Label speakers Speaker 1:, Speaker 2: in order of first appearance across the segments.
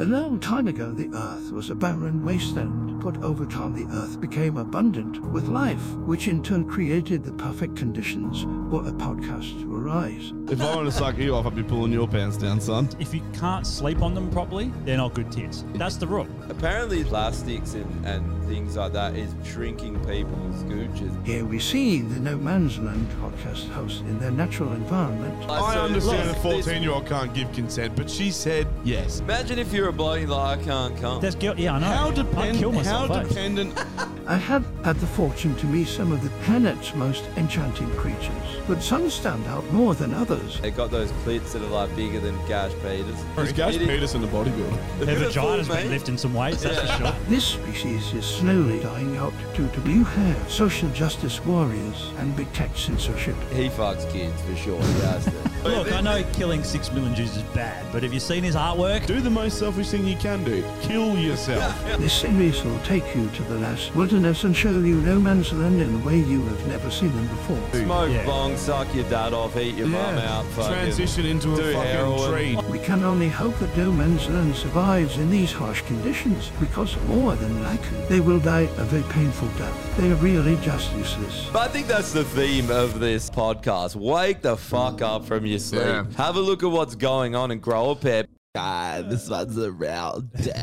Speaker 1: A long time ago, the Earth was a barren wasteland, but over time, the Earth became abundant with life, which in turn created the perfect conditions for a podcast to arise.
Speaker 2: If I wanted to suck you off, I'd be pulling your pants down, son.
Speaker 3: If you can't sleep on them properly, they're not good tits. That's the rule.
Speaker 4: Apparently, plastics and, and things like that is shrinking people's gooches.
Speaker 1: Here we see the No Man's Land podcast host in their natural environment.
Speaker 2: I
Speaker 4: So,
Speaker 2: understand
Speaker 4: look,
Speaker 2: a 14 year old can't give consent, but she said yes.
Speaker 4: this- Imagine if you're a bloke and you're like, I can't come.
Speaker 3: There's guilt. Yeah, I know.
Speaker 2: How,
Speaker 3: I'd kill
Speaker 2: depend- how
Speaker 3: myself. eh?
Speaker 2: dependent
Speaker 1: I have had the fortune to meet some of the planet's most enchanting creatures, but some stand out more than others.
Speaker 4: They got those clits that are like bigger than Gash Peters.
Speaker 2: is Gash
Speaker 4: It is
Speaker 2: Peterson a bodybuilder?
Speaker 3: Their
Speaker 4: beautiful,
Speaker 3: vagina's been
Speaker 4: mate.
Speaker 3: lifting some weights, that's for sure.
Speaker 1: This species is slowly dying out due to blue hair, social justice warriors, and big tech censorship.
Speaker 4: He fucks kids for sure. He has to.
Speaker 3: Look, I know killing six million Jews is bad, but have you seen his artwork?
Speaker 2: Do the most selfish thing you can do kill yourself.
Speaker 1: This series will take you to the last wilderness and show you no man's land in a way you have never seen them before.
Speaker 4: Smoke
Speaker 3: Yeah.
Speaker 4: bong, suck your dad off, eat your mum out. Fucking.
Speaker 2: Transition into a
Speaker 4: do
Speaker 2: fucking
Speaker 4: heroin.
Speaker 2: tree.
Speaker 1: We can only hope that no man's land survives in these harsh conditions, because more than likely they will die a very painful death. They are really just useless.
Speaker 4: But I think that's the theme of this podcast. Wake the fuck up from your sleep. Have a look at what's going on and grow a pair. God, this one's a real dick.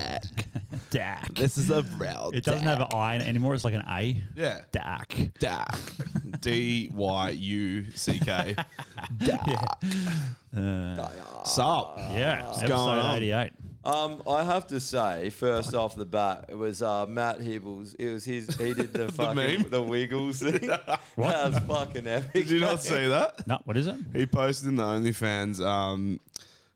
Speaker 3: Dak.
Speaker 4: This is a real
Speaker 3: It doesn't have an I in it anymore, it's like an A.
Speaker 2: Yeah.
Speaker 3: Dak.
Speaker 2: Dark. D Y U C K.
Speaker 3: Uh.
Speaker 2: Sup?
Speaker 3: Yeah, episode
Speaker 2: going on?
Speaker 3: 88.
Speaker 4: Um, I have to say, first off the bat, it was uh, Matt Hibbles. It was his. He did the, fucking
Speaker 2: meme?
Speaker 4: the Wiggles thing. that was fucking epic.
Speaker 2: Did you not see that?
Speaker 3: No, what is it?
Speaker 2: He posted in the OnlyFans. Um,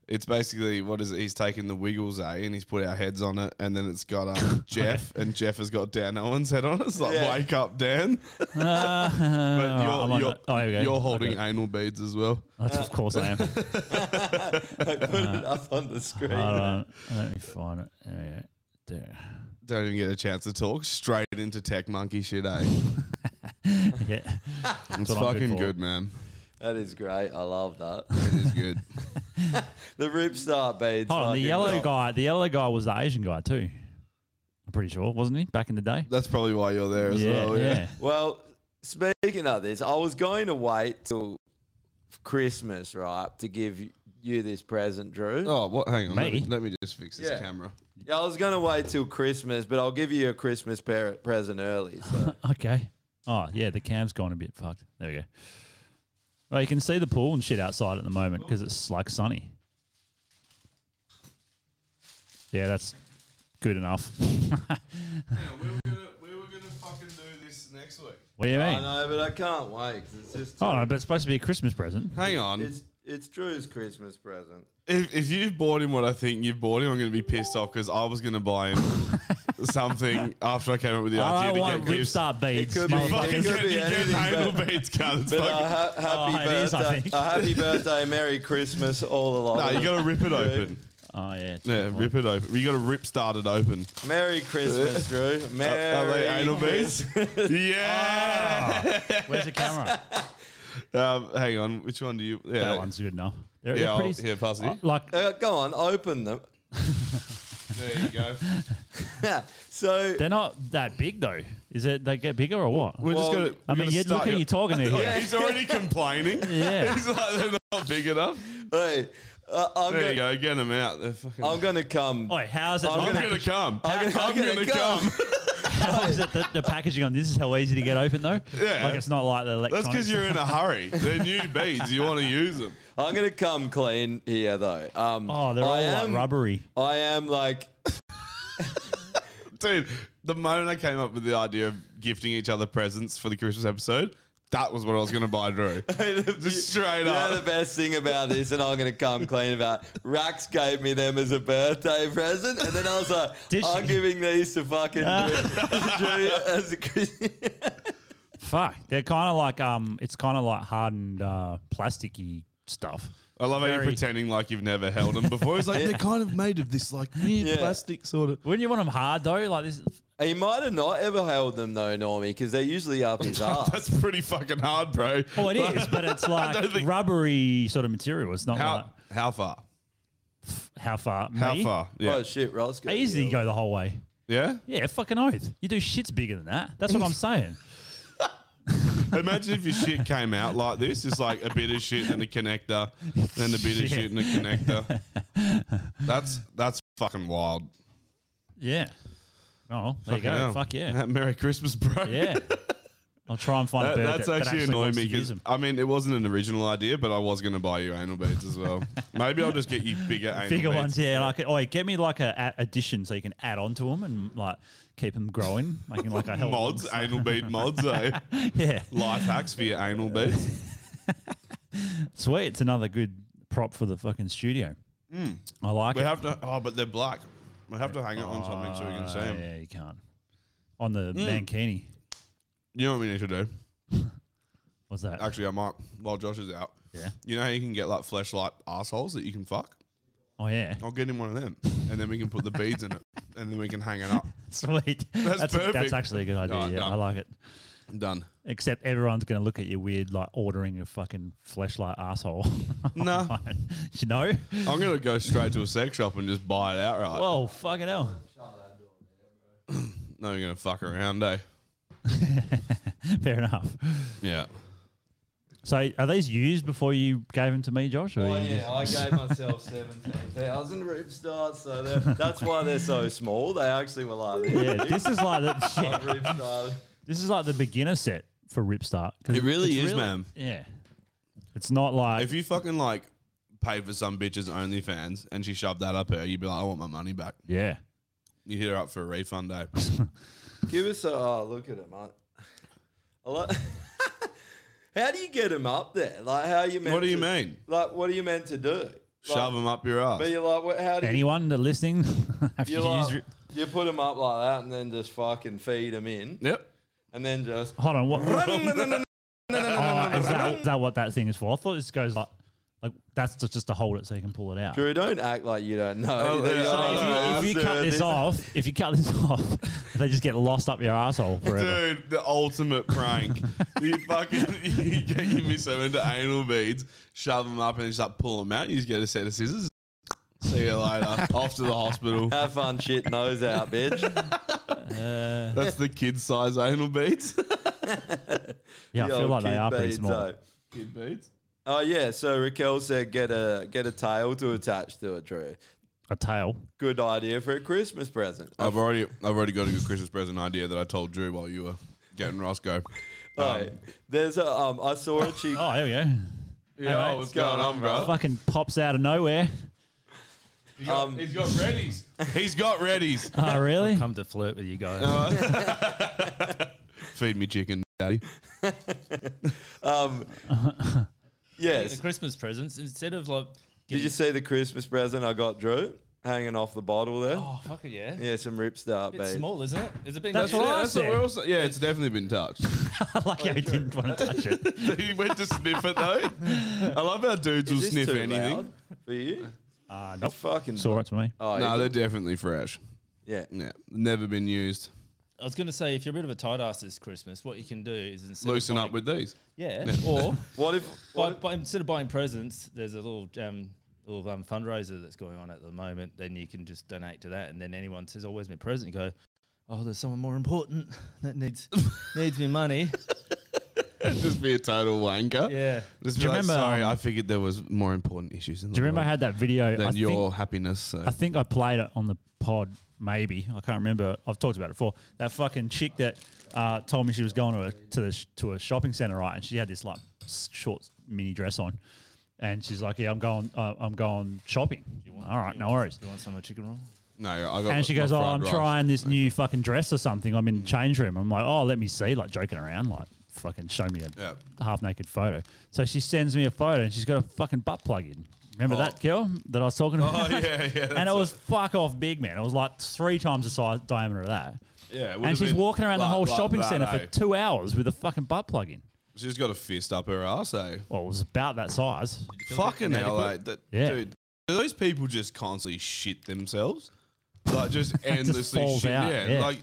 Speaker 2: it's basically what is it? He's taken the Wiggles A and he's put our heads on it, and then it's got um, Jeff, and Jeff has got Dan Owen's head on it. It's like
Speaker 4: Yeah.
Speaker 2: wake up, Dan.
Speaker 3: Uh, all right, Uh, I'm
Speaker 2: but
Speaker 3: on
Speaker 2: you're, you're,
Speaker 3: it. Oh, here we go.
Speaker 2: you're
Speaker 3: I've
Speaker 2: holding
Speaker 3: got it.
Speaker 2: anal beads as well.
Speaker 3: That's- Of course I am. Hold
Speaker 4: I put it up on the screen.
Speaker 3: on. Let me find it. There we go. There.
Speaker 2: Don't even get a chance to talk. Straight into tech monkey shit, eh?
Speaker 3: Yeah.
Speaker 2: it's
Speaker 3: what I'm good
Speaker 2: fucking
Speaker 3: for.
Speaker 2: good, man.
Speaker 4: That is great. I love that.
Speaker 2: It is good.
Speaker 4: The Ripstar beads.
Speaker 3: Hold on. The
Speaker 4: fucking
Speaker 3: yellow
Speaker 4: rock.
Speaker 3: guy. The yellow guy was the Asian guy too. I'm pretty sure, wasn't he? Back in the day.
Speaker 2: That's probably why you're there oh, as
Speaker 3: yeah,
Speaker 2: well.
Speaker 3: yeah.
Speaker 4: Well, speaking of this, I was going to wait till Christmas, right, to give y- you this present, Drew.
Speaker 2: Oh, what? Hang on. Let
Speaker 3: Me?
Speaker 2: me, let me just fix this
Speaker 4: Yeah.
Speaker 2: camera.
Speaker 4: Yeah, I was going to wait till Christmas, but I'll give you a Christmas par- present early. So.
Speaker 3: Okay. Oh yeah, the cam's gone a bit fucked. There we go. Well, you can see the pool and shit outside at the moment because it's like sunny. Yeah, that's good enough. what
Speaker 2: we were gonna, we were gonna fucking do this next week.
Speaker 3: do you
Speaker 4: I
Speaker 3: mean?
Speaker 4: know, but I can't wait 'cause it's just.
Speaker 3: Oh no, but it's supposed to be a Christmas present.
Speaker 2: Hang on.
Speaker 4: It's it's Drew's Christmas present.
Speaker 2: If, if you've bought him what I think you've bought him, I'm going to be pissed off because I was going to buy him something after I came up with the
Speaker 3: I
Speaker 2: idea
Speaker 3: don't
Speaker 2: to
Speaker 3: want
Speaker 2: get gifts.
Speaker 3: ripstar beads.
Speaker 4: could be-
Speaker 2: Fucking
Speaker 4: It
Speaker 3: motherfuckers.
Speaker 4: could
Speaker 2: get,
Speaker 4: be
Speaker 2: you get
Speaker 4: anything,
Speaker 2: anal
Speaker 4: but-
Speaker 2: beads, cunts.
Speaker 4: But uh,
Speaker 2: fucking-
Speaker 4: ha- happy
Speaker 3: Oh, it is, I
Speaker 4: birthday,
Speaker 3: think.
Speaker 4: a happy birthday, Merry Christmas, all along.
Speaker 2: Nah, you got to rip it open.
Speaker 3: Oh yeah. it's
Speaker 2: Yeah,
Speaker 3: good
Speaker 2: rip it open. You got to rip start it open. Uh,
Speaker 4: Merry Christmas, Drew. Merry
Speaker 2: Are they anal beads? yeah.
Speaker 3: one. Where's the camera?
Speaker 2: Um, hang on. Which one do you? Yeah.
Speaker 3: that one's good enough. They're,
Speaker 2: Yeah,
Speaker 3: they're
Speaker 2: I'll-
Speaker 3: pretty, s-
Speaker 2: here, pass it.
Speaker 3: uh, Like
Speaker 4: Uh, go on, open them.
Speaker 2: There you go.
Speaker 4: so
Speaker 3: they're not that big though. Is it? They get bigger or what?
Speaker 2: We're
Speaker 4: Well,
Speaker 2: just going to.
Speaker 3: I mean, you're, look at you talking to here.
Speaker 2: He's already complaining.
Speaker 3: Yeah.
Speaker 2: He's like, they're not big enough.
Speaker 4: Hey, uh, I'm
Speaker 2: There you
Speaker 4: gonna,
Speaker 2: go. Get them out. They're fucking.
Speaker 4: I'm gonna come.
Speaker 3: Oi, how's it?
Speaker 4: I'm
Speaker 3: not
Speaker 2: I'm
Speaker 4: gonna-
Speaker 2: gonna come.
Speaker 4: I'm gonna- I'm gonna come.
Speaker 3: is it the, the packaging on this is how easy to get open though.
Speaker 2: Yeah.
Speaker 3: Like it's not like the electronic.
Speaker 2: That's because you're in a hurry. They're new beads. You want to use them.
Speaker 4: I'm gonna come clean here though. Um,
Speaker 3: Oh, they're all like rubbery.
Speaker 4: I am like
Speaker 2: Dude, the moment I came up with the idea of gifting each other presents for the Christmas episode, that was what I was going to buy Drew. Just straight
Speaker 4: you know
Speaker 2: up.
Speaker 4: the best thing about this, and I'm gonna come clean about. Rax gave me them as a birthday present, and then I was like,
Speaker 3: Did
Speaker 4: I'm
Speaker 3: she?
Speaker 4: giving these to fucking Drew as a Christmas.
Speaker 3: Fuck. They're kind of like um, it's kind of like hardened uh, plasticky stuff.
Speaker 2: I love how you're
Speaker 3: Very-
Speaker 2: pretending like you've never held them before. It's like they're kind of made of this like weird
Speaker 4: Yeah.
Speaker 2: plastic sort of.
Speaker 3: Wouldn't you want them hard though? Like this.
Speaker 4: He might have not ever held them though, Normie, because they're usually up his ass.
Speaker 2: That's pretty fucking hard, bro.
Speaker 3: Well, oh, it is, but it's like
Speaker 2: don't think-
Speaker 3: rubbery sort of material. It's not like
Speaker 2: How how far?
Speaker 3: how far?
Speaker 2: How
Speaker 3: me?
Speaker 2: far? Yeah.
Speaker 4: Oh shit, Ross. got
Speaker 3: Easy
Speaker 4: you.
Speaker 3: go the whole way.
Speaker 2: Yeah.
Speaker 3: Yeah, fucking oath. You do shit's bigger than that. That's what I'm saying.
Speaker 2: Imagine if your shit came out like this. It's like a bit of shit and a connector, then a bit of
Speaker 3: Shit.
Speaker 2: shit and a connector. That's that's fucking wild.
Speaker 3: Yeah. Oh, there you go.
Speaker 2: Hell.
Speaker 3: Fuck yeah.
Speaker 2: Merry Christmas, bro.
Speaker 3: Yeah. I'll try and find a
Speaker 2: That-
Speaker 3: bird
Speaker 2: that's
Speaker 3: that- that
Speaker 2: actually,
Speaker 3: actually
Speaker 2: annoying
Speaker 3: wants
Speaker 2: me
Speaker 3: to use
Speaker 2: because
Speaker 3: 'em.
Speaker 2: I mean it wasn't an original idea, but I was going to buy you anal beads as well. Maybe I'll just get you bigger anal
Speaker 3: bigger
Speaker 2: beads.
Speaker 3: ones, yeah. Like, oh, get me like a a- addition so you can add on to them and like keep them growing, making like a hell of a-
Speaker 2: Mods, anal bead mods, eh?
Speaker 3: Yeah,
Speaker 2: Life hacks for your anal beads.
Speaker 3: sweet. It's another good prop for the fucking studio. I like
Speaker 2: Mm. We
Speaker 3: it.
Speaker 2: have to. Oh, but they're black. We have to hang it on something so we can see
Speaker 3: Oh,
Speaker 2: them. Mm.
Speaker 3: yeah, you can't on the mankini.
Speaker 2: You know what we need to do?
Speaker 3: What's that?
Speaker 2: Actually, I might while Josh is out.
Speaker 3: Yeah.
Speaker 2: You know how you can get like fleshlight assholes that you can fuck?
Speaker 3: oh yeah,
Speaker 2: I'll get him one of them, and then we can put the beads in it, and then we can hang it up.
Speaker 3: sweet.
Speaker 2: That's perfect.
Speaker 3: that's actually a good idea.
Speaker 2: Alright,
Speaker 3: yeah,
Speaker 2: done.
Speaker 3: I like it.
Speaker 2: Done.
Speaker 3: Except everyone's going to look at you weird, like ordering a fucking fleshlight asshole.
Speaker 2: No.
Speaker 3: you know?
Speaker 2: I'm gonna go straight to a sex shop and just buy it outright.
Speaker 3: Whoa, fucking hell.
Speaker 2: no, you're gonna fuck around, eh?
Speaker 3: Fair enough.
Speaker 2: Yeah.
Speaker 3: So are these used before you gave them to me, Josh? Or
Speaker 4: Oh
Speaker 3: you
Speaker 4: yeah,
Speaker 3: just-
Speaker 4: I gave myself seventeen thousand rip starts, so they're- that's why they're so small. They actually were like this.
Speaker 3: yeah, this is like the yeah,
Speaker 4: Rip started.
Speaker 3: this is like the beginner set for Ripstart. 'cause
Speaker 2: It really
Speaker 3: it's
Speaker 2: is, man.
Speaker 3: Yeah, it's not like
Speaker 2: If you fucking like pay for some bitch's OnlyFans and she shoved that up her, you'd be like, I want my money back.
Speaker 3: yeah.
Speaker 2: You hit her up for a refund, eh?
Speaker 4: Give us a oh, look at him, up. I lo- how do you get him up there? Like how you meant?
Speaker 2: What do you
Speaker 4: to-
Speaker 2: mean?
Speaker 4: Like what are you meant to do? Like,
Speaker 2: Shove them up your ass.
Speaker 4: But you're like, what, how do you?
Speaker 3: Anyone that listening, have
Speaker 4: You,
Speaker 3: you used?
Speaker 4: like,
Speaker 3: Rip-
Speaker 4: you put him up like that, and then just fucking feed him in,
Speaker 2: Yep.
Speaker 4: and then just
Speaker 3: Hold on, what? Oh, is that, is that what that thing is for? I thought this goes like, like that's just, just to hold it so you can pull it out.
Speaker 4: Drew. Don't act like you don't know.
Speaker 2: Oh, yeah.
Speaker 3: If you- if you cut this off, if you cut this off, they just get lost up your asshole forever.
Speaker 2: Dude, the ultimate prank. you fucking you get you miss them into anal beads, shove them up, and just like pull them out. You just get a set of scissors. See you later. off to the hospital.
Speaker 4: Have fun, shit nose out, bitch.
Speaker 2: That's the kid size anal beads.
Speaker 3: Yeah, I
Speaker 4: The
Speaker 3: feel
Speaker 4: old
Speaker 3: like they
Speaker 4: kid
Speaker 3: are pretty
Speaker 4: beads,
Speaker 3: small.
Speaker 4: though.
Speaker 2: kid beads.
Speaker 4: Oh yeah, so Raquel said get a get a tail to attach to it, Drew.
Speaker 3: A tail.
Speaker 4: Good idea for a Christmas present.
Speaker 2: I've already I've already got a good Christmas present idea that I told Drew while you were getting Roscoe.
Speaker 4: Oh, there's a um I saw a chick
Speaker 3: Oh, there we go.
Speaker 2: Yeah,
Speaker 3: mate.
Speaker 2: what's going on, bro?
Speaker 3: Fucking pops out of nowhere.
Speaker 4: um
Speaker 2: He's got readies. He's got readies.
Speaker 3: Oh, really?
Speaker 5: Come to flirt with you guys.
Speaker 2: Feed me chicken, daddy.
Speaker 4: um
Speaker 5: The
Speaker 4: Yes.
Speaker 5: Christmas presents instead of like.
Speaker 4: Did you see the Christmas present I got Drew? Hanging off the bottle there.
Speaker 5: Oh fuck it, yeah.
Speaker 4: Yeah, some rip start,
Speaker 5: It's
Speaker 4: babe.
Speaker 5: small, isn't it? Is it being?
Speaker 3: That's what I
Speaker 2: That's
Speaker 3: said.
Speaker 2: somewhere else. Yeah, it's definitely been touched.
Speaker 3: I like how he didn't want to touch it.
Speaker 2: he went to sniff it though. I love how dudes will
Speaker 4: Is this
Speaker 2: sniff
Speaker 4: too
Speaker 2: anything.
Speaker 4: loud for you?
Speaker 3: Uh,
Speaker 4: It's fucking
Speaker 3: It's all right to me.
Speaker 4: Oh,
Speaker 2: No,
Speaker 4: you-
Speaker 2: they're definitely fresh.
Speaker 4: yeah.
Speaker 2: Yeah, never been used.
Speaker 5: I was going to say, if you're a bit of a tight ass this Christmas, what you can do is instead
Speaker 2: Loosen
Speaker 5: of
Speaker 2: up
Speaker 5: buying-
Speaker 2: with these.
Speaker 5: yeah, or
Speaker 4: What if
Speaker 5: buy,
Speaker 4: what,
Speaker 5: buy, instead of buying presents, there's a little um, little um, fundraiser that's going on at the moment. Then you can just donate to that, and then anyone says, "Oh, where's my present?" You go, "Oh, there's someone more important that needs needs me money."
Speaker 2: Just be a total wanker.
Speaker 5: Yeah.
Speaker 2: Just
Speaker 3: Do
Speaker 2: be
Speaker 3: you
Speaker 2: like,
Speaker 3: remember,
Speaker 2: sorry,
Speaker 3: um,
Speaker 2: I figured there was more important issues in
Speaker 3: Do
Speaker 2: the
Speaker 3: you remember I
Speaker 2: world
Speaker 3: had that video? I
Speaker 2: than your
Speaker 3: think,
Speaker 2: happiness. So.
Speaker 3: I think I played it on the pod maybe I can't remember. I've talked about it before. That fucking chick that uh, told me she was going to a to, the, sh- to a shopping center, right? And she had this like s- short mini dress on, and she's like, "Yeah, I'm going. Uh, I'm going shopping." All right, no worries.
Speaker 5: You want some of the chicken roll?
Speaker 2: No, I got.
Speaker 3: And she
Speaker 2: my
Speaker 3: goes, "Oh,
Speaker 2: fried
Speaker 3: I'm
Speaker 2: rice."
Speaker 3: trying this new fucking dress or something. I'm in the change room." I'm like, "Oh, let me see," like joking around, like fucking show me a
Speaker 2: Yeah.
Speaker 3: half naked photo. So she sends me a photo, and she's got a fucking butt plug in. Remember
Speaker 2: Oh.
Speaker 3: that girl that I was talking about?
Speaker 2: Oh, yeah, yeah,
Speaker 3: and
Speaker 2: that's
Speaker 3: it was fuck off big, man. It was like three times the size diameter of that.
Speaker 2: Yeah, it would
Speaker 3: and
Speaker 2: have
Speaker 3: she's
Speaker 2: been
Speaker 3: walking around
Speaker 2: like-
Speaker 3: the whole
Speaker 2: like
Speaker 3: shopping
Speaker 2: that,
Speaker 3: center
Speaker 2: eh?
Speaker 3: for two hours with a fucking butt plug in.
Speaker 2: She's got a fist up her ass, eh?
Speaker 3: Well, it was about that size.
Speaker 2: Fucking hell, eh?
Speaker 3: Inadequate.
Speaker 2: That,
Speaker 3: Yeah.
Speaker 2: Dude, do those people just constantly shit themselves? Like, just endlessly
Speaker 3: falls
Speaker 2: shit.
Speaker 3: out, yeah.
Speaker 2: Like,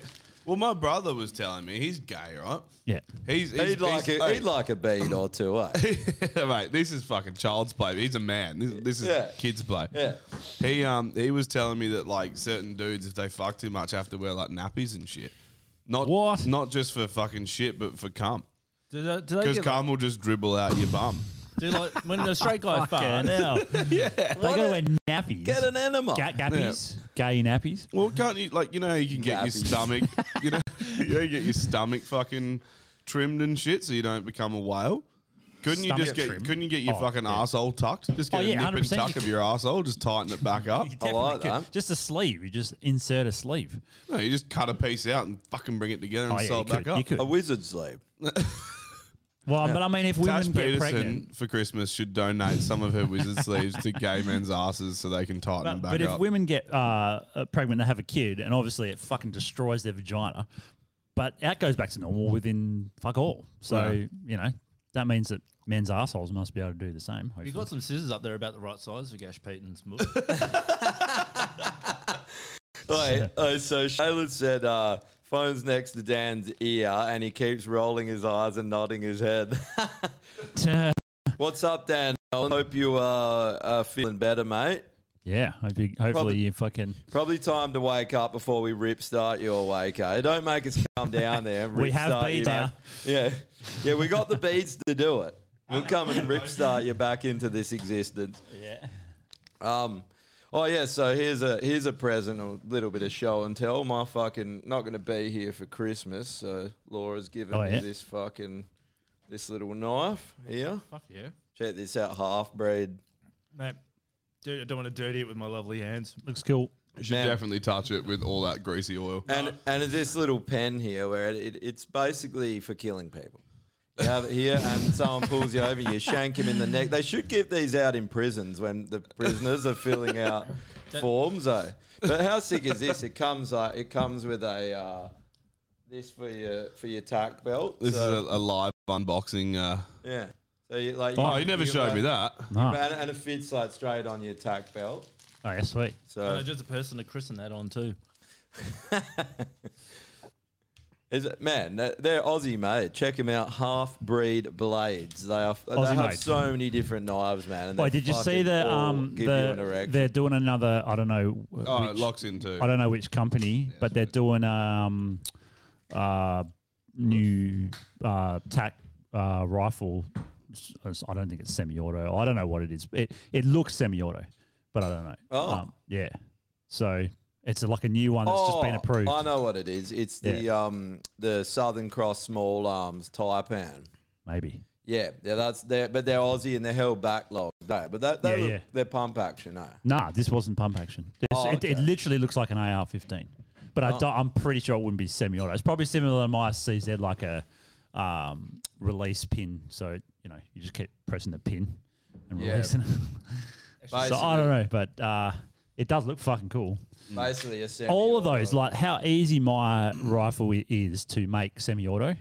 Speaker 2: well, my brother was telling me he's gay, right?
Speaker 3: Yeah.
Speaker 2: He's, he's
Speaker 4: He'd like
Speaker 2: he's,
Speaker 4: a- he'd like a bean or two, eh?
Speaker 2: mate, this is fucking child's play. He's a man. This, this is
Speaker 4: Yeah.
Speaker 2: kids play.
Speaker 4: Yeah.
Speaker 2: He um he was telling me that like certain dudes if they fuck too much have to wear like nappies and shit. Not what? Not just for fucking shit, but for cum.
Speaker 5: Do they, do they
Speaker 2: Because
Speaker 5: get,
Speaker 2: cum will just dribble out your bum.
Speaker 5: do like when the straight guy
Speaker 3: Fucking
Speaker 5: farts?
Speaker 3: hell.
Speaker 2: yeah.
Speaker 3: They gotta wear nappies. Get
Speaker 4: an enema.
Speaker 3: Ga- gappies. Gay nappies.
Speaker 2: Well, can't you like you know how you can get your
Speaker 3: Nappies.
Speaker 2: stomach, you know, you, know, you get your stomach fucking trimmed and shit, so you don't become a whale. Couldn't you just
Speaker 4: Stomach
Speaker 2: get?
Speaker 4: trim?
Speaker 2: Couldn't you get your
Speaker 4: Oh,
Speaker 2: fucking
Speaker 4: yeah.
Speaker 2: asshole tucked? Just get
Speaker 3: Oh,
Speaker 2: a
Speaker 3: yeah,
Speaker 2: nip and
Speaker 3: 100% you
Speaker 2: tuck of
Speaker 3: could.
Speaker 2: your asshole, just tighten it back up.
Speaker 3: Definitely could. Just a sleeve. You just insert a sleeve.
Speaker 2: No, you just cut a piece out and fucking bring it together and
Speaker 3: Oh, yeah,
Speaker 2: sew
Speaker 3: you
Speaker 2: it back
Speaker 3: could, you
Speaker 2: up.
Speaker 3: could. A
Speaker 4: wizard's sleeve.
Speaker 3: Well, but I mean, if
Speaker 2: Tash
Speaker 3: women get
Speaker 2: Peterson
Speaker 3: pregnant,
Speaker 2: for Christmas should donate some of her wizard sleeves to gay men's asses so they can tighten them back
Speaker 3: but if
Speaker 2: up.
Speaker 3: women get uh, uh, pregnant, they have a kid, and obviously it fucking destroys their vagina. But that goes back to normal within fuck all. So
Speaker 5: Yeah.
Speaker 3: you know that means that men's assholes must be able to do the same.
Speaker 5: You've got some scissors up there about the right size for Gash Payton's move.
Speaker 4: Wait, uh, so Shayla said, uh, phone's next to Dan's ear and he keeps rolling his eyes and nodding his head.
Speaker 3: hopefully.
Speaker 4: What's up, Dan? I hope you are uh, feeling better, mate.
Speaker 3: yeah, hope you, hopefully
Speaker 4: Probably-
Speaker 3: you fucking
Speaker 4: Probably time to wake up before we rip start you awake. Eh? Don't make us come down there. And
Speaker 3: We
Speaker 4: rip
Speaker 3: have
Speaker 4: start
Speaker 3: beads
Speaker 4: you back.
Speaker 3: now.
Speaker 4: Yeah, yeah, we got the beads to do it. We'll come and rip start you back into this existence.
Speaker 3: yeah.
Speaker 4: Um, oh yeah, so here's a here's a present, a little bit of show and tell. My fucking not gonna be here for Christmas, so Laura's given
Speaker 3: Oh,
Speaker 4: me
Speaker 3: yeah?
Speaker 4: this fucking this little knife here.
Speaker 5: Fuck yeah.
Speaker 4: Check this out, half breed.
Speaker 5: Mate, dude, I don't want to dirty it with my lovely hands.
Speaker 3: Looks cool.
Speaker 2: You should
Speaker 4: Man.
Speaker 2: definitely touch it with all that greasy oil.
Speaker 4: And and this little pen here, where it, it, it's basically for killing people. You have it here, and someone pulls you over, you shank him in the neck. They should give these out in prisons when the prisoners are filling out forms, though. But how sick is this? It comes uh, it comes with a uh, this for your for your tack belt.
Speaker 2: This
Speaker 4: so-
Speaker 2: is a, a live unboxing. Uh,
Speaker 4: yeah. So you like
Speaker 2: Oh, you never showed me that.
Speaker 4: you-
Speaker 3: Ah.
Speaker 4: and, and it fits like straight on your tack belt.
Speaker 3: Oh, yeah, sweet.
Speaker 4: So
Speaker 5: And I just a person to christen that on too.
Speaker 4: Is it, man, they're- they're Aussie made. Check them out. Half breed blades. They are.
Speaker 3: Aussie
Speaker 4: they have
Speaker 3: made.
Speaker 4: so many different knives, man. And
Speaker 3: Wait,
Speaker 4: they
Speaker 3: did you see
Speaker 4: fucking
Speaker 3: the
Speaker 4: all
Speaker 3: um
Speaker 4: give you an
Speaker 3: the,
Speaker 4: erect.
Speaker 3: they're doing another I don't know wh-
Speaker 2: Oh, it
Speaker 3: which-
Speaker 2: locks in too.
Speaker 3: I don't know which company, but they're doing um uh new uh tac uh rifle s- s- I don't think it's semi-auto. I don't know what it is. It it looks semi-auto, but I don't know. Um,
Speaker 4: Oh.
Speaker 3: yeah. So it's like a new one that's just been
Speaker 4: Oh,
Speaker 3: approved.
Speaker 4: I know what it is. It's the um the Southern Cross Small Arms Taipan.
Speaker 3: Maybe.
Speaker 4: Yeah, yeah, that's they but they're Aussie and they're held back long day. But that they
Speaker 3: Yeah,
Speaker 4: look-
Speaker 3: yeah.
Speaker 4: they're pump action. No.
Speaker 3: Nah, this wasn't pump action. This-
Speaker 4: Oh,
Speaker 3: it, it
Speaker 4: okay.
Speaker 3: literally looks like an AR-15, but I
Speaker 4: Oh.
Speaker 3: don't- I'm pretty sure it wouldn't be semi-auto. It's probably similar to my CZ, like a um, release pin. So you know, you just keep pressing the pin and
Speaker 4: Yeah.
Speaker 3: releasing. it. so I don't know, but uh, it does look fucking cool.
Speaker 4: Basically, a
Speaker 3: All of those, like how easy my rifle i- is to make semi-auto.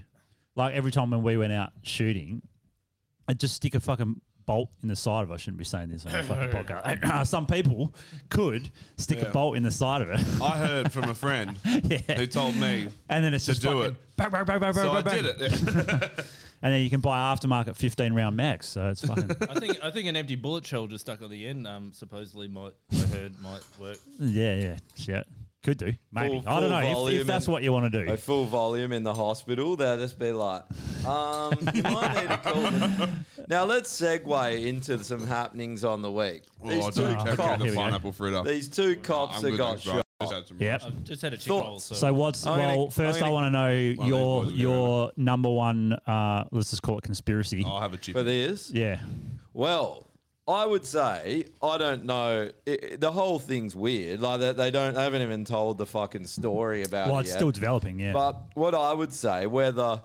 Speaker 3: Like every time when we went out shooting, I just stick a fucking bolt in the side of. it. I shouldn't be saying this on a fucking podcast. Some people could stick
Speaker 2: Yeah.
Speaker 3: a bolt in the side of it,
Speaker 2: I heard from a friend who told me
Speaker 3: and then it's
Speaker 2: to
Speaker 3: just
Speaker 2: do
Speaker 3: fucking
Speaker 2: it.
Speaker 3: bang, bang, bang, bang,
Speaker 2: so
Speaker 3: bang,
Speaker 2: I
Speaker 3: bang.
Speaker 2: did it.
Speaker 3: and then you can buy aftermarket fifteen round mags. So it's fucking
Speaker 5: I think I think an empty bullet shell just stuck on the end, um, supposedly might I heard might work.
Speaker 3: yeah, yeah, shit. Could do, maybe.
Speaker 4: Full-
Speaker 3: I don't
Speaker 4: full
Speaker 3: know if,
Speaker 4: volume
Speaker 3: if that's
Speaker 4: and-
Speaker 3: what you want to do.
Speaker 4: A full volume in the hospital, they'll just be like, um, you might need to call the- Now let's segue into some happenings on the week.
Speaker 2: Oh, I don't care about the pineapple fruit up.
Speaker 4: these two cops
Speaker 2: I'm
Speaker 4: have
Speaker 2: good,
Speaker 4: got
Speaker 2: thanks, bro.
Speaker 4: shot.
Speaker 3: Yep.
Speaker 5: I've just had a chicken roll. So,
Speaker 3: So what's well? 1st I want to know your your number one. Uh, let's just call it conspiracy.
Speaker 5: Oh.
Speaker 4: I'll
Speaker 2: have a
Speaker 4: For this?
Speaker 3: Yeah.
Speaker 4: Well, I would say I don't know. It, it- the whole thing's weird. Like they, they don't they haven't even told the fucking story
Speaker 5: Uh,
Speaker 4: about.
Speaker 3: Well,
Speaker 4: it
Speaker 3: it's
Speaker 4: yet.
Speaker 3: still developing, yeah.
Speaker 4: But what I would say, whether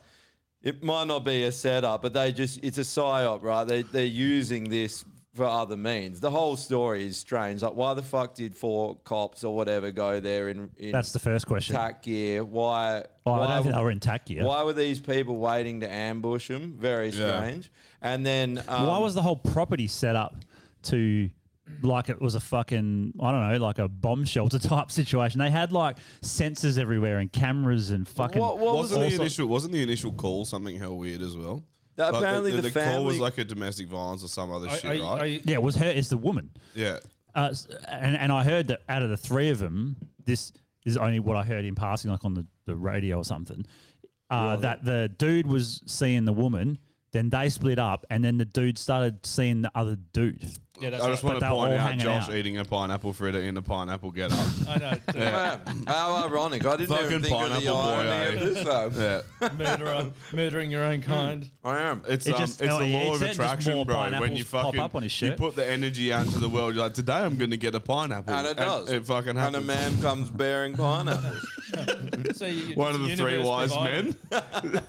Speaker 4: it might not be a setup, but they just it's a psyop, right? They they're using this for other means. The whole story is strange. Like, why the fuck did four cops or whatever go there in? in
Speaker 3: That's the first question.
Speaker 4: Tack gear. Why?
Speaker 3: Oh, I
Speaker 4: why
Speaker 3: don't think
Speaker 4: w-
Speaker 3: they were in tack gear.
Speaker 4: Why were these people waiting to ambush them? Very
Speaker 3: Yeah.
Speaker 4: strange. And then um,
Speaker 3: Why was the whole property set up to like it was a fucking I don't know, like a bomb shelter type situation? They had like sensors everywhere and cameras and fucking.
Speaker 2: wasn't
Speaker 3: all
Speaker 2: the
Speaker 3: sort-
Speaker 2: initial wasn't the initial call something hell weird as well?
Speaker 3: That
Speaker 2: Like, the-
Speaker 3: apparently
Speaker 2: the,
Speaker 3: the
Speaker 2: call was
Speaker 3: family-
Speaker 2: like a domestic violence or some other
Speaker 5: I-
Speaker 2: shit,
Speaker 5: I-
Speaker 2: right?
Speaker 3: yeah, it was her? Is the woman?
Speaker 2: yeah.
Speaker 3: Uh, s- and and I heard that out of the three of them, this is only what I heard in passing, like on the, the radio or something. Uh, that the dude was seeing the woman, then they split up, and then the dude started seeing the other dude.
Speaker 2: I just want
Speaker 3: But they
Speaker 2: to
Speaker 3: were
Speaker 2: point
Speaker 3: all
Speaker 2: out
Speaker 3: hanging
Speaker 2: Josh eating a pineapple fritter in a pineapple get up.
Speaker 5: I know.
Speaker 2: Yeah.
Speaker 4: How ironic! I didn't
Speaker 2: Fucking
Speaker 4: even think of the
Speaker 2: pineapple boy,
Speaker 4: irony
Speaker 2: eh?
Speaker 4: of this. Though.
Speaker 2: Yeah.
Speaker 5: murderer, murdering your own kind.
Speaker 4: I am.
Speaker 2: It's,
Speaker 5: It
Speaker 2: um,
Speaker 5: just-
Speaker 2: it's
Speaker 5: oh,
Speaker 2: the
Speaker 5: yeah, it
Speaker 2: law of
Speaker 5: said just
Speaker 2: attraction,
Speaker 5: more
Speaker 2: bro. When
Speaker 5: pineapples
Speaker 2: you
Speaker 5: pop
Speaker 2: fucking
Speaker 5: up on his
Speaker 2: you
Speaker 5: shirt.
Speaker 2: put the energy out into the world, you're like, today I'm going to get a pineapple,
Speaker 4: And it does.
Speaker 2: It fucking
Speaker 4: and
Speaker 2: happens.
Speaker 4: a man comes bearing pineapples.
Speaker 5: So you,
Speaker 2: One of the three
Speaker 5: universe
Speaker 2: wise
Speaker 5: provided.
Speaker 2: men.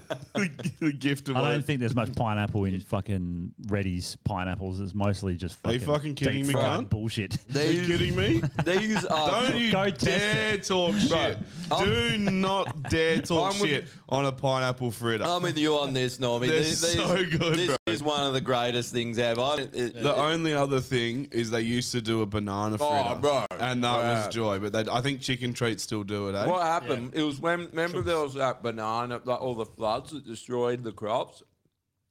Speaker 2: the gift of
Speaker 3: I don't
Speaker 2: life.
Speaker 3: think there's much pineapple in fucking Reddy's pineapples. It's mostly just
Speaker 2: Are you
Speaker 3: fucking.
Speaker 2: fucking kidding
Speaker 3: deep
Speaker 2: me,
Speaker 3: fried
Speaker 2: cunt?
Speaker 3: Bullshit.
Speaker 2: Are you kidding me?
Speaker 4: These are
Speaker 2: Don't you dare talk shit. Do not dare talk
Speaker 4: I'm with-
Speaker 2: shit on a pineapple fritter.
Speaker 4: I'm with you on this, Normie.
Speaker 2: They're
Speaker 4: These- these-
Speaker 2: so good,
Speaker 4: This
Speaker 2: bro.
Speaker 4: is one of the greatest things ever. I don't- it-
Speaker 2: The only other thing is they used to do a banana
Speaker 4: Oh,
Speaker 2: fritter,
Speaker 4: bro.
Speaker 2: and that
Speaker 4: Wow.
Speaker 2: was joy. But they, I think chicken treats still do it. Eh?
Speaker 4: What happened? It was when remember there was that banana, like all the floods that destroyed the crops.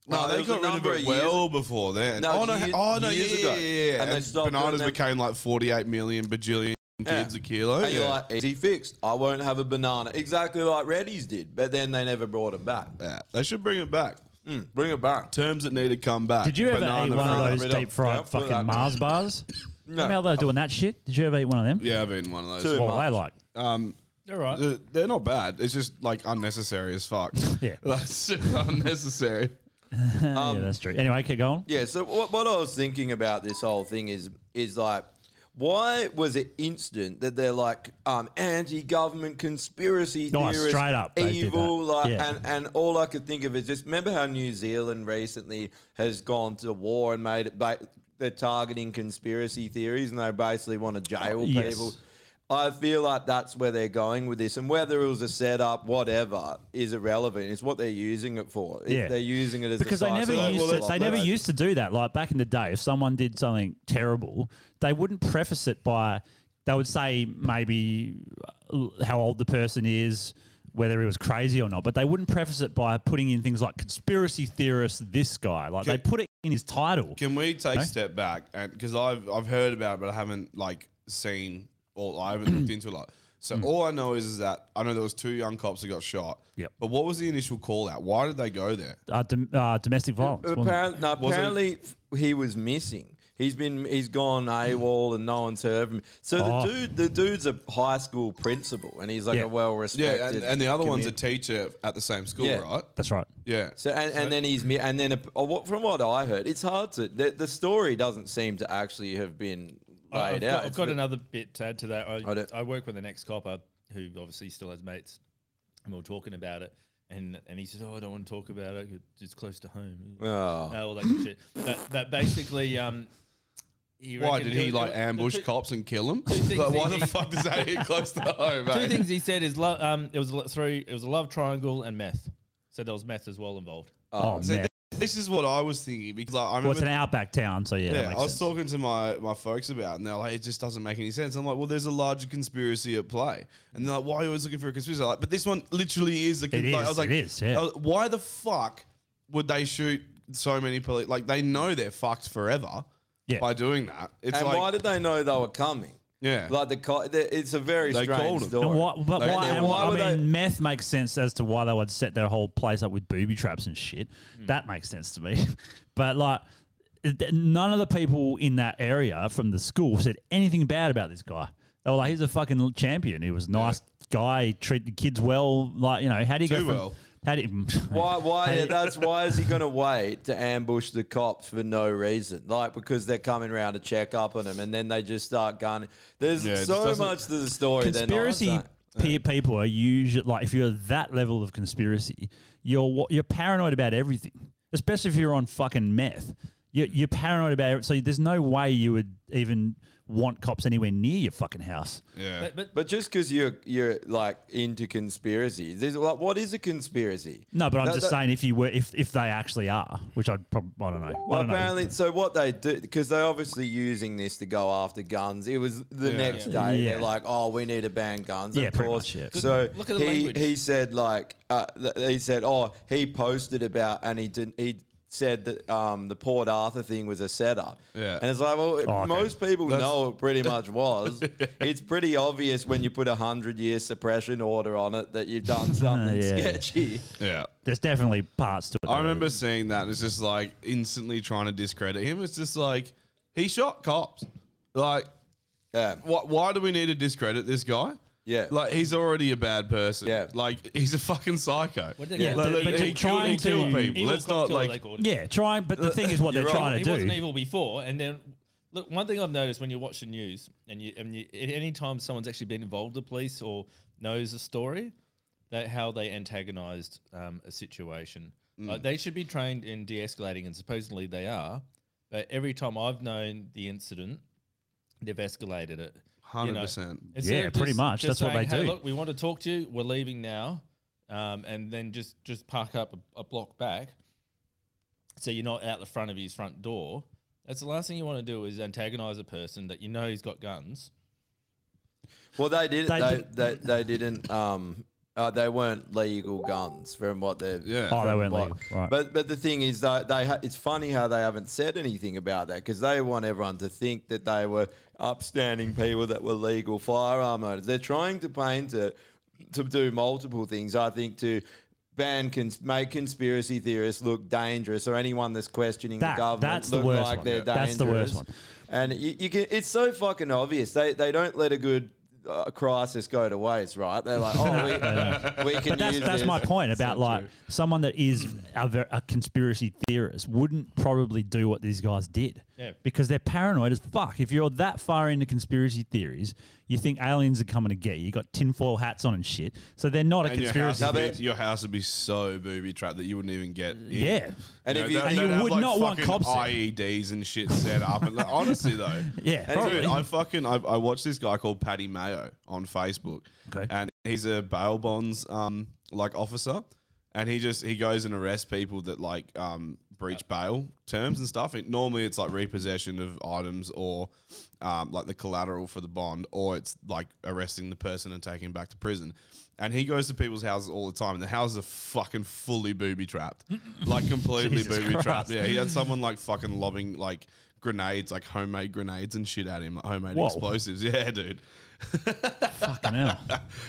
Speaker 2: No,
Speaker 4: there
Speaker 2: they
Speaker 4: was a
Speaker 2: got rid of
Speaker 4: number
Speaker 2: it
Speaker 4: years-
Speaker 2: well before then.
Speaker 4: No,
Speaker 2: oh no,
Speaker 4: years-
Speaker 2: oh no,
Speaker 4: years
Speaker 2: yeah,
Speaker 4: ago.
Speaker 2: yeah, yeah, yeah.
Speaker 4: And they
Speaker 2: And
Speaker 4: stopped doing
Speaker 2: bananas
Speaker 4: that.
Speaker 2: became like 48 million bajillion
Speaker 4: Yeah.
Speaker 2: kids a kilo.
Speaker 4: And you're
Speaker 2: yeah.
Speaker 4: like, easy fixed. I won't have a banana. Exactly like Reddy's did, but then they never brought it back. Mm,
Speaker 2: Yeah, they should bring it back.
Speaker 4: bring it back.
Speaker 2: Terms that need to come back.
Speaker 3: Did you ever
Speaker 2: Banana
Speaker 3: eat one
Speaker 2: fritter.
Speaker 3: of those deep fried fucking Mars bars?
Speaker 2: No.
Speaker 3: Remember how they were doing that shit? Did you ever eat one of them?
Speaker 2: Yeah, I've eaten one of those.
Speaker 3: Too What were they much.
Speaker 2: Um,
Speaker 5: they're right.
Speaker 2: They're, not bad. It's just like unnecessary as fuck.
Speaker 3: Yeah.
Speaker 2: that's super unnecessary. um,
Speaker 3: yeah, that's true. Anyway, keep going.
Speaker 4: Yeah. So what, what I was thinking about this whole thing is is like, why was it instant that they're like um, anti-government conspiracy
Speaker 3: Oh,
Speaker 4: theorists,
Speaker 3: straight up they did that.
Speaker 4: evil, like,
Speaker 3: Yeah.
Speaker 4: and and all I could think of is just remember how New Zealand recently has gone to war and made it. Ba- they're targeting conspiracy theories and they basically want to jail
Speaker 3: Oh, Yes.
Speaker 4: people. I feel like that's where they're going with this, and whether it was a setup, whatever, is irrelevant. It's what they're using it for. If
Speaker 3: Yeah.
Speaker 4: they're using it as
Speaker 3: because
Speaker 4: a
Speaker 3: they never
Speaker 4: psyop-
Speaker 3: used to, they never
Speaker 4: Right.
Speaker 3: used to do that. Like back in the day, if someone did something terrible, they wouldn't preface it by they would say maybe uh, how old the person is, whether he was crazy or not, but they wouldn't preface it by putting in things like conspiracy theorist this guy. Like they put it in his title.
Speaker 2: Can we take a step back? And because I've I've heard about, it, but I haven't like seen or I haven't looked into a lot. So
Speaker 3: Mm.
Speaker 2: all I know is, is that I know there was two young cops that got shot.
Speaker 3: Yep.
Speaker 2: But what was the initial call out? Why did they go there?
Speaker 3: Uh, dom- uh, domestic violence. wasn't it?
Speaker 4: Apparently, no,
Speaker 2: Was it-
Speaker 4: apparently f- he was missing. He's been he's gone AWOL and no one's heard of him. So
Speaker 2: Oh.
Speaker 4: the dude the dude's a high school principal and he's like a well respected.
Speaker 2: Yeah, and, and the other one's a teacher at the same school,
Speaker 4: Yeah.
Speaker 2: right?
Speaker 3: That's right.
Speaker 2: Yeah.
Speaker 4: So and, and then he's mi- and then a, oh, what- from what I heard, it's hard to the, the story doesn't seem to actually have been
Speaker 5: I- I've
Speaker 4: laid
Speaker 5: got,
Speaker 4: out.
Speaker 5: I've
Speaker 4: It's
Speaker 5: got
Speaker 4: been-
Speaker 5: another bit to add to that. I,
Speaker 4: I don't-
Speaker 5: I work with an ex copper who obviously still has mates, and we were talking about it. And, and he says, "Oh, I don't want to talk about it. 'cause It's close to home."
Speaker 4: Oh.
Speaker 5: Uh, all that good shit. That, that basically, um, he
Speaker 2: Why
Speaker 5: reckoned
Speaker 2: did he
Speaker 5: it-
Speaker 2: like
Speaker 5: it-
Speaker 2: ambush
Speaker 5: the two-
Speaker 2: cops and kill them?
Speaker 5: things
Speaker 2: Like, why
Speaker 5: he-
Speaker 2: the fuck does that hit close to home?
Speaker 5: Two
Speaker 2: eh?
Speaker 5: things he said is lo- um, it was lo- through it was a love triangle and meth. So there was meth as well involved.
Speaker 3: Oh,
Speaker 2: So
Speaker 3: man.
Speaker 2: th- this is what I was thinking because like, I remember
Speaker 3: Well, it's an outback town, so yeah, that
Speaker 2: Yeah,
Speaker 3: makes
Speaker 2: I was
Speaker 3: sense.
Speaker 2: talking to my, my folks about it, and they're like, it just doesn't make any sense. I'm like, well, there's a larger conspiracy at play. And they're like, why are you always looking for a conspiracy? I'm like, but this one literally is a
Speaker 3: It
Speaker 2: conspiracy. I
Speaker 3: is,
Speaker 2: was like,
Speaker 3: it is, yeah.
Speaker 2: I was- why the fuck would they shoot so many police? Like, they know they're fucked forever by doing that. It's
Speaker 4: and
Speaker 2: like,
Speaker 4: why did they know they were coming?
Speaker 2: Yeah.
Speaker 4: like the co- the- it's a very
Speaker 2: They called
Speaker 4: strange
Speaker 2: 'em.
Speaker 4: story.
Speaker 3: And why, but
Speaker 4: And
Speaker 3: why,
Speaker 4: then
Speaker 3: and
Speaker 4: were
Speaker 3: I
Speaker 4: they-
Speaker 3: mean, meth makes sense as to why they would set their whole place up with booby traps and shit.
Speaker 4: Hmm.
Speaker 3: That makes sense to me. but like, it- th- none of the people in that area from the school said anything bad about this guy. They were like, he's a fucking champion. He was a nice guy, treated kids well. Like, you know, how do you go
Speaker 4: Too
Speaker 3: from,
Speaker 4: well.
Speaker 3: How do you,
Speaker 4: Why? Why?
Speaker 3: Hey.
Speaker 4: That's why is he going to wait to ambush the cops for no reason? Like because they're coming around to check up on him, and then they just start gunning. There's
Speaker 3: Yeah, it just
Speaker 4: so
Speaker 3: doesn't-
Speaker 4: much to the story. they're not
Speaker 3: conspiracy
Speaker 4: saying.
Speaker 3: pe- people are usually like if you're that level of conspiracy, you're wa- you're paranoid about everything, especially if you're on fucking meth. You're, you're paranoid about it, so there's no way you would even want cops anywhere near your fucking house.
Speaker 4: Yeah. But, just because you're you're like into conspiracies, there's like what is a conspiracy?
Speaker 3: No, but I'm
Speaker 4: That-
Speaker 3: just
Speaker 4: that-
Speaker 3: saying if you were if if they actually are, which I'd probably I don't know.
Speaker 4: Well,
Speaker 3: I don't know.
Speaker 4: apparently, so what they do because they're obviously using this to go after guns. It was the
Speaker 3: Yeah.
Speaker 4: next day.
Speaker 3: Yeah.
Speaker 4: They're like, "Oh, we need to ban guns."
Speaker 3: Yeah,
Speaker 4: of
Speaker 3: pretty much,
Speaker 4: course.
Speaker 3: yeah.
Speaker 4: So
Speaker 3: Look at the
Speaker 4: he
Speaker 3: language.
Speaker 4: he said like uh, th- he said, "Oh, he posted about and he didn't he." Said that um, the Port Arthur thing was a setup,
Speaker 2: Yeah.
Speaker 4: and it's like,
Speaker 2: Oh,
Speaker 4: well,
Speaker 2: okay.
Speaker 4: most people
Speaker 2: That's-
Speaker 4: know it pretty much was. it's pretty obvious when you put a hundred year suppression order on it that you've done something
Speaker 3: yeah.
Speaker 4: sketchy.
Speaker 2: Yeah.
Speaker 3: There's definitely parts to it.
Speaker 2: I remember seeing that. It's just like instantly trying to discredit him. It's just like he shot cops. Like, why, why do we need to discredit this guy?
Speaker 4: Yeah.
Speaker 2: Like, he's already a bad person. Yeah. Like, he's a fucking psycho.
Speaker 5: did they Yeah, call
Speaker 2: Like,
Speaker 5: him?
Speaker 2: look,
Speaker 5: but
Speaker 2: he
Speaker 5: you're
Speaker 2: killed- he
Speaker 5: trying to-
Speaker 2: killed people.
Speaker 5: Evil
Speaker 2: Let's not,
Speaker 5: cocktail,
Speaker 2: like,
Speaker 5: they called
Speaker 3: Yeah, trying. But the thing is, what they're trying
Speaker 5: he
Speaker 3: to do.
Speaker 5: wasn't evil before, and then look. One thing I've noticed when you watch the news, and you and you, at any time someone's actually been involved with police or knows a story, that how they antagonised um, a situation. Like
Speaker 2: Mm.
Speaker 5: they should be trained in de-escalating, and supposedly they are. But every time I've known the incident, they've escalated it. you know.
Speaker 2: 100%.
Speaker 5: Instead
Speaker 3: Yeah,
Speaker 5: of
Speaker 3: pretty
Speaker 5: just-
Speaker 3: much.
Speaker 5: just
Speaker 3: That's what
Speaker 5: saying,
Speaker 3: they
Speaker 5: "Hey,
Speaker 3: do."
Speaker 5: look, we want to talk to you. We're leaving now, um, and then just just park up a, a block back, so you're not out the front of his front door. That's the last thing you want to do is antagonize a person that you know he's got guns.
Speaker 4: Well, they did.
Speaker 5: They
Speaker 4: They they,
Speaker 5: did-
Speaker 4: they, didn't. Um, uh, they weren't legal guns from what they're.
Speaker 2: Yeah.
Speaker 3: Oh, they weren't legal. Right.
Speaker 4: But but the thing is that they ha- it's funny how they haven't said anything about that because they want everyone to think that they were upstanding people that were legal firearm owners. They're trying to paint it to do multiple things. I think to. Ban cons- make conspiracy theorists look dangerous, or anyone that's questioning
Speaker 3: That-
Speaker 4: the government
Speaker 3: that's the
Speaker 4: look
Speaker 3: worst
Speaker 4: like
Speaker 3: one.
Speaker 4: they're dangerous.
Speaker 3: That's the worst one.
Speaker 4: And you, you can, it's so fucking obvious. They they don't let a good uh, crisis go to waste, right? They're like, oh, we, we can
Speaker 3: but that's,
Speaker 4: use
Speaker 3: that's my
Speaker 4: this."
Speaker 3: point about like someone that is a, ver- a conspiracy theorist wouldn't probably do what these guys did
Speaker 5: Yeah.
Speaker 3: because they're paranoid as fuck. If you're that far into conspiracy theories, you think aliens are coming to get you. You got tinfoil hats on and shit, so they're not a
Speaker 2: And your house,
Speaker 3: conspiracy.
Speaker 2: would
Speaker 3: theorist.
Speaker 2: be, your house would be so booby trapped that you wouldn't even get. In.
Speaker 3: Yeah. And if you-
Speaker 2: they'd-
Speaker 3: And you
Speaker 2: they'd have,
Speaker 3: would
Speaker 2: like,
Speaker 3: not want
Speaker 2: fucking
Speaker 3: cops there.
Speaker 2: IEDs and shit set up. And like, honestly though,
Speaker 3: Yeah,
Speaker 2: And dude,
Speaker 3: probably.
Speaker 2: I fucking I, I watched this guy called Paddy Mayo on Facebook.
Speaker 3: Okay.
Speaker 2: and he's a bail bonds um like officer, and he just he goes and arrests people that like um breach bail terms and stuff. It, normally it's like repossession of items or um like the collateral for the bond, or it's like arresting the person and taking him back to prison. And he goes to people's houses all the time, and the houses are fucking fully booby trapped, like completely
Speaker 3: Jesus
Speaker 2: booby trapped.
Speaker 3: Christ.
Speaker 2: Yeah, he had someone like fucking lobbing like grenades, like homemade grenades and shit at him, like homemade
Speaker 3: Whoa.
Speaker 2: explosives. Yeah, dude,
Speaker 3: Fucking hell.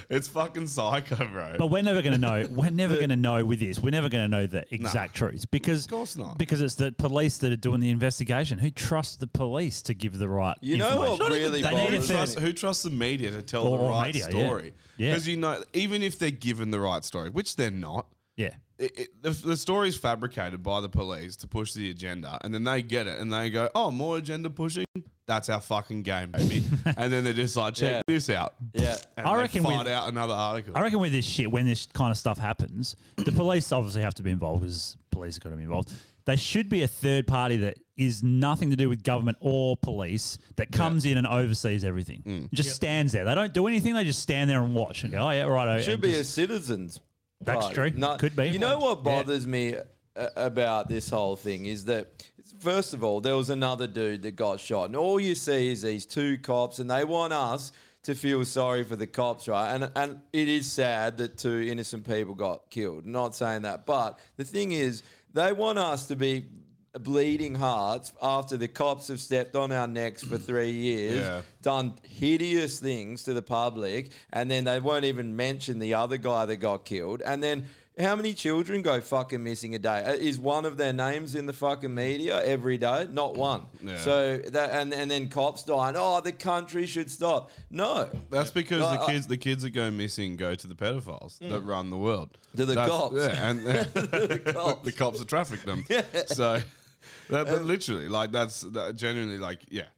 Speaker 2: it's fucking psycho, bro.
Speaker 3: But we're never going to know. We're never going to know with this. We're never going to know the exact truth because of
Speaker 2: course not.
Speaker 3: Because it's the police that are doing the investigation. Who trusts the police to give the right?
Speaker 4: You know what
Speaker 3: information? Not even-
Speaker 4: really
Speaker 3: they need
Speaker 2: who,
Speaker 3: to-
Speaker 2: trusts, who trusts the media to tell the
Speaker 3: Or
Speaker 2: right
Speaker 3: media, yeah.
Speaker 2: story?
Speaker 3: Yeah.
Speaker 2: Because you know, even if they're given the right story, which they're not,
Speaker 3: Yeah.
Speaker 2: it, it, the, the story is fabricated by the police to push the agenda, and then they get it and they go, "Oh, more agenda pushing? That's our fucking game, baby." and then they're just like, "Check
Speaker 4: Yeah.
Speaker 2: this out."
Speaker 4: Yeah.
Speaker 2: and
Speaker 3: I
Speaker 2: they
Speaker 3: reckon
Speaker 2: find
Speaker 3: with-
Speaker 2: out another article.
Speaker 3: I reckon with this shit, when this kind of stuff happens, the police obviously have to be involved because police have got to be involved. There should be a third party that is nothing to do with government or police that comes in and oversees everything.
Speaker 4: Mm.
Speaker 3: Just stands there. They don't do anything. They just stand there and watch and go, oh, yeah, right.
Speaker 4: Should be a citizens.
Speaker 3: That's true. Could be.
Speaker 4: You know what
Speaker 3: Yeah.
Speaker 4: bothers me uh, about this whole thing is that first of all, there was another dude that got shot, and all you see is these two cops, and they want us to feel sorry for the cops, right? And and it is sad that two innocent people got killed. Not saying that, but the thing is, they want us to be bleeding hearts after the cops have stepped on our necks for three years
Speaker 2: Yeah.
Speaker 4: done hideous things to the public, and then they won't even mention the other guy that got killed. And then How many children go fucking missing a day? Uh, Is one of their names in the fucking media every day? Not one.
Speaker 2: Mm, Yeah.
Speaker 4: So that and and then cops dying. Oh, the country should stop. No,
Speaker 2: That's because
Speaker 4: No,
Speaker 2: the
Speaker 4: I-
Speaker 2: kids, the kids that go missing, go to the pedophiles that
Speaker 4: Mm.
Speaker 2: run the world.
Speaker 4: To the
Speaker 2: That's-
Speaker 4: cops.
Speaker 2: yeah, and
Speaker 4: the
Speaker 2: cops. the cops that traffic them. So, that,
Speaker 4: Uh,
Speaker 2: that literally, like, that's that genuinely, like, yeah.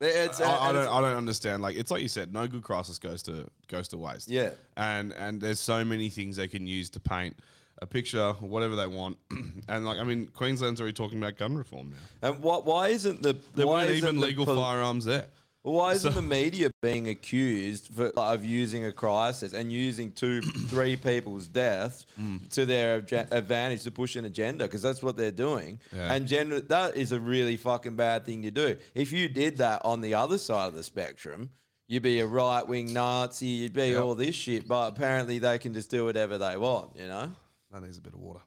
Speaker 4: It's-
Speaker 2: I, I
Speaker 4: and
Speaker 2: don't,
Speaker 4: it's-
Speaker 2: I don't understand. Like, it's like you said, no good crisis goes to goes to waste.
Speaker 4: Yeah.
Speaker 2: and and there's so many things they can use to paint a picture, whatever they want. and like, I mean, Queensland's already talking about gun reform now.
Speaker 4: And what? Why isn't the
Speaker 2: There
Speaker 4: why
Speaker 2: weren't
Speaker 4: isn't
Speaker 2: even
Speaker 4: the
Speaker 2: legal
Speaker 4: pol-
Speaker 2: firearms there.
Speaker 4: Why isn't the media being accused for, of using a crisis and using two, three people's deaths
Speaker 2: Mm.
Speaker 4: to their adja- advantage to push an agenda? Because that's what they're doing.
Speaker 2: Yeah.
Speaker 4: And generally, that is a really fucking bad thing to do. If you did that on the other side of the spectrum, you'd be a right wing Nazi, you'd be
Speaker 2: Yep.
Speaker 4: all this shit. But apparently, they can just do whatever they want, you know?
Speaker 2: That needs a bit of water.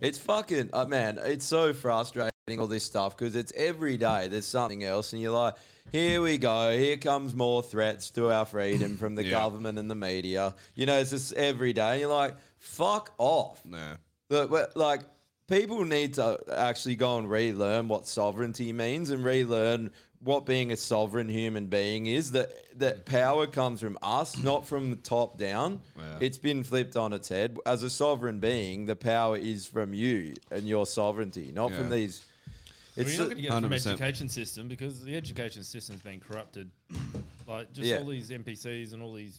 Speaker 4: It's fucking, uh, man, it's so frustrating, all this stuff, because it's every day there's something else, and you're like, here we go, here comes more threats to our freedom from the government and the media. You know, it's just every day, and you're like, fuck off.
Speaker 2: Nah.
Speaker 4: Look, we're- like, people need to actually go and relearn what sovereignty means and relearn what being a sovereign human being is that that power comes from us not from the top down
Speaker 2: Yeah.
Speaker 4: it's been flipped on its head. As a sovereign being, the power is from you and your sovereignty, not from
Speaker 2: Yeah.
Speaker 4: these.
Speaker 5: Well, you're not going to get it from
Speaker 2: 100%.
Speaker 5: education system because the education system's been corrupted. Like just
Speaker 4: Yeah.
Speaker 5: all these NPCs and all these,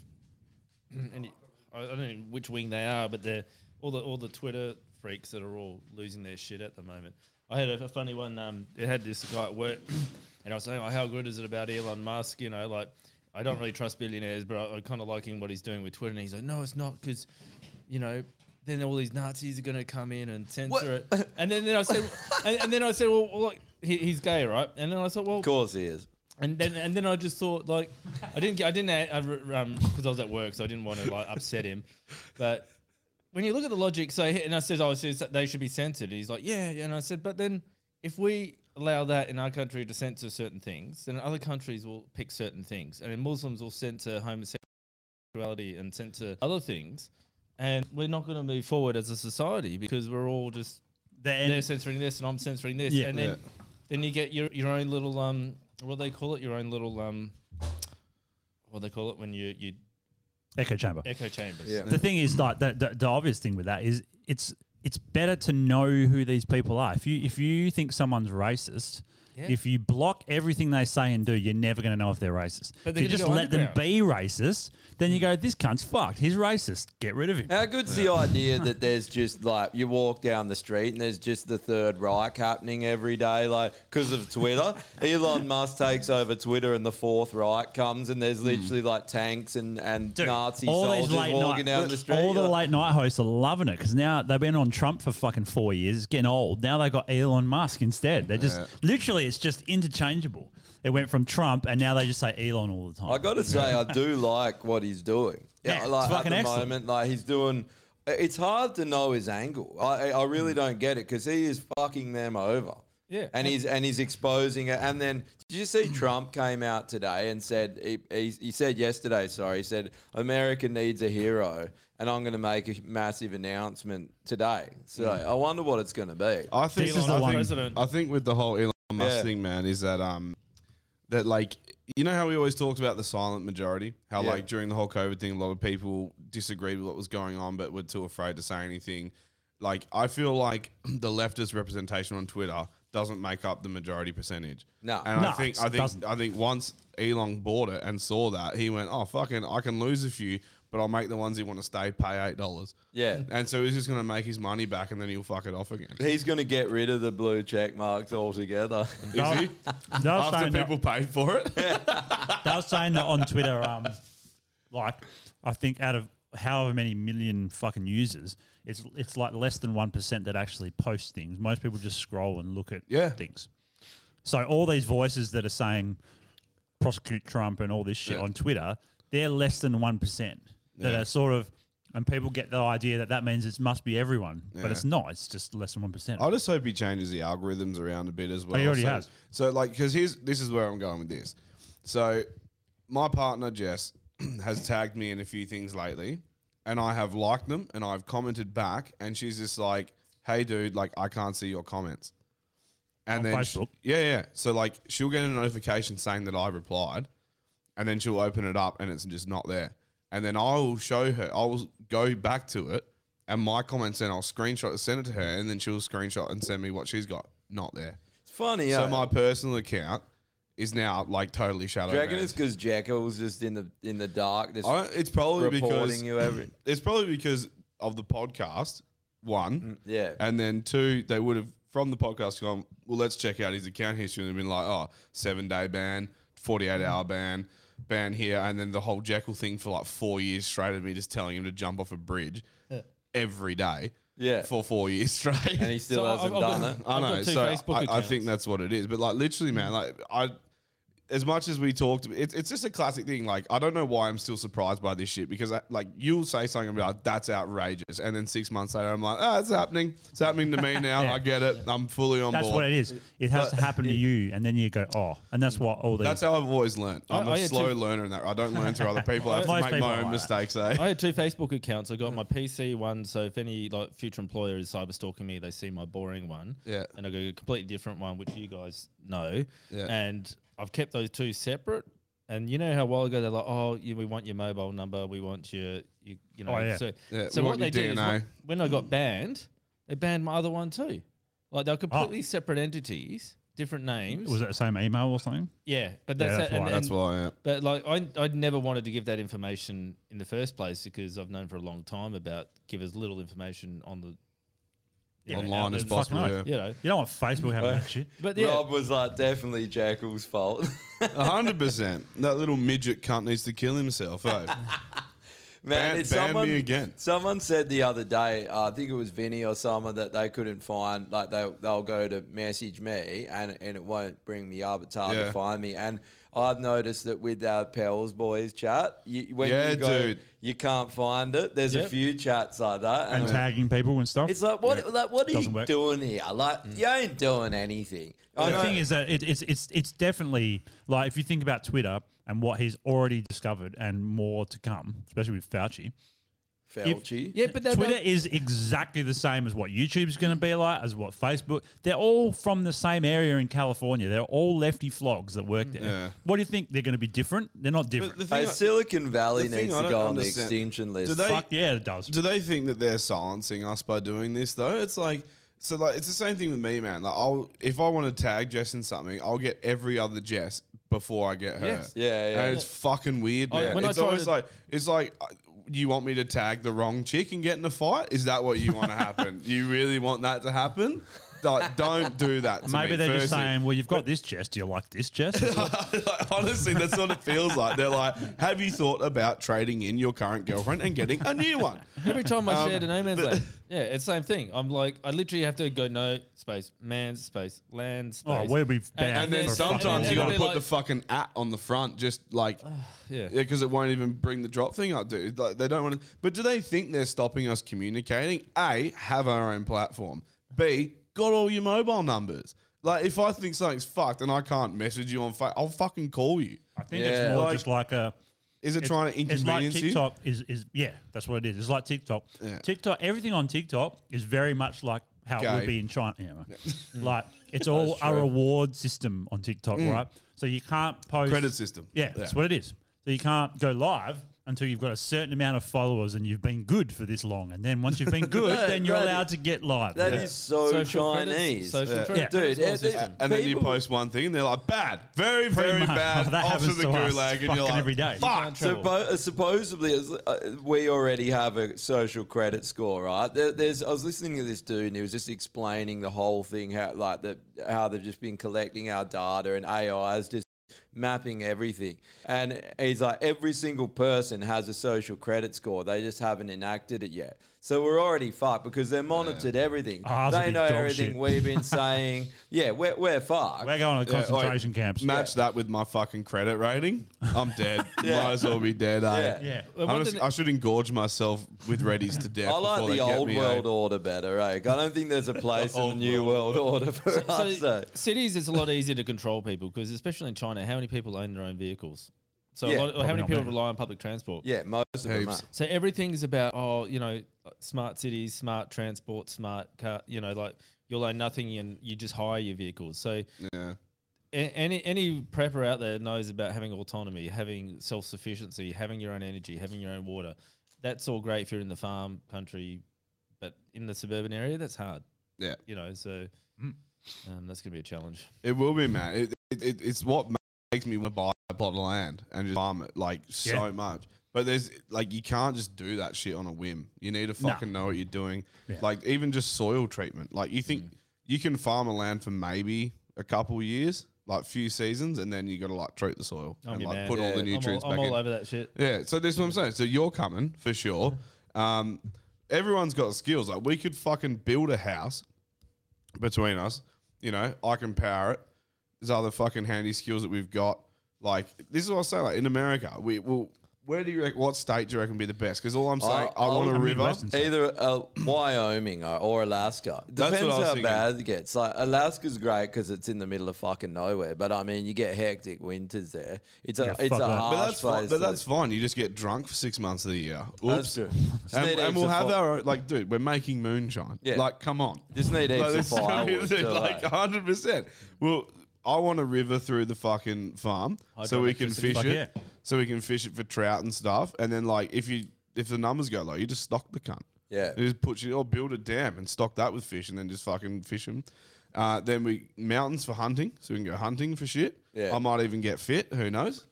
Speaker 5: and you- I I don't know which wing they are, but they're all the all the Twitter freaks that are all losing their shit at the moment. I had a, a funny one. Um, it had this guy at work, and I was saying, oh, "How good is it about Elon Musk?" You know, like I don't really trust billionaires, but I, I kind of liking what he's doing with Twitter. And he's like, "No, it's not because, you know." Then all these Nazis are going to come in and censor it, and then, then I said, and, and then I said, well, well, like, he, he's gay, right? And then I thought, well,
Speaker 4: Of course, he is.
Speaker 5: and then and then I just thought like I didn't get- I didn't I, um because I was at work so I didn't want to like upset him, but when you look at the logic, so he- and I said oh so it's- they should be censored. And he's like yeah, yeah. and I said but then if we allow that in our country to censor certain things, then other countries will pick certain things. I mean Muslims will censor homosexuality and censor other things, and we're not going to move forward as a society because we're all just they're censoring this and I'm censoring this,
Speaker 3: Yeah.
Speaker 5: and then
Speaker 3: Yeah.
Speaker 5: then you get your, your own little um what do they call it your own little um what do they call it when you you
Speaker 3: Echo chamber.
Speaker 5: echo chambers
Speaker 3: The thing is, like the, the, the obvious thing with that is it's it's better to know who these people are. If you if you think someone's racist,
Speaker 5: Yeah.
Speaker 3: if you block everything they say and do, you're never going to know if they're racist.
Speaker 5: But
Speaker 3: If
Speaker 5: they're
Speaker 3: you
Speaker 5: gonna
Speaker 3: just
Speaker 5: go
Speaker 3: let them
Speaker 5: underground.
Speaker 3: be racist, then you go, this cunt's fucked. He's racist. Get rid of him.
Speaker 4: How good's the idea that there's just like you walk down the street and there's just the Third Reich happening every day, like because of Twitter? Elon Musk takes over Twitter and the Fourth Reich comes and there's literally like tanks and, and Nazi
Speaker 3: Hmm. all
Speaker 4: soldiers
Speaker 3: these late
Speaker 4: walking
Speaker 3: night,
Speaker 4: down the street.
Speaker 3: all the
Speaker 4: like-
Speaker 3: late night hosts are loving it because now they've been on Trump for fucking four years. It's getting old. Now they got Elon Musk instead. They just
Speaker 4: Yeah.
Speaker 3: literally, it's just interchangeable. It went from Trump, and now they just say Elon all the time.
Speaker 4: I got to say, I do like what he's doing. Yeah,
Speaker 3: Yeah,
Speaker 4: like
Speaker 3: it's
Speaker 4: at
Speaker 3: fucking
Speaker 4: the
Speaker 3: excellent.
Speaker 4: moment, like he's doing. It's hard to know his angle. I I I
Speaker 3: Mm.
Speaker 4: really don't get it because he is fucking them over.
Speaker 5: Yeah.
Speaker 4: and he's and he's exposing it. And then did you see Trump came out today and said he he, he said yesterday, sorry, he said America needs a hero, and I'm going to make a massive announcement today. So
Speaker 2: Mm.
Speaker 4: I wonder what it's going to be.
Speaker 2: I think I think, I think with the whole Elon Musk
Speaker 4: Yeah.
Speaker 2: thing, man, is that um that like you know how we always talked about the silent majority, how
Speaker 4: Yeah.
Speaker 2: like during the whole COVID thing, a lot of people disagreed with what was going on, but were too afraid to say anything. Like I feel like the leftist representation on Twitter doesn't make up the majority percentage.
Speaker 4: No.
Speaker 2: and I
Speaker 4: No,
Speaker 2: think
Speaker 4: it
Speaker 2: I think
Speaker 4: doesn't.
Speaker 2: I think once Elon bought it and saw that, he went, "Oh fucking, I can lose a few, but I'll make the ones who want to stay pay eight dollars."
Speaker 4: Yeah.
Speaker 2: and so he's just gonna make his money back, and then he'll fuck it off again.
Speaker 4: He's going to get rid of the blue check marks altogether.
Speaker 2: Is he? After people pay for it.
Speaker 3: they were saying that on Twitter, um, like I think out of however many million fucking users, it's it's like less than one percent that actually post things. Most people just scroll and look at things. So all these voices that are saying prosecute Trump and all this shit on Twitter, they're less than one percent that
Speaker 2: Yeah.
Speaker 3: are sort of. And people get the idea that that means it must be everyone,
Speaker 2: Yeah.
Speaker 3: but it's not. It's just less than one percent.
Speaker 2: I just hope he changes the algorithms around a bit as well.
Speaker 3: he already
Speaker 2: so,
Speaker 3: has.
Speaker 2: So, like, because here's this is where I'm going with this. So, my partner Jess has tagged me in a few things lately, and I have liked them and I've commented back, and she's just like, "Hey, dude, like I can't see your comments." And
Speaker 3: On
Speaker 2: then she-
Speaker 3: Facebook?
Speaker 2: yeah, yeah. So like she'll get a notification saying that I replied, and then she'll open it up and it's just not there. And then I'll show her. I'll go back to it and my comments, and I'll screenshot and send it to her, and then she'll screenshot and send me what she's got. Not there. It's
Speaker 4: funny,
Speaker 2: So
Speaker 4: eh?
Speaker 2: my personal account is now like totally shadow.
Speaker 4: Do you reckon
Speaker 2: banned.
Speaker 4: it's because Jekyll's just in the in the dark? Just
Speaker 2: I, it's probably
Speaker 4: reporting
Speaker 2: because
Speaker 4: you every.
Speaker 2: it's probably because of the podcast one,
Speaker 4: yeah,
Speaker 2: and then two, they would have from the podcast gone. Well, let's check out his account history, and they've been like, oh, seven day ban, forty eight hour ban, ban here, and then the whole Jekyll thing for like four years straight of me just telling him to jump off a bridge
Speaker 5: Yeah.
Speaker 2: every day.
Speaker 4: Yeah.
Speaker 2: For four years straight.
Speaker 4: And he still So I've- hasn't I've got- done it.
Speaker 2: I
Speaker 4: I've got
Speaker 2: know.
Speaker 4: two
Speaker 2: So
Speaker 4: Facebook
Speaker 2: I, I
Speaker 4: accounts.
Speaker 2: think that's what it is. But like literally, man, like I as much as we talked, it's it's just a classic thing. Like I don't know why I'm still surprised by this shit because I, like you'll say something about that's outrageous, and then six months later I'm like, oh, it's happening. It's happening to me now.
Speaker 3: Yeah.
Speaker 2: I get it. I'm fully on
Speaker 3: That's
Speaker 2: board.
Speaker 3: what it is. It has to happen to you, and then you go, oh, and that's what all these.
Speaker 2: That's how I've always learned.
Speaker 3: I-
Speaker 2: I'm a
Speaker 3: I had
Speaker 2: slow
Speaker 3: two-
Speaker 2: learner in that. I don't learn through other people. I have to
Speaker 5: Most
Speaker 2: make
Speaker 5: people
Speaker 2: my
Speaker 5: are
Speaker 2: own
Speaker 5: like that.
Speaker 2: mistakes. Eh?
Speaker 5: I had two Facebook accounts. I got my PC one, so if any like future employer is cyber stalking me, they see my boring one.
Speaker 2: Yeah.
Speaker 5: And I got a completely different one, which you guys know.
Speaker 2: Yeah.
Speaker 5: And I've kept those two separate. And you know how a while ago they're like, oh, you, we want your mobile number, we want your, you, you know.
Speaker 2: Oh, yeah.
Speaker 5: So,
Speaker 2: Yeah,
Speaker 5: so
Speaker 2: we
Speaker 5: what
Speaker 2: want
Speaker 5: they
Speaker 2: your
Speaker 5: did is
Speaker 2: DNA.
Speaker 5: wh- when I got banned, they banned my other one too. Like they're completely separate entities, different names.
Speaker 3: Ah. was it the same email or something?
Speaker 5: Yeah, but that's
Speaker 3: that's
Speaker 5: that- and-
Speaker 3: why.
Speaker 5: and- But like, I I never wanted to give that information in the first place because I've known for a long time about give as little information on the you know, out there. You know,
Speaker 3: You don't want Facebook having that shit.
Speaker 5: But yeah.
Speaker 4: Rob was like definitely Jekyll's fault.
Speaker 2: A hundred percent. That little midget cunt needs to kill himself. Eh?
Speaker 4: Man,
Speaker 2: Ban-
Speaker 4: it's
Speaker 2: ban me
Speaker 4: someone,
Speaker 2: again.
Speaker 4: Someone said the other day, uh, I think it was Vinny or someone that they couldn't find. Like they they'll go to message me and and it won't bring me up. It's hard
Speaker 2: Yeah.
Speaker 4: to find me. And I've noticed that with our pals boys chat, you, when
Speaker 2: Yeah,
Speaker 4: you go,
Speaker 2: dude.
Speaker 4: you can't find it. There's a
Speaker 3: Yep.
Speaker 4: few chats like that,
Speaker 3: And
Speaker 4: I'm-
Speaker 3: tagging people and stuff.
Speaker 4: It's like what like what are
Speaker 3: Doesn't
Speaker 4: you
Speaker 3: work.
Speaker 4: doing here? Like
Speaker 2: Mm.
Speaker 4: you ain't doing anything. I
Speaker 3: the
Speaker 4: know-
Speaker 3: thing is that it, it's it's it's definitely like if you think about Twitter and what he's already discovered and more to come, especially with Fauci. if-
Speaker 4: Fauci?
Speaker 5: Yeah, but they're
Speaker 3: Twitter
Speaker 5: not-
Speaker 3: is exactly the same as what YouTube's going to be like, as what Facebook. They're all from the same area in California. They're all lefty flogs that work there.
Speaker 4: Yeah.
Speaker 3: What do you think they're going to be different? They're not different.
Speaker 2: the
Speaker 4: Hey, Silicon Valley
Speaker 2: The thing
Speaker 4: needs
Speaker 2: I
Speaker 4: to
Speaker 2: don't
Speaker 4: go on the
Speaker 2: understand-
Speaker 4: extinction list.
Speaker 2: Do they,
Speaker 3: Fuck yeah, it does.
Speaker 2: Do they think that they're silencing us by doing this though? It's like so like it's the same thing with me, man. Like I'll if I want to tag Jess in something, I'll get every other Jess before I get her.
Speaker 4: Yes. Yeah, yeah.
Speaker 2: And it's fucking weird,
Speaker 3: Oh,
Speaker 4: I-
Speaker 2: man.
Speaker 4: when I
Speaker 2: it's
Speaker 4: tried
Speaker 2: always
Speaker 4: to-
Speaker 2: like it's like uh, you want me to tag the wrong chick and get in a fight? Is that what you want to happen? you really want that to happen? Like, don't do that. to
Speaker 3: Maybe
Speaker 2: me,
Speaker 3: they're just
Speaker 2: firstly.
Speaker 3: saying, well, you've got this chest. Do you like this chest?
Speaker 2: Honestly, that's what it feels like. They're like, have you thought about trading in your current girlfriend and getting a new one?
Speaker 5: Every time I
Speaker 2: Um,
Speaker 5: shared an No Man's
Speaker 2: but-
Speaker 5: Land, yeah, it's the same thing. I'm like, I literally have to go no space, man space, land space.
Speaker 3: Oh, we'll be banned
Speaker 2: And then
Speaker 3: for
Speaker 2: sometimes
Speaker 3: fucking
Speaker 2: you got to
Speaker 3: ever.
Speaker 2: put the fucking at on the front, just like,
Speaker 5: yeah,
Speaker 2: because it won't even bring the drop thing up, dude. Like they don't want to. But do they think they're stopping us communicating? A, have our own platform. B, got all your mobile numbers. Like if I think something's fucked and I can't message you on, fa- I'll fucking call you.
Speaker 3: I think it's more just like a.
Speaker 2: Is it
Speaker 3: it's-
Speaker 2: trying to
Speaker 3: It's
Speaker 2: inconvenience
Speaker 3: like
Speaker 2: you?
Speaker 3: TikTok is is yeah, that's what it is. It's like TikTok.
Speaker 2: Yeah.
Speaker 3: TikTok, everything on TikTok is very much like how it
Speaker 2: Gay.
Speaker 3: would be in China. you know. like it's
Speaker 2: That's
Speaker 3: all a
Speaker 2: true.
Speaker 3: reward system on TikTok,
Speaker 2: Mm.
Speaker 3: right? So you can't post
Speaker 2: Credit system.
Speaker 3: Yeah,
Speaker 2: Yeah.
Speaker 3: that's what it is. So you can't go live until you've got a certain amount of followers and you've been good for this long. And then once you've been good,
Speaker 4: That-
Speaker 3: then you're
Speaker 4: that-
Speaker 3: allowed to get live.
Speaker 4: that is so Social credits- Chinese. social
Speaker 2: Yeah.
Speaker 4: credits Dude, score it- it- system.
Speaker 2: and then you
Speaker 4: people-
Speaker 2: post one thing and they're like, bad, very, very
Speaker 3: much.
Speaker 2: bad,
Speaker 3: That
Speaker 2: off to
Speaker 3: happens
Speaker 2: the
Speaker 3: to us
Speaker 2: gulag, and you're
Speaker 3: fucking
Speaker 2: like,
Speaker 3: every day. You
Speaker 2: fuck.
Speaker 4: Suppo- uh, supposedly, it's, uh, we already have a social credit score, right? There, there's. I was listening to this dude, and he was just explaining the whole thing, how like that, how they've just been collecting our data, and AI is just mapping everything. And he's like, every single person has a social credit score. They just haven't enacted it yet. So we're already fucked because they're monitored everything.
Speaker 3: Ours would
Speaker 4: they
Speaker 3: Ah, be
Speaker 4: know
Speaker 3: dog
Speaker 4: everything
Speaker 3: shit.
Speaker 4: we've been saying. Yeah, we're, we're fucked.
Speaker 3: We're going to
Speaker 2: Yeah, like,
Speaker 3: concentration camps.
Speaker 2: Match that with my fucking credit rating. I'm dead.
Speaker 4: Yeah.
Speaker 2: Might as well be dead. eh?
Speaker 4: Yeah. Yeah.
Speaker 2: I'm
Speaker 4: Well, one
Speaker 2: just-
Speaker 4: thing-
Speaker 2: I should engorge myself with readies to death.
Speaker 4: I like
Speaker 2: before
Speaker 4: the
Speaker 2: they get
Speaker 4: old
Speaker 2: me, eh?
Speaker 4: world order better, right? I don't think there's a place in the new world, order for
Speaker 5: So-
Speaker 4: us.
Speaker 5: so cities, it's a lot easier to control people because, especially in China, how many people own their own vehicles? So a
Speaker 4: Yeah,
Speaker 5: lot, how
Speaker 4: probably
Speaker 5: many
Speaker 4: not
Speaker 5: people
Speaker 4: many.
Speaker 5: rely on public transport?
Speaker 4: Yeah, most of them Heaps. are.
Speaker 5: So everything's about oh, you know, smart cities, smart transport, smart car. You know, like you'll own nothing and you just hire your vehicles. So
Speaker 2: yeah.
Speaker 5: a- any any prepper out there knows about having autonomy, having self sufficiency, having your own energy, having your own water. That's all great if you're in the farm country, but in the suburban area, that's hard.
Speaker 2: Yeah.
Speaker 5: you know, so um, that's gonna be a challenge.
Speaker 2: It will be, man. It, it, it, it's what makes me want to buy a plot of land and just farm it like so
Speaker 5: Yeah.
Speaker 2: much. But there's like you can't just do that shit on a whim. You need to
Speaker 5: No.
Speaker 2: fucking know what you're doing.
Speaker 5: Yeah. Mm.
Speaker 2: Like even just soil treatment. Like you think you can farm a land for maybe a couple years, like few seasons, and then you got to like treat the soil
Speaker 5: I'm
Speaker 2: and
Speaker 5: your
Speaker 2: like
Speaker 5: man.
Speaker 2: put all
Speaker 5: Yeah. I'm
Speaker 2: the
Speaker 5: all-
Speaker 2: nutrients
Speaker 5: I'm
Speaker 2: back
Speaker 5: all
Speaker 2: in.
Speaker 5: over that shit.
Speaker 2: Yeah. So this is what I'm saying. So you're coming for sure. Um, everyone's got skills. Like we could fucking build a house between us. You know, I can power it. There's other fucking handy skills that we've got. Like this is what I say. Like in America, we will. Where do you reckon? What state do you reckon be the best? Because all I'm saying, I, want a river.
Speaker 4: Either uh, Wyoming or, or Alaska.
Speaker 2: That's what
Speaker 4: Depends
Speaker 2: I was
Speaker 4: how
Speaker 2: thinking.
Speaker 4: bad it gets. Like Alaska's great because it's in the middle of fucking nowhere. But I mean, you get hectic winters there. It's a it's a harsh
Speaker 2: but that's fine.
Speaker 4: place.
Speaker 2: But
Speaker 4: to-
Speaker 2: that's fine. You just get drunk for six months of the year.
Speaker 4: That's
Speaker 2: Oops.
Speaker 4: true. Just
Speaker 2: And,
Speaker 4: need
Speaker 2: and
Speaker 4: heaps
Speaker 2: we'll
Speaker 4: of
Speaker 2: have
Speaker 4: fun.
Speaker 2: our like, dude. We're making moonshine.
Speaker 4: Yeah.
Speaker 2: Like, come on.
Speaker 4: Just need heaps of
Speaker 2: this is gonna be-
Speaker 4: firewood to,
Speaker 2: Like, uh,
Speaker 4: like-
Speaker 2: hundred percent. Well, I want a river through the fucking farm so we can
Speaker 4: Hydroelectricity.
Speaker 2: fish
Speaker 4: Fuck
Speaker 2: it.
Speaker 4: yeah.
Speaker 2: So we can fish it for trout and stuff. And then like, if you if the numbers go low, you just stock the cunt.
Speaker 4: Yeah.
Speaker 2: You just put you or build a dam and stock that with fish, and then just fucking fish them. Uh, then we mountains for hunting, so we can go hunting for shit.
Speaker 4: Yeah.
Speaker 2: I might even get fit. Who knows?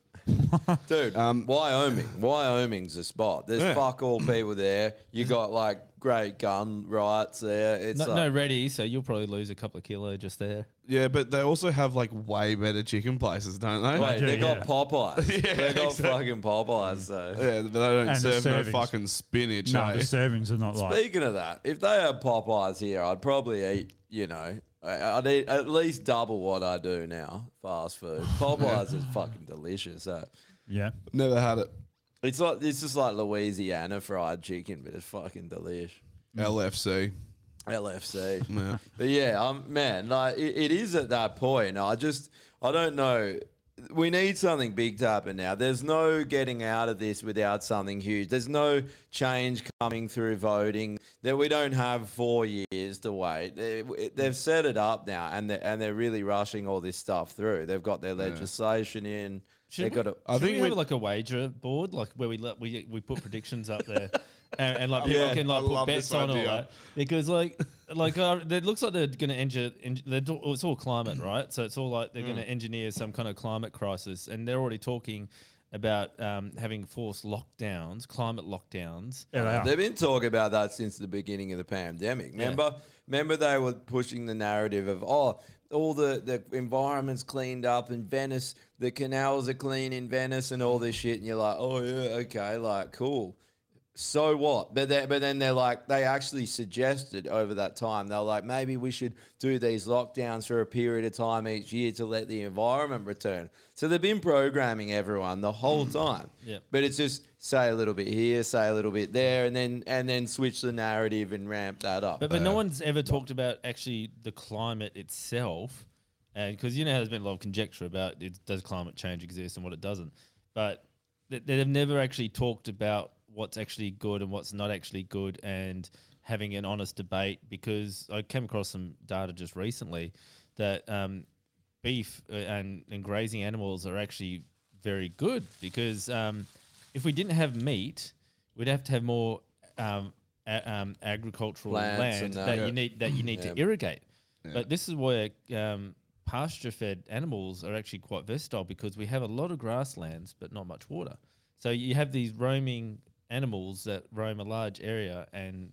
Speaker 4: Dude, Wyoming. Wyoming's the spot. There's
Speaker 2: um, Yeah.
Speaker 4: fuck all people there. You got like great gun rights there. It's
Speaker 5: No,
Speaker 4: like,
Speaker 5: no ready, so you'll probably lose a couple of kilo just there.
Speaker 2: Yeah, but they also have like way better chicken places, don't they?
Speaker 4: Wait, they got Popeyes.
Speaker 2: Yeah,
Speaker 4: they got
Speaker 2: exactly.
Speaker 4: fucking Popeyes. So.
Speaker 2: Yeah, but they don't
Speaker 3: And the
Speaker 2: serve no
Speaker 3: servings.
Speaker 2: fucking spinach.
Speaker 3: No,
Speaker 2: eh?
Speaker 3: the servings are not like.
Speaker 4: Speaking of that, if they had Popeyes here, I'd probably eat. You know, I- I'd eat at least double what I do now. Fast food. Popeyes is fucking delicious. So.
Speaker 3: Yeah.
Speaker 2: Never had it.
Speaker 4: It's like it's just like Louisiana fried chicken, but it's fucking delish.
Speaker 2: LFC.
Speaker 4: LFC.
Speaker 2: Yeah.
Speaker 4: But yeah, um, man, like it, it is at that point. I just, I don't know. We need something big to happen now. There's no getting out of this without something huge. There's no change coming through voting. That we don't have four years to wait. They, w- they've set it up now, and they're, and they're really rushing all this stuff through. They've got their legislation in.
Speaker 5: Should
Speaker 4: They've
Speaker 5: we,
Speaker 4: got a,
Speaker 5: should we have like a wager board, like where we let we we put predictions up there, and, and like people
Speaker 2: Yeah,
Speaker 5: can
Speaker 2: I
Speaker 5: like put
Speaker 2: love
Speaker 5: bets
Speaker 2: this
Speaker 5: on all
Speaker 2: idea.
Speaker 5: that because like like uh, it looks like they're going to engineer. They're, do- it's all climate, right? So it's all like they're going
Speaker 2: Mm.
Speaker 5: to engineer some kind of climate crisis, and they're already talking about um, having forced lockdowns, climate lockdowns.
Speaker 4: They've been talking about that since the beginning of the pandemic.
Speaker 5: Yeah.
Speaker 4: Remember, remember they were pushing the narrative of oh, all the the environment's cleaned up in Venice, the canals are clean in Venice, and all this shit. And you're like, oh yeah, okay, like cool. So what? But they, but then they're like, they actually suggested over that time they're like, maybe we should do these lockdowns for a period of time each year to let the environment return. So they've been programming everyone the whole time.
Speaker 5: Mm. Yeah.
Speaker 4: But it's just say a little bit here, say a little bit there, and then and then switch the narrative and ramp that up.
Speaker 5: But, but no one's ever talked about actually the climate itself, and because you know how there's been a lot of conjecture about it, does climate change exist and what it doesn't, but th- they've never actually talked about what's actually good and what's not actually good, and having an honest debate. Because I came across some data just recently that um, beef uh, and, and grazing animals are actually very good because um, if we didn't have meat, we'd have to have more um, a- um, agricultural
Speaker 4: Plants
Speaker 5: land
Speaker 4: and
Speaker 5: that,
Speaker 4: that.
Speaker 5: you
Speaker 4: Yeah.
Speaker 5: need that you need to
Speaker 4: Yeah.
Speaker 5: irrigate.
Speaker 4: Yeah.
Speaker 5: But this is where um, pasture-fed animals are actually quite versatile because we have a lot of grasslands but not much water. So you have these roaming animals that roam a large area and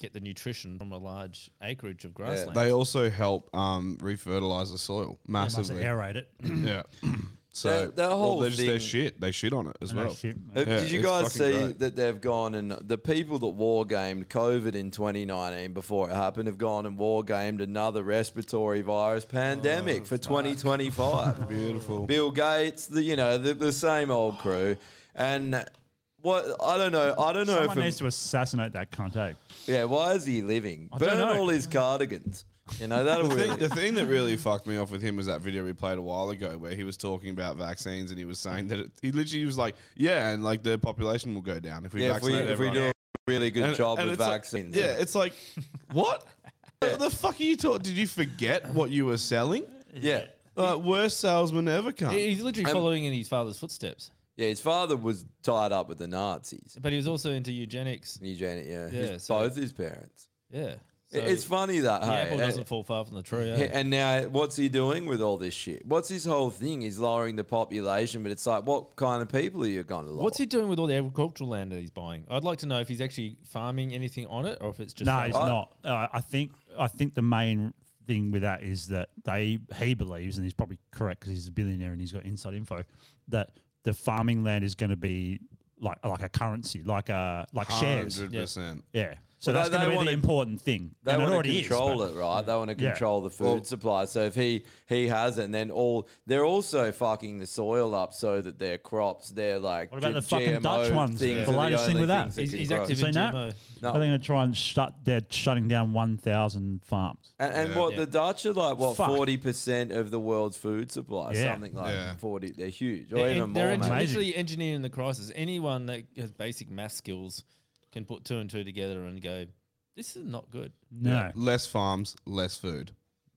Speaker 5: get the nutrition from a large acreage of grassland.
Speaker 2: They also help um, refertilize the soil
Speaker 3: must
Speaker 2: massively.
Speaker 3: aerate it.
Speaker 2: yeah. So
Speaker 4: That- that
Speaker 2: well,
Speaker 4: whole
Speaker 2: they're just their
Speaker 4: thing-
Speaker 2: shit. They shit on it as well.
Speaker 4: Uh,
Speaker 2: Yeah,
Speaker 4: Did you
Speaker 2: it's fucking
Speaker 4: guys see
Speaker 2: great.
Speaker 4: that they've gone and the people that war gamed COVID in 2019 before it happened have gone and war gamed another respiratory virus pandemic for 2025?
Speaker 2: Oh, Beautiful.
Speaker 4: Bill Gates, the you know the, the same old crew, and what I don't know. I don't know
Speaker 3: Someone
Speaker 4: if it-
Speaker 3: needs to assassinate that cunt, eh?
Speaker 4: yeah. Why is he living?
Speaker 3: I don't
Speaker 4: Burn
Speaker 3: know.
Speaker 4: all his cardigans. You know, that'll
Speaker 2: the
Speaker 4: really.
Speaker 2: thing, the thing that really fucked me off with him was that video we played a while ago where he was talking about vaccines and he was saying that it, he literally was like, yeah, and like the population will go down if we
Speaker 4: yeah, if we,
Speaker 2: vaccinate
Speaker 4: if we
Speaker 2: everyone."
Speaker 4: do a really good
Speaker 2: And-
Speaker 4: job
Speaker 2: and it's
Speaker 4: with
Speaker 2: like-
Speaker 4: vaccines.
Speaker 2: yeah, it's like, what? What the fuck are you talking? Did you forget what you were selling?
Speaker 4: Yeah.
Speaker 2: Like, worst salesman ever, cunt.
Speaker 5: He- He's literally
Speaker 4: Um,
Speaker 5: following in his father's footsteps.
Speaker 4: Yeah, his father was tied up with the Nazis.
Speaker 5: But he was also into eugenics.
Speaker 4: Eugenic, yeah.
Speaker 5: Yeah,
Speaker 4: His-
Speaker 5: so-
Speaker 4: both his parents.
Speaker 5: Yeah.
Speaker 4: I- it's funny that,
Speaker 5: The
Speaker 4: hey,
Speaker 5: apple
Speaker 4: eh?
Speaker 5: doesn't fall far from the tree. eh?
Speaker 4: Yeah, and now what's he doing with all this shit? What's his whole thing? He's lowering the population, but it's like, what kind of people are you going to lower?
Speaker 5: What's he doing with all the agricultural land that he's buying? I'd like to know if he's actually farming anything on it or if it's just.
Speaker 3: no, he's
Speaker 5: farming.
Speaker 3: not. Uh, I think I think the main thing with that is that they he believes, and he's probably correct because he's a billionaire and he's got inside info, that the farming land is going to be like like a currency, like a like shares. Yeah.
Speaker 2: 100%.
Speaker 3: Yeah. So
Speaker 4: Well,
Speaker 3: that's
Speaker 4: they-
Speaker 3: going to
Speaker 4: they
Speaker 3: be
Speaker 4: wanna-
Speaker 3: the important thing.
Speaker 4: They
Speaker 3: and it
Speaker 4: want to
Speaker 3: already is,
Speaker 4: control
Speaker 3: but-
Speaker 4: it, right? They want to
Speaker 3: Yeah.
Speaker 4: control the food supply. So if he he has it, and then all they're also fucking the soil up so that their crops, they're like
Speaker 3: What about the
Speaker 4: G-
Speaker 3: fucking Dutch
Speaker 4: GMO
Speaker 3: ones?
Speaker 4: things
Speaker 3: The
Speaker 4: are
Speaker 3: latest thing
Speaker 4: only
Speaker 3: with that.
Speaker 4: things
Speaker 5: He's-
Speaker 4: can
Speaker 5: he's
Speaker 4: grow.
Speaker 5: active
Speaker 3: So
Speaker 5: in
Speaker 3: no.
Speaker 5: GMO.
Speaker 3: They're
Speaker 4: No.
Speaker 3: going to try and shut. They're shutting down one thousand farms.
Speaker 4: And, and what
Speaker 5: Yeah.
Speaker 4: the Dutch are like, what
Speaker 3: Fuck.
Speaker 4: forty percent of the world's food supply,
Speaker 3: Yeah.
Speaker 4: something like
Speaker 2: Yeah.
Speaker 4: forty. They're huge, or
Speaker 5: They're,
Speaker 4: even
Speaker 5: they're
Speaker 4: more.
Speaker 5: eng-
Speaker 4: mate.
Speaker 3: Amazing.
Speaker 5: literally engineering the crisis. Anyone that has basic math skills can put two and two together and go, this is not good.
Speaker 3: No.
Speaker 2: Less farms, less food.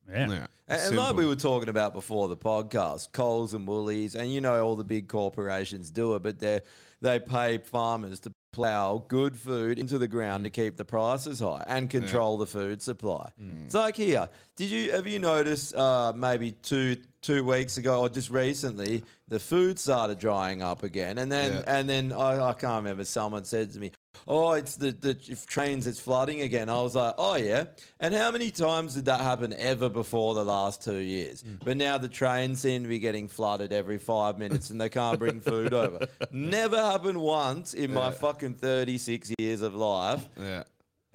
Speaker 3: Yeah.
Speaker 2: Yeah.
Speaker 4: And, and like
Speaker 2: simple.
Speaker 4: we were talking about before the podcast, Coles and Woolies, and you know all the big corporations do it, but they they pay farmers to plow good food into the ground to keep the prices high and control the food supply.
Speaker 2: Mm.
Speaker 4: It's like here, did you have you noticed uh, maybe two two weeks ago or just recently the food started drying up again, and then
Speaker 2: Yeah.
Speaker 4: and then I, I can't remember someone said to me. Oh, it's the, the trains, it's flooding again. I was like, oh, yeah. And how many times did that happen ever before the last two years?
Speaker 3: Mm.
Speaker 4: But now the trains seem to be getting flooded every five minutes and they can't bring food over. Never happened once in my fucking 36 years of life.
Speaker 2: Yeah.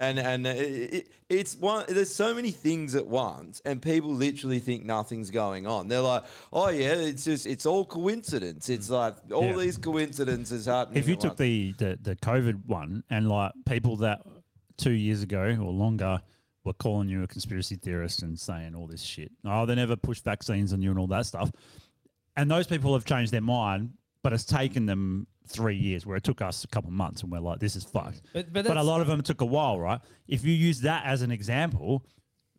Speaker 4: And, and it, it, it's one, there's so many things at once, and people literally think nothing's going on. They're like, oh, yeah, it's just, it's all coincidence. It's like all
Speaker 3: Mm. Yeah.
Speaker 4: these coincidences happening.
Speaker 3: if you
Speaker 4: at
Speaker 3: took
Speaker 4: once.
Speaker 3: the, the the COVID one and like people that two years ago or longer were calling you a conspiracy theorist and saying all this shit. Oh, they never pushed vaccines on you and all that stuff. And those people have changed their mind, but it's taken them three years where it took us a couple of months and we're like, this is fucked.
Speaker 5: But- but
Speaker 3: a
Speaker 5: that's-
Speaker 3: lot of them took a while, right? If you use that as an example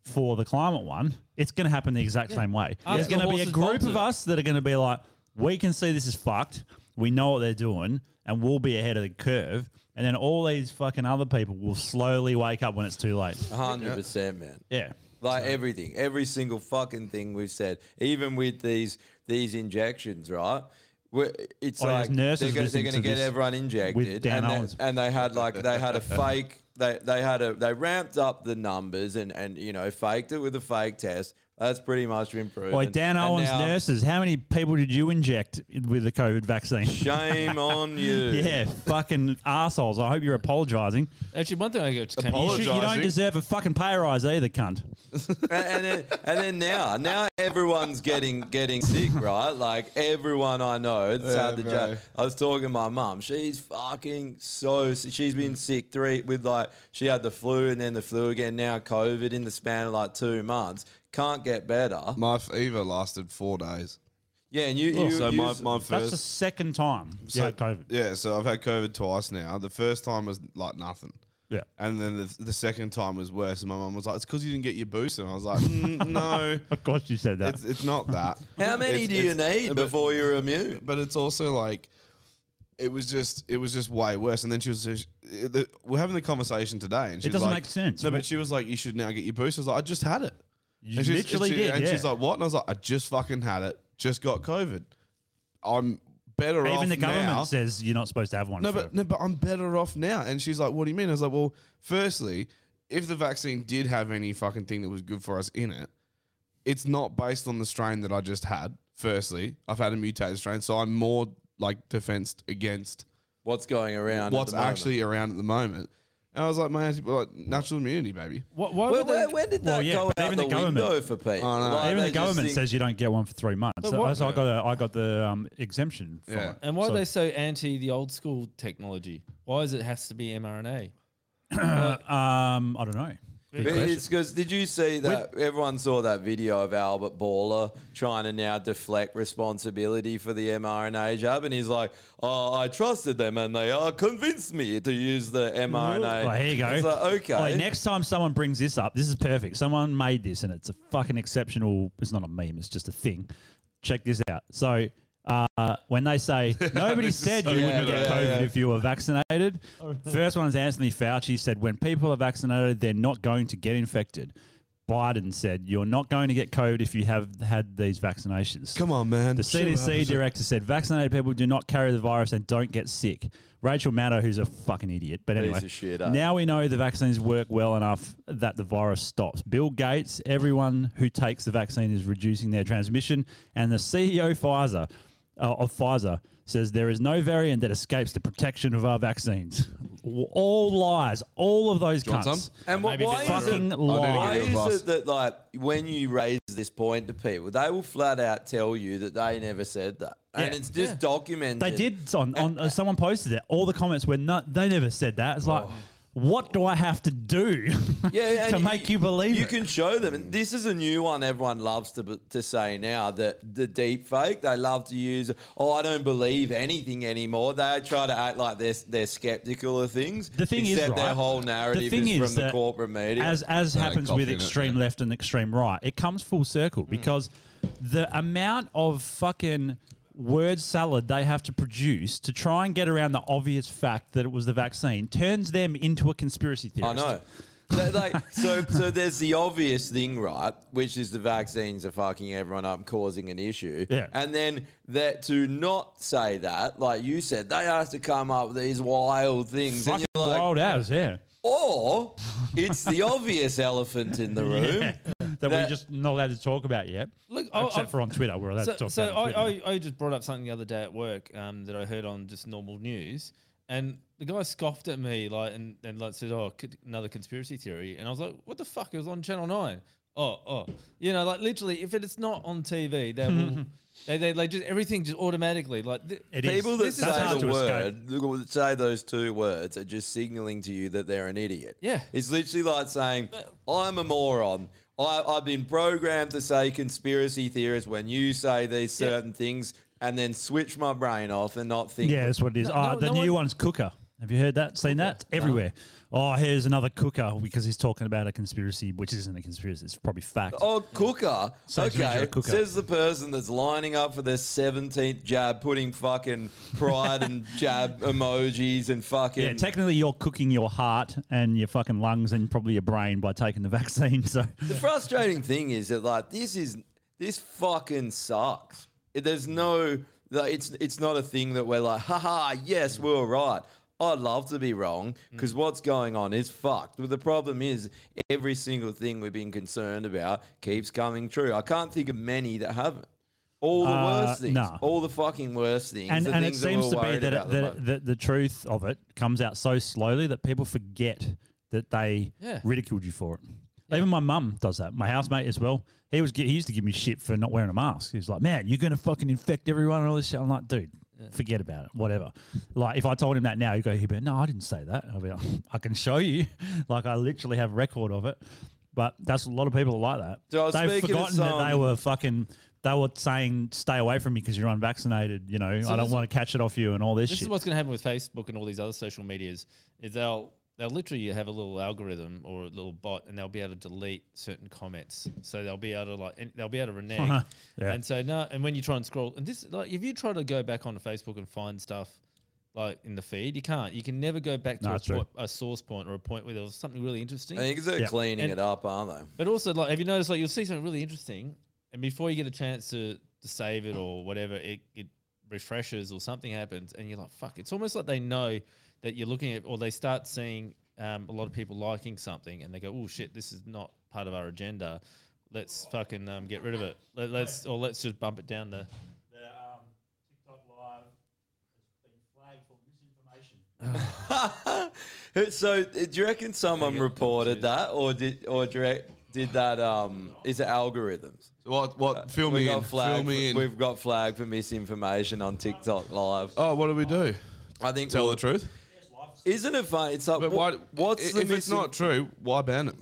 Speaker 3: for the climate one, it's going to happen the exact same way. There's
Speaker 5: Ask the
Speaker 3: going to be a
Speaker 5: horses
Speaker 3: group
Speaker 5: bolted.
Speaker 3: of us that are going to be like, we can see this is fucked. We know what they're doing, and we'll be ahead of the curve. And then all these fucking other people will slowly wake up when it's too late.
Speaker 4: 100%, man.
Speaker 3: Yeah.
Speaker 4: Like everything, every single fucking thing we've said, even with these these injections, right? We're, it's
Speaker 3: Oh, there's
Speaker 4: like they're
Speaker 3: nurses
Speaker 4: gonna, they're
Speaker 3: listening
Speaker 4: going to
Speaker 3: to
Speaker 4: get
Speaker 3: this
Speaker 4: everyone injected,
Speaker 3: Dan
Speaker 4: and
Speaker 3: Owens.
Speaker 4: they, and they had like they had a fake, they they had a they ramped up the numbers and and you know faked it with a fake test. That's pretty much been proven.
Speaker 3: Boy, Dan
Speaker 4: And
Speaker 3: Owens,
Speaker 4: now,
Speaker 3: nurses, how many people did you inject with the COVID vaccine?
Speaker 4: Shame on you.
Speaker 3: yeah, fucking assholes. I hope you're apologising.
Speaker 5: Actually, one thing I just came
Speaker 3: You, should- you don't
Speaker 2: Apologising?
Speaker 3: deserve a fucking pay rise either, cunt.
Speaker 4: and, and then, and then now, now everyone's getting getting sick, right? Like everyone I know, it's
Speaker 2: Yeah,
Speaker 4: had the
Speaker 2: bro.
Speaker 4: joke. I was talking to my mum. She's fucking so. sick. She's been sick three with like she had the flu and then the flu again. Now COVID in the span of like two months. Can't get better.
Speaker 2: My fever lasted four days.
Speaker 4: Yeah, and you. you,
Speaker 2: Oh, so
Speaker 4: you
Speaker 2: my, my
Speaker 3: That's
Speaker 2: first
Speaker 3: the second time you
Speaker 2: so-
Speaker 3: had COVID.
Speaker 2: Yeah, so I've had COVID twice now. The first time was like nothing.
Speaker 3: Yeah.
Speaker 2: And then the, the second time was worse. And my mum was like, it's because you didn't get your booster. And I was like, "Mm, no,
Speaker 3: Of course you said that.
Speaker 2: it's, it's not that.
Speaker 4: how many
Speaker 2: It's-
Speaker 4: do you
Speaker 2: it's-
Speaker 4: need
Speaker 2: but-
Speaker 4: before you're immune?
Speaker 2: But it's also like, it was just, it was just way worse. And then she was, just, it- the- we're having the conversation today, and she
Speaker 3: It
Speaker 2: was
Speaker 3: doesn't
Speaker 2: like-
Speaker 3: make sense.
Speaker 2: No, but she was like, you should now get your booster. I was like, I just had it.
Speaker 3: You
Speaker 2: she's-
Speaker 3: literally
Speaker 2: she-
Speaker 3: did,
Speaker 2: And
Speaker 3: yeah.
Speaker 2: she's like, what? And I was like, I just fucking had it. Just got COVID. I'm better off
Speaker 3: Even the government
Speaker 2: now.
Speaker 3: says you're not supposed to have one.
Speaker 2: No,
Speaker 3: for-
Speaker 2: but no, but I'm better off now. And she's like, "What do you mean?" I was like, "Well, firstly, if the vaccine did have any fucking thing that was good for us in it, it's not based on the strain that I just had. Firstly, I've had a mutated strain, so I'm more like defensed against
Speaker 4: What's going around? at the
Speaker 2: what's
Speaker 4: moment?
Speaker 2: actually around at the moment." And I was like, "My like, natural immunity, baby."
Speaker 5: What, why
Speaker 4: Well,
Speaker 5: would they,
Speaker 4: where, where did that
Speaker 3: Well, yeah,
Speaker 4: go
Speaker 3: but
Speaker 4: out
Speaker 3: even
Speaker 4: the,
Speaker 3: the government-
Speaker 4: window for people?
Speaker 2: I know.
Speaker 4: Like,
Speaker 3: Even
Speaker 4: they
Speaker 3: the
Speaker 4: just
Speaker 3: government
Speaker 4: think-
Speaker 3: says you don't get one for three months. So,
Speaker 5: what-
Speaker 3: so I got a, I got the um, exemption. From
Speaker 2: Yeah.
Speaker 3: it.
Speaker 5: and why
Speaker 3: so,
Speaker 5: are they so anti the old school technology? Why is it has to be mRNA?
Speaker 3: uh, um, I don't know.
Speaker 4: But It's because did you see that? Everyone saw that video of Albert Baller trying to now deflect responsibility for the mRNA jab, and he's like, "Oh, I trusted them, and they uh, convinced me to use the mRNA."
Speaker 3: Oh, here you go.
Speaker 4: It's like, okay.
Speaker 3: Like, next time someone brings this up, this is perfect. Someone made this, and it's a fucking exceptional. It's not a meme. It's just a thing. Check this out. So. Uh, when they say nobody
Speaker 6: This is
Speaker 3: said
Speaker 6: so
Speaker 3: you
Speaker 6: good.
Speaker 3: wouldn't
Speaker 6: Yeah,
Speaker 3: get
Speaker 6: yeah,
Speaker 3: COVID
Speaker 6: yeah.
Speaker 3: if you were vaccinated, first one's Anthony Fauci said when people are vaccinated they're not going to get infected. Biden said you're not going to get COVID if you have had these vaccinations. Come
Speaker 2: on, man.
Speaker 3: The
Speaker 2: Shut
Speaker 3: CDC
Speaker 2: up.
Speaker 3: director said vaccinated people do not carry the virus and don't get sick. Rachel Maddow, who's a fucking idiot, but
Speaker 4: Piece
Speaker 3: anyway,
Speaker 4: of shit, eh?
Speaker 3: now we know the vaccines work well enough that the virus stops. Bill Gates, everyone who takes the vaccine is reducing their transmission, and the CEO Pfizer uh, of Pfizer says there is no variant that escapes the protection of our vaccines. All lies, all of those cunts.
Speaker 4: And what, why, is
Speaker 3: fucking
Speaker 4: it, why
Speaker 3: lies?
Speaker 4: is it that like when you raise this point to people, they will flat out tell you that they never said that, and
Speaker 3: Yeah.
Speaker 4: it's just documented.
Speaker 3: They did on on uh, someone posted it. All the comments were not. They never said that. It's like, what do I have to do
Speaker 4: Oh. yeah,
Speaker 3: to
Speaker 4: and
Speaker 3: make you believe
Speaker 4: You
Speaker 3: it?
Speaker 4: can show them. And this is a new one everyone loves to, b- to say now that the deep fake, they love to use, oh, I don't believe anything anymore. They try to act like they're, they're skeptical of things.
Speaker 3: The thing is,
Speaker 4: except their
Speaker 3: right,
Speaker 4: whole
Speaker 3: the
Speaker 4: narrative
Speaker 3: thing
Speaker 4: is,
Speaker 3: is
Speaker 4: from the
Speaker 3: that
Speaker 4: corporate media.
Speaker 3: As as happens with extreme left and extreme right, it comes full
Speaker 4: Hmm.
Speaker 3: circle because the amount of fucking word salad they have to produce to try and get around the obvious fact that it was the vaccine turns them into a conspiracy theorist.
Speaker 4: I know. They- like, so, so there's the obvious thing, right? Which is the vaccines are fucking everyone up, causing an issue.
Speaker 3: Yeah.
Speaker 4: And then that to not say that, like you said, they have to come up with these wild things. and
Speaker 3: Fucking
Speaker 4: you're like,
Speaker 3: wild as, yeah.
Speaker 4: Or it's the obvious elephant in the room.
Speaker 3: Yeah, that, we're just not allowed to talk about yet.
Speaker 5: Look, I-
Speaker 3: except
Speaker 5: I-
Speaker 3: for on Twitter, we're allowed
Speaker 5: so,
Speaker 3: to talk
Speaker 5: so
Speaker 3: about it.
Speaker 5: I, I, I just brought up something the other day at work um, that I heard on just normal news, and the guy scoffed at me like and, and like said, "Oh, could, another conspiracy theory," and I was like, "What the fuck?" It was on Channel Nine. Oh, oh, you know, like literally, if it's not on TV, they will. They, they, they just everything just automatically like th-
Speaker 4: People that
Speaker 5: this is
Speaker 4: say
Speaker 5: hard
Speaker 4: the
Speaker 5: to escape.
Speaker 4: word, look, that say those two words, are just signaling to you that they're an idiot.
Speaker 5: Yeah.
Speaker 4: it's literally like saying, "I'm a moron." I, I've been programmed to say conspiracy theorist when you say these certain things, and then switch my brain off and not think.
Speaker 3: Yeah, that's what it is. Ah, the new one's Cooker. Have you heard that? Seen that? Everywhere. Oh, here's another Cooker because he's talking about a conspiracy, which isn't a conspiracy. It's probably fact.
Speaker 4: Oh, cooker.
Speaker 3: So it's
Speaker 4: okay.
Speaker 3: usually a cooker.
Speaker 4: Says the person that's lining up for their 17th jab, putting fucking pride and jab emojis and fucking.
Speaker 3: Yeah, technically you're cooking your heart and your fucking lungs and probably your brain by taking the vaccine. So
Speaker 4: The frustrating thing is that like this is this fucking sucks. It- There's no like, it's it's not a thing that we're like, haha, yes, we we're right. I'd love to be wrong
Speaker 3: Mm.
Speaker 4: because what's going on is fucked. But the problem is every single thing we've been concerned about keeps coming true. I can't think of many that haven't. All the
Speaker 3: Uh,
Speaker 4: worst things,
Speaker 3: nah.
Speaker 4: all the fucking worst things,
Speaker 3: and,
Speaker 4: the
Speaker 3: and it
Speaker 4: things
Speaker 3: seems
Speaker 4: that
Speaker 3: to
Speaker 4: we're
Speaker 3: be
Speaker 4: worried
Speaker 3: that,
Speaker 4: about
Speaker 3: it,
Speaker 4: the
Speaker 3: that, that the truth of it comes out so slowly that people forget that they
Speaker 4: Yeah.
Speaker 3: ridiculed you for it. Even my mum does that. My housemate as well. He was gi- he used to give me shit for not wearing a mask. He was like, "Man, you're gonna fucking infect everyone and all this shit." I'm like, "Dude, forget about it. Whatever." Like if I told him that now, he'd go, "He'd be like, no, I didn't say that." I'd be like, "I can show you. Like I literally have record of it." But that's a lot of people are like that.
Speaker 4: So I was
Speaker 3: They've
Speaker 4: speaking to
Speaker 3: forgotten that they
Speaker 4: some-
Speaker 3: were fucking. They were saying, "Stay away from me because you're unvaccinated." You know,
Speaker 5: So
Speaker 3: I don't
Speaker 5: this-
Speaker 3: want to catch it off you and all this,
Speaker 5: This
Speaker 3: shit.
Speaker 5: is what's going to happen with Facebook and all these other social medias. Is they'll they'll literally have a little algorithm or a little bot, and they'll be able to delete certain comments. So they'll be able to like and they'll be able to renege.
Speaker 3: Yeah.
Speaker 5: And so no, and when you try and scroll, and this like if you try to go back onto Facebook and find stuff like in the feed, you can't. You can never go back to
Speaker 4: No,
Speaker 5: a,
Speaker 4: it's true.
Speaker 5: point, a source point or a point where there was something really interesting.
Speaker 4: I think they're cleaning it up, aren't they?
Speaker 5: But also, like, have you noticed, like, you'll see something really interesting, and before you get a chance to, to save it or whatever, it, it refreshes or something happens, and you're like, fuck, it's almost like they know that you're looking at, or they start seeing um, a lot of people liking something, and they go, oh shit, this is not part of our agenda. Let's fucking um, get rid of it. Let, let's, or let's just bump it down the.
Speaker 4: so, do you reckon someone reported that, or did, or direct, did that? Um, is it algorithms?
Speaker 2: What? What? Fill
Speaker 4: we
Speaker 2: me in.
Speaker 4: got flagged
Speaker 2: Fill me
Speaker 4: for-
Speaker 2: in.
Speaker 4: We've got flagged for misinformation on TikTok Live.
Speaker 2: Oh, what do we do?
Speaker 4: I think
Speaker 2: Tell
Speaker 4: we'll-
Speaker 2: the truth.
Speaker 4: Isn't it funny? It's like,
Speaker 2: But
Speaker 4: wha-
Speaker 2: why?
Speaker 4: what's
Speaker 2: i-
Speaker 4: the
Speaker 2: if it's
Speaker 4: misin-
Speaker 2: not true? Why ban it?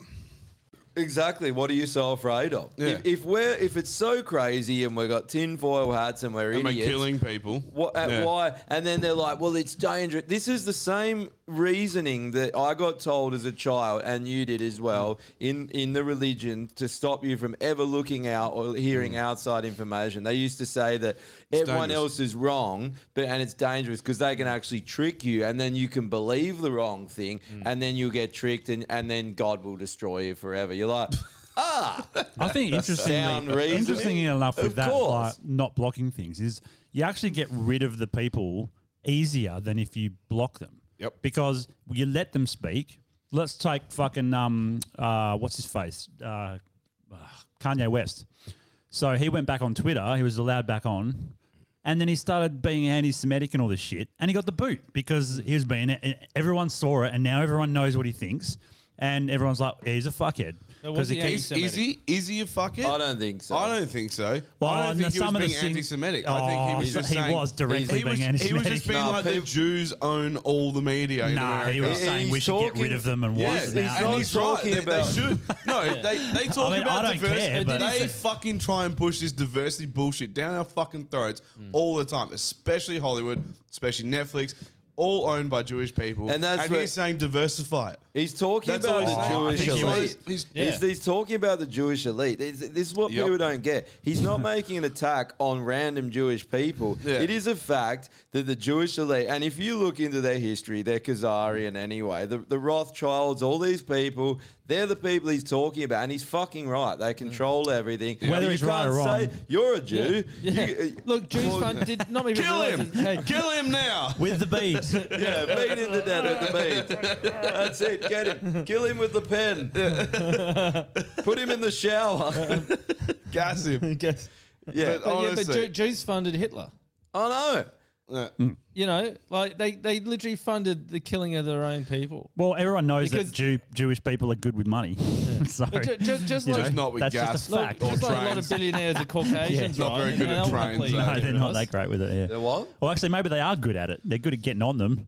Speaker 4: Exactly. What are you so afraid of?
Speaker 2: Yeah.
Speaker 4: If, if we're if it's so crazy and we've got tinfoil hats and we're
Speaker 2: And we're
Speaker 4: idiots,
Speaker 2: killing people.
Speaker 4: What, uh,
Speaker 2: Yeah.
Speaker 4: Why? And then they're like, "Well, it's dangerous." This is the same reasoning that I got told as a child, and you did as
Speaker 2: Mm.
Speaker 4: well in in the religion to stop you from ever looking out or hearing outside information. They used to say that everyone
Speaker 2: Mm. dangerous. Mm.
Speaker 4: else is wrong, but and it's dangerous because they can actually trick you, and then you can believe the wrong thing,
Speaker 2: Mm.
Speaker 4: and then you'll get tricked, and and then God will destroy you forever. You're like. Ah,
Speaker 3: I think
Speaker 4: sound
Speaker 3: interestingly,
Speaker 4: reasoning.
Speaker 3: interestingly enough with
Speaker 4: Of
Speaker 3: that,
Speaker 4: course.
Speaker 3: like not blocking things, is you actually get rid of the people easier than if you block them.
Speaker 2: Yep.
Speaker 3: Because you let them speak. Let's take fucking um uh what's his face uh, uh, Kanye West. So he went back on Twitter. He was allowed back on. And then he started being anti-Semitic and all this shit, and he got the boot because he was being. eh, Everyone saw it, and now everyone knows what he thinks, and everyone's like, yeah, "He's a fuckhead."
Speaker 2: Is,
Speaker 3: he keeps-
Speaker 2: is he is he a fuckhead?
Speaker 4: I don't think so.
Speaker 2: I don't think so.
Speaker 3: Well,
Speaker 2: I don't
Speaker 3: no,
Speaker 2: think he was
Speaker 3: some of the
Speaker 2: being
Speaker 3: thing-
Speaker 2: anti-Semitic. I think he
Speaker 3: Oh,
Speaker 2: was
Speaker 3: so
Speaker 2: just
Speaker 3: he
Speaker 2: saying-
Speaker 3: was directly
Speaker 2: he was-
Speaker 3: being
Speaker 2: He was
Speaker 3: anti-Semitic.
Speaker 2: just being
Speaker 3: No,
Speaker 2: like the
Speaker 3: people-
Speaker 2: Jews own all the media. in
Speaker 3: Nah, he was
Speaker 2: America.
Speaker 3: saying we should get rid of them and wipe them out.
Speaker 2: and he's right. They- They should. No,
Speaker 3: Yeah.
Speaker 2: they, they
Speaker 3: I
Speaker 2: talk
Speaker 3: mean,
Speaker 2: about
Speaker 3: I don't
Speaker 2: diversity.
Speaker 3: care, but-
Speaker 2: they fucking try and push this diversity bullshit down our fucking throats
Speaker 3: Mm.
Speaker 2: all the time, especially Hollywood, especially Netflix, all owned by Jewish people.
Speaker 4: And that's where-
Speaker 2: he's saying diversify it.
Speaker 4: He's talking
Speaker 2: That's
Speaker 4: about
Speaker 2: all
Speaker 4: the
Speaker 2: he's
Speaker 4: Jewish
Speaker 2: saying. I think he
Speaker 4: elite.
Speaker 2: was- he's-
Speaker 4: He's-
Speaker 2: yeah.
Speaker 4: he's talking about the Jewish elite. This, this is what
Speaker 2: Yep.
Speaker 4: people don't get. He's not making an attack on random Jewish people. It is a fact that the Jewish elite, and if you look into their history, they're Khazarian anyway. The, the Rothschilds, all these people, they're the people he's talking about, and he's fucking right. They control everything.
Speaker 3: Whether
Speaker 4: You
Speaker 3: he's right
Speaker 4: can't
Speaker 3: or
Speaker 4: say,
Speaker 3: wrong.
Speaker 4: You're a Jew.
Speaker 5: Yeah.
Speaker 4: You- uh,
Speaker 5: Look, Jews
Speaker 4: Well-
Speaker 5: fund did not even
Speaker 2: Kill
Speaker 5: realize
Speaker 2: him!
Speaker 5: it- hey,
Speaker 2: Kill him now!
Speaker 3: with the beads.
Speaker 4: Yeah, beat him to death with the bead. That's it. Get him. Kill him with the pen. Put him in the shower.
Speaker 2: Gas him.
Speaker 5: guess- But yeah,
Speaker 4: Yeah.
Speaker 5: but Ju-
Speaker 2: Honestly.
Speaker 5: Jews funded Hitler.
Speaker 4: I
Speaker 2: Yeah.
Speaker 5: You know, like they, they literally funded the killing of their own people.
Speaker 3: Well, everyone knows
Speaker 5: Because-
Speaker 3: that Jew, Jewish people are good with money. so,
Speaker 5: But ju- just, just
Speaker 3: you
Speaker 5: like,
Speaker 2: Just not with
Speaker 3: that's
Speaker 2: gas
Speaker 3: just a
Speaker 5: look,
Speaker 3: fact.
Speaker 5: just like a lot
Speaker 2: trains.
Speaker 5: of billionaires are Caucasians,
Speaker 2: Yeah.
Speaker 5: right?
Speaker 2: Not very good
Speaker 5: You
Speaker 2: at
Speaker 5: know,
Speaker 2: trains,
Speaker 5: ultimately-
Speaker 2: though.
Speaker 3: no, they're not that great with it.
Speaker 4: know.
Speaker 3: Yeah.
Speaker 4: What?
Speaker 3: Well, actually, maybe they are good at it. They're good at getting on them,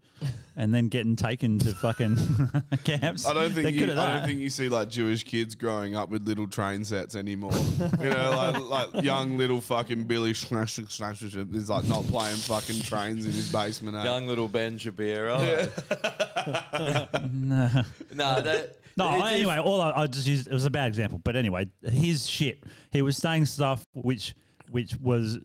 Speaker 3: and then getting taken to fucking camps.
Speaker 2: I don't
Speaker 3: They're
Speaker 2: think
Speaker 3: good
Speaker 2: you,
Speaker 3: at
Speaker 2: I don't
Speaker 3: that.
Speaker 2: think you see like Jewish kids growing up with little train sets anymore. you know, like like young little fucking Billy Schnash Schnash Schnash is like not playing fucking trains in his basement. eh?
Speaker 4: Young little Ben Shapiro. no. No, that.
Speaker 3: No,
Speaker 4: it-
Speaker 3: I-
Speaker 4: it-
Speaker 3: anyway, all I, I just used it was a bad example, but anyway, his shit. He was saying stuff which which was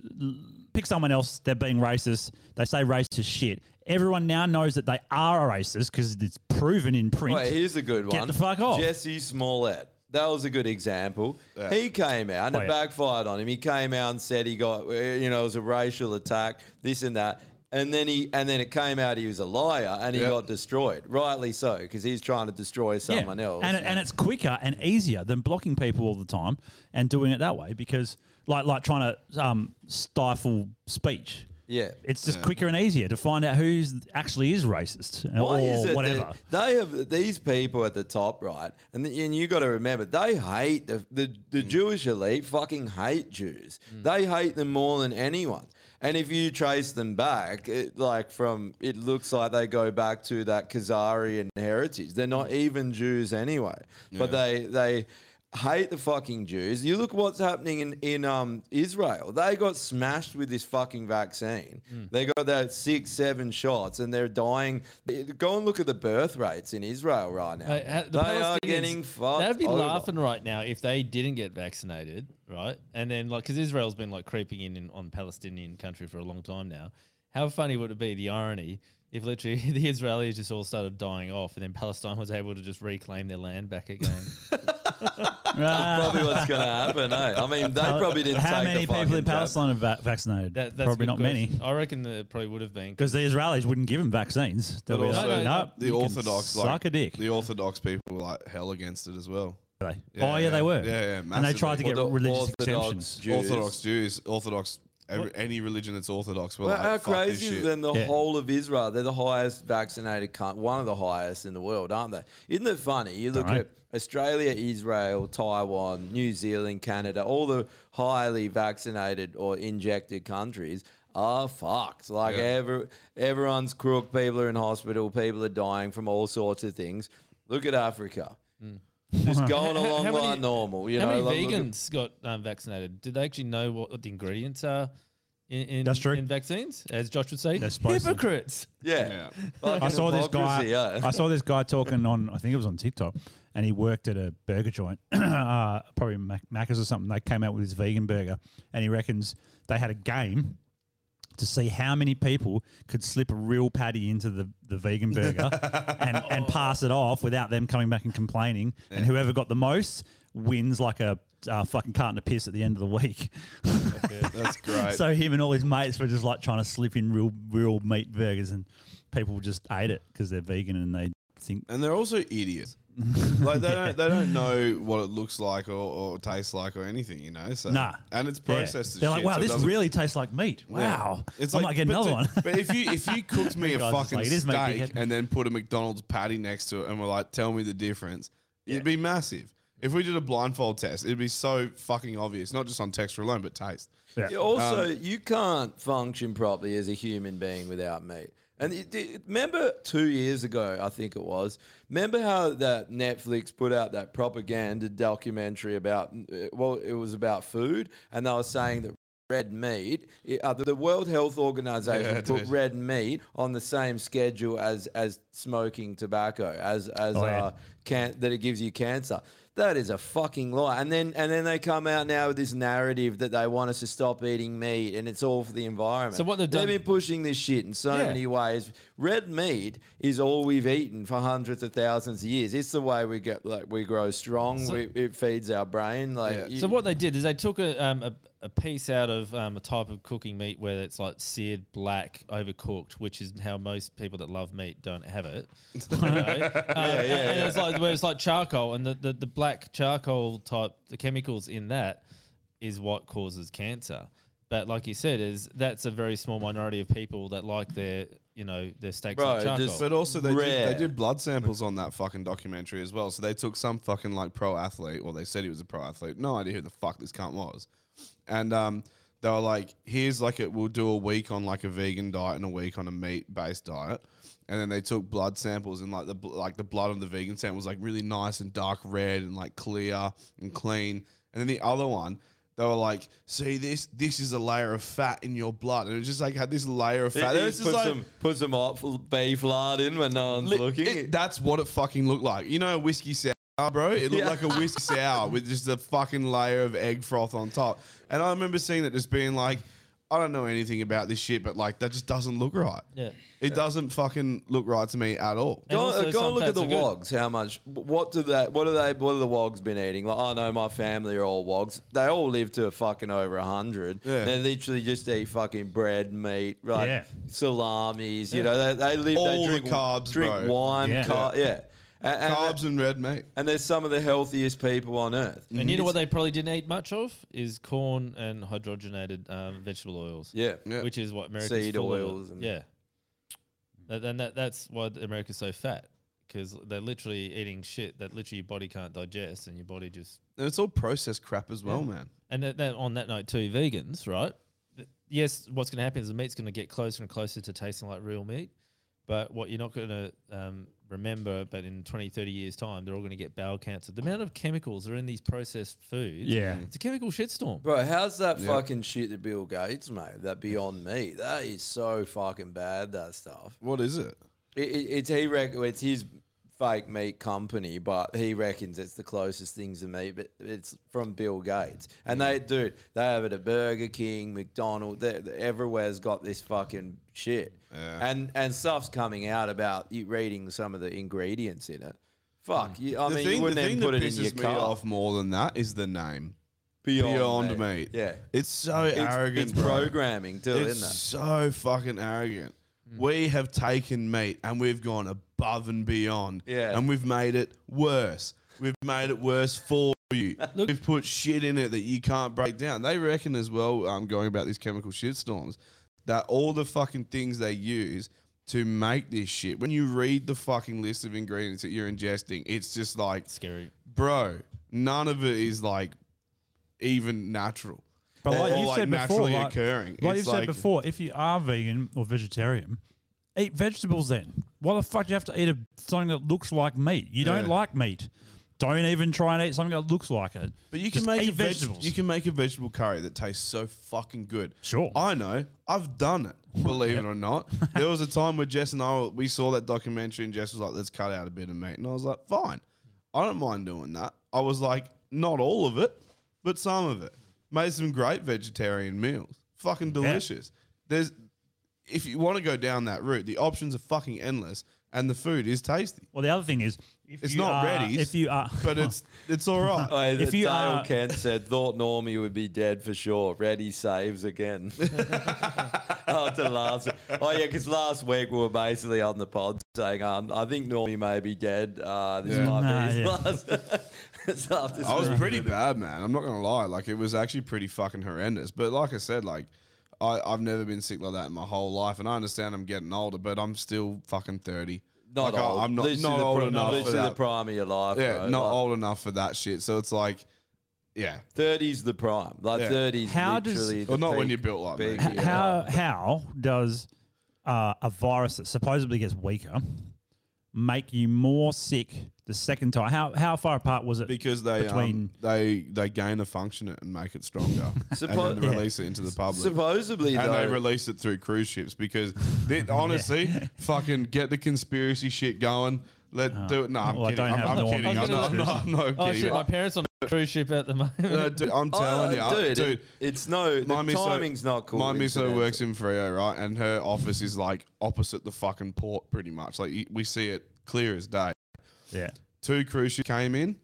Speaker 3: pick someone else. They're being racist. They say racist shit. Everyone now knows that they are racist because it's proven in print.
Speaker 4: Wait, here's a good one.
Speaker 3: Get the fuck off.
Speaker 4: Jesse Smollett. That was a good example. He came out and
Speaker 3: Oh,
Speaker 4: it
Speaker 3: yeah.
Speaker 4: backfired on him. He came out and said he got, uh, you know, it was a racial attack, this and that. And then he, and then it came out he was a liar, and he
Speaker 2: Yeah.
Speaker 4: got destroyed. Rightly so, because he's trying to destroy
Speaker 3: Yeah,
Speaker 4: someone else.
Speaker 3: And, it- and it's quicker and easier than blocking people all the time and doing it that way because, like, like trying to um, stifle speech.
Speaker 4: Yeah.
Speaker 3: It's just quicker and easier to find out who's actually is racist
Speaker 4: Why is it
Speaker 3: or
Speaker 4: that
Speaker 3: whatever.
Speaker 4: They have these people at the top, right? And the, and you got to remember, they hate the the, the
Speaker 3: Mm.
Speaker 4: Jewish elite. Fucking hate Jews. They hate them more than anyone. And if you trace them back, it, like from it looks like they go back to that Khazarian heritage. They're not
Speaker 3: Mm.
Speaker 4: even Jews anyway, but they they hate the fucking Jews. You look what's happening in in um, Israel. They got smashed with this fucking vaccine.
Speaker 5: Hmm.
Speaker 4: They got that six, seven shots, and they're dying. Go and look at the birth rates in Israel right now.
Speaker 5: Hey, ha- the
Speaker 4: they are
Speaker 5: Palestinians,
Speaker 4: getting fucked.
Speaker 5: They'd be
Speaker 4: over.
Speaker 5: laughing right now if they didn't get vaccinated, right? And then, like, because Israel's been like creeping in, in on Palestinian country for a long time now. How funny would it be the irony if literally the Israelis just all started dying off, and then Palestine was able to just reclaim their land back again?
Speaker 3: Ah,
Speaker 4: Probably what's going to happen. Eh? I mean, they probably didn't
Speaker 3: How
Speaker 4: take
Speaker 3: many
Speaker 4: the
Speaker 3: people in
Speaker 4: fucking jab.
Speaker 3: Palestine are va- vaccinated?
Speaker 5: That, that's a
Speaker 3: Probably
Speaker 5: good
Speaker 3: not many.
Speaker 5: question. I reckon there probably would have been.
Speaker 3: Because the Israelis wouldn't give them vaccines. They'll
Speaker 2: But
Speaker 3: be like,
Speaker 2: also
Speaker 3: "Nope,
Speaker 2: the
Speaker 3: you can
Speaker 2: Orthodox,
Speaker 3: suck
Speaker 2: like
Speaker 3: a dick.
Speaker 2: the Orthodox people, were like hell against it as well.
Speaker 3: They-
Speaker 2: Yeah,
Speaker 3: oh yeah,
Speaker 2: yeah.
Speaker 3: they were.
Speaker 2: Yeah, yeah,
Speaker 3: and they tried
Speaker 2: massively.
Speaker 3: to get
Speaker 4: Well, the
Speaker 3: religious
Speaker 4: Orthodox
Speaker 3: exemptions.
Speaker 4: Jews-
Speaker 2: Orthodox Jews, Orthodox, every, any religion that's Orthodox. Were
Speaker 4: Well,
Speaker 2: like,
Speaker 4: how
Speaker 2: "Fuck this
Speaker 4: crazy is
Speaker 2: shit."
Speaker 4: then the
Speaker 3: Yeah.
Speaker 4: whole of Israel? They're the highest vaccinated country, one of the highest in the world, aren't they? Isn't it funny? You look
Speaker 3: Dunno.
Speaker 4: at Australia, Israel, Taiwan, New Zealand, Canada, all the highly vaccinated or injected countries are fucked. Like every, everyone's
Speaker 3: Hmm.
Speaker 4: crook, people are in hospital, people are dying from all sorts of things. Look at Africa. Just
Speaker 5: How-
Speaker 4: going
Speaker 5: how-
Speaker 4: along
Speaker 5: how
Speaker 4: like
Speaker 5: many-
Speaker 4: normal. You
Speaker 5: how
Speaker 4: know,
Speaker 5: many
Speaker 4: like, look at-
Speaker 5: vegans got um, vaccinated? Do they actually know what, what the ingredients are in, in,
Speaker 3: That's true.
Speaker 5: in vaccines? As Josh would say,
Speaker 3: supposed to.
Speaker 5: hypocrites.
Speaker 4: Yeah.
Speaker 3: I saw this guy. I saw this guy talking on. I think it was on TikTok, and he worked at a burger joint, uh, probably Mac- Macca's or something. They came out with this vegan burger, and he reckons they had a game to see how many people could slip a real patty into the, the vegan burger and, and pass it off without them coming back and complaining. And whoever got the most wins like a uh, fucking carton of piss at the end of the week.
Speaker 2: That's great.
Speaker 3: So him and all his mates were just like trying to slip in real, real meat burgers, and people just ate it because they're vegan and they think.
Speaker 2: And they're also idiots. like they don't they don't know what it looks like or, or tastes like or anything, you know. So
Speaker 3: Nah,
Speaker 2: and it's
Speaker 3: Yeah.
Speaker 2: processed. as
Speaker 3: They're like,
Speaker 2: shit,
Speaker 3: wow,
Speaker 2: so it
Speaker 3: this
Speaker 2: doesn't-
Speaker 3: really tastes like meat.
Speaker 2: Yeah.
Speaker 3: Wow,
Speaker 2: it's
Speaker 3: I
Speaker 2: like
Speaker 3: might get another
Speaker 2: but
Speaker 3: one.
Speaker 2: the- but if you if you cooked me a
Speaker 3: Guys, it's
Speaker 2: fucking
Speaker 3: like, it is meat,
Speaker 2: steak
Speaker 3: dickhead.
Speaker 2: and then put a McDonald's patty next to it and we're like, tell me the difference, it'd be massive. If we did a blindfold test, it'd be so fucking obvious, not just on texture alone, but taste.
Speaker 4: You
Speaker 2: Um,
Speaker 4: Also, you can't function properly as a human being without meat. And it, it- remember two years ago, I think it was. Remember how that Netflix put out that propaganda documentary about uh, well, it was about food, and they were saying that red meat. it- uh, the World Health Organization
Speaker 2: Yeah,
Speaker 4: put
Speaker 2: dude.
Speaker 4: red meat on the same schedule as as smoking tobacco, as as
Speaker 3: Oh, yeah.
Speaker 4: uh, can- that it gives you cancer. That is a fucking lie. And then and then they come out now with this narrative that they want us to stop eating meat and it's all for the environment.
Speaker 5: So what they've done-
Speaker 4: been pushing this shit in so
Speaker 5: Yeah.
Speaker 4: many ways. Red meat is all we've eaten for hundreds of thousands of years. It's the way we get like we grow strong.
Speaker 5: So-
Speaker 4: we, it feeds our brain. Like you-
Speaker 5: So what they did is they took a um, a, a piece out of um, a type of cooking meat where it's like seared, black, overcooked, which is how most people that love meat don't have it. you know? Um, and it's like where it's like charcoal, and the, the the black charcoal type, the chemicals in that is what causes cancer. But like you said, is that's a very small minority of people that like their you know their steaks
Speaker 4: Bro,
Speaker 5: with charcoal.
Speaker 4: just-
Speaker 2: But also they did,
Speaker 4: Rare.
Speaker 2: they did blood samples on that fucking documentary as well. So they took some fucking like pro athlete, or they said he was a pro athlete. No idea who the fuck this cunt was. And um, they were like, "Here's like a, we'll do a week on like a vegan diet and a week on a meat based diet." And then they took blood samples and like the bl- like the blood on the vegan sample was like really nice and dark red and like clear and clean. And then the other one. They were like, see this, this is a layer of fat in your blood. And it just like had this layer of
Speaker 4: It-
Speaker 2: fat.
Speaker 4: it
Speaker 2: And it's just
Speaker 4: put
Speaker 2: like,
Speaker 4: some put some hot fl- beef lard in when no one's
Speaker 2: Li-
Speaker 4: looking.
Speaker 2: it- that's what it fucking looked like. You know, a whiskey sour, bro. It looked
Speaker 4: Yeah.
Speaker 2: like a whiskey sour with just a fucking layer of egg froth on top. And I remember seeing it, just being like, I don't know anything about this shit, but like that just doesn't look right.
Speaker 5: yeah.
Speaker 2: It doesn't fucking look right to me at all.
Speaker 5: And
Speaker 4: Go,
Speaker 5: also
Speaker 4: uh, go
Speaker 5: some
Speaker 4: and look at
Speaker 5: fats
Speaker 4: the
Speaker 5: are good.
Speaker 4: wogs. How much? What do they? What are they? What are the wogs been eating? Like, I know my family are all wogs. They all live to fucking over hundred.
Speaker 2: Yeah.
Speaker 4: They literally just eat fucking bread, meat, right?
Speaker 3: Yeah.
Speaker 4: Salamis. You know, they, they live.
Speaker 2: All
Speaker 4: they
Speaker 2: the
Speaker 4: drink,
Speaker 2: carbs,
Speaker 4: drink
Speaker 2: bro.
Speaker 4: wine.
Speaker 3: Yeah.
Speaker 4: Yeah, yeah. And, and, uh,
Speaker 2: Carbs and red meat.
Speaker 4: and they're some of the healthiest people on earth.
Speaker 5: And you
Speaker 2: Mm.
Speaker 5: know what they probably didn't eat much of is corn and hydrogenated um, vegetable oils.
Speaker 4: Yeah.
Speaker 2: Yeah.
Speaker 5: which is what America's
Speaker 4: Seed
Speaker 5: full of it.
Speaker 4: oils and-
Speaker 5: yeah. Th- Then that, that's why th- America's so fat because they're literally eating shit that literally your body can't digest, and your body just.
Speaker 2: And it's all processed crap as well, man.
Speaker 5: And that, that on that note too, vegans, right? Th- Yes, what's going to happen is the meat's going to get closer and closer to tasting like real meat, but what you're not going to um, remember, but in 20, 30 years time, they're all going to get bowel cancer. The amount of chemicals that are in these processed foods,
Speaker 3: Yeah.
Speaker 5: it's a chemical shitstorm.
Speaker 4: Bro, how's that
Speaker 2: Yeah.
Speaker 4: fucking shit that Bill Gates made? That Beyond Meat. That is so fucking bad. That stuff.
Speaker 2: What is it?
Speaker 4: It, it, it's he rec- it's his fake meat company, but he reckons it's the closest things to meat. But it's from Bill Gates, and they dude, they have it at Burger King, McDonald's. they they- everywhere's got this fucking shit, and and stuff's coming out about you reading some of the ingredients in
Speaker 2: Mm.
Speaker 4: it. Fuck, you, I mean, you wouldn't even put it in your
Speaker 2: me
Speaker 4: car.
Speaker 2: off more than that is the name. Beyond,
Speaker 4: meat.
Speaker 2: meat.
Speaker 4: yeah.
Speaker 2: It's so
Speaker 4: It's,
Speaker 2: arrogant.
Speaker 4: it's
Speaker 2: bro.
Speaker 4: programming too,
Speaker 2: It's
Speaker 4: isn't it?
Speaker 2: so fucking arrogant. We have taken meat and we've gone above and beyond.
Speaker 4: Yeah.
Speaker 2: And we've made it worse. We've made it worse for you. we've put shit in it that you can't break down. They reckon as well, um, going about these chemical shitstorms, that all the fucking things they use to make this shit, when you read the fucking list of ingredients that you're ingesting, it's just like,
Speaker 5: Scary.
Speaker 2: bro, none of it is like even natural.
Speaker 3: But
Speaker 2: Or-
Speaker 3: like
Speaker 2: or
Speaker 3: you said before,
Speaker 2: naturally
Speaker 3: like,
Speaker 2: occurring.
Speaker 3: like
Speaker 2: It's
Speaker 3: you
Speaker 2: like-
Speaker 3: said before, if you are vegan or vegetarian, eat vegetables. Then why the fuck do you have to eat a, something that looks like meat? You don't
Speaker 2: Yeah.
Speaker 3: like meat. Don't even try and eat something that looks like it.
Speaker 2: But you can
Speaker 3: Just
Speaker 2: make
Speaker 3: eat
Speaker 2: a veg-
Speaker 3: vegetables.
Speaker 2: You can make a vegetable curry that tastes so fucking good.
Speaker 3: Sure.
Speaker 2: I know. I've done it. Believe it or not, there was a time where Jess and I were- we saw that documentary and Jess was like, "Let's cut out a bit of meat," and I was like, "Fine, I don't mind doing that." I was like, "Not all of it, but some of it." Made some great vegetarian meals. Fucking delicious. There's, if you want to go down that route, the options are fucking endless, and the food is tasty.
Speaker 3: Well, the other thing is,
Speaker 2: it's
Speaker 3: you
Speaker 2: not
Speaker 3: are-
Speaker 2: ready.
Speaker 3: if you are-
Speaker 2: but it's it's all right.
Speaker 4: if you Dale Kent said thought Normie would be dead for sure. Ready saves again. After last, oh yeah, because last week we were basically on the pod saying, um, I think Normie may be dead. Uh, this
Speaker 2: Yeah.
Speaker 4: might
Speaker 2: Nah,
Speaker 4: be his
Speaker 2: yeah.
Speaker 4: last. it's after
Speaker 2: I was pretty bad, man. I'm not gonna lie. Like it was actually pretty fucking horrendous. But like I said, like I, I've never been sick like that in my whole life, and I understand I'm getting older, but I'm still fucking thirty.
Speaker 4: Not
Speaker 2: Like, I-
Speaker 4: old.
Speaker 2: I'm not,
Speaker 4: Literally
Speaker 2: not
Speaker 4: the
Speaker 2: old
Speaker 4: prim-
Speaker 2: enough. for
Speaker 4: literally the
Speaker 2: that.
Speaker 4: prime of your life,
Speaker 2: Yeah,
Speaker 4: bro.
Speaker 2: not
Speaker 4: Like-
Speaker 2: old enough for that shit. So it's like, yeah,
Speaker 4: thirties the prime. Like
Speaker 2: Yeah.
Speaker 4: thirties.
Speaker 2: How does-
Speaker 4: literally the
Speaker 2: Well, not when
Speaker 4: peak-
Speaker 2: you're built like me.
Speaker 4: peak,
Speaker 3: H-
Speaker 4: yeah.
Speaker 3: How how does uh, a virus that supposedly gets weaker make you more sick the second time? How how far apart was it?
Speaker 2: because they
Speaker 3: between
Speaker 2: um, they they gain a function it and make it stronger,
Speaker 4: Suppo-
Speaker 2: and then
Speaker 4: Yeah.
Speaker 2: release it into the public.
Speaker 4: Supposedly,
Speaker 2: and they
Speaker 4: though-
Speaker 2: release it through cruise ships because they, honestly, fucking get the conspiracy shit going. Let do it. No, I'm
Speaker 5: Oh. Well, I
Speaker 2: kidding.
Speaker 5: don't
Speaker 2: I'm,
Speaker 5: have
Speaker 2: I'm
Speaker 5: no one
Speaker 2: kidding. I'm
Speaker 5: fucking
Speaker 2: not, I'm not, I'm not
Speaker 5: Oh
Speaker 2: kidding.
Speaker 5: shit, my parents on a cruise ship at the moment.
Speaker 2: No, dude, I'm telling
Speaker 4: Oh,
Speaker 2: you,
Speaker 4: dude,
Speaker 2: dude,
Speaker 4: it- it's no- the timing's not cool,
Speaker 2: My miso
Speaker 4: incidentally.
Speaker 2: works in Frio, right? And her office is like opposite the fucking port, pretty much. Like y- we see it clear as day.
Speaker 3: Yeah.
Speaker 2: Two cruise ships came in,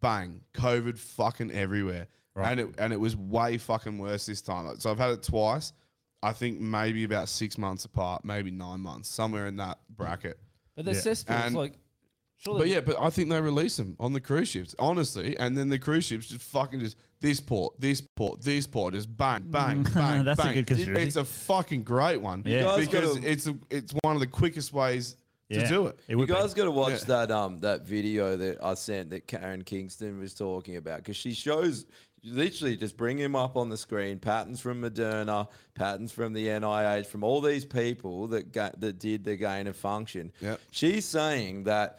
Speaker 2: bang, COVID fucking everywhere,
Speaker 3: Right.
Speaker 2: and it and it was way fucking worse this time. Like, so I've had it twice. I think maybe about six months apart, maybe nine months, somewhere in that bracket.
Speaker 5: But the cesspools,
Speaker 2: And-
Speaker 5: like, surely
Speaker 2: but yeah, but I think they release them on the cruise ships, honestly. And then the cruise ships just fucking just this port, this port, this port, just bang, bang, bang.
Speaker 3: That's a
Speaker 2: bang.
Speaker 3: good conspiracy.
Speaker 2: It's a fucking great one.
Speaker 3: You guys
Speaker 2: Because
Speaker 4: gotta-
Speaker 2: it's a, it's one of the quickest ways to do it.
Speaker 4: you guys got to watch that um that video that I sent that Karen Kingston was talking about because she shows literally just bring him up on the screen patterns from Moderna, patterns from the NIH, from all these people that got, that did the gain of function. She's saying that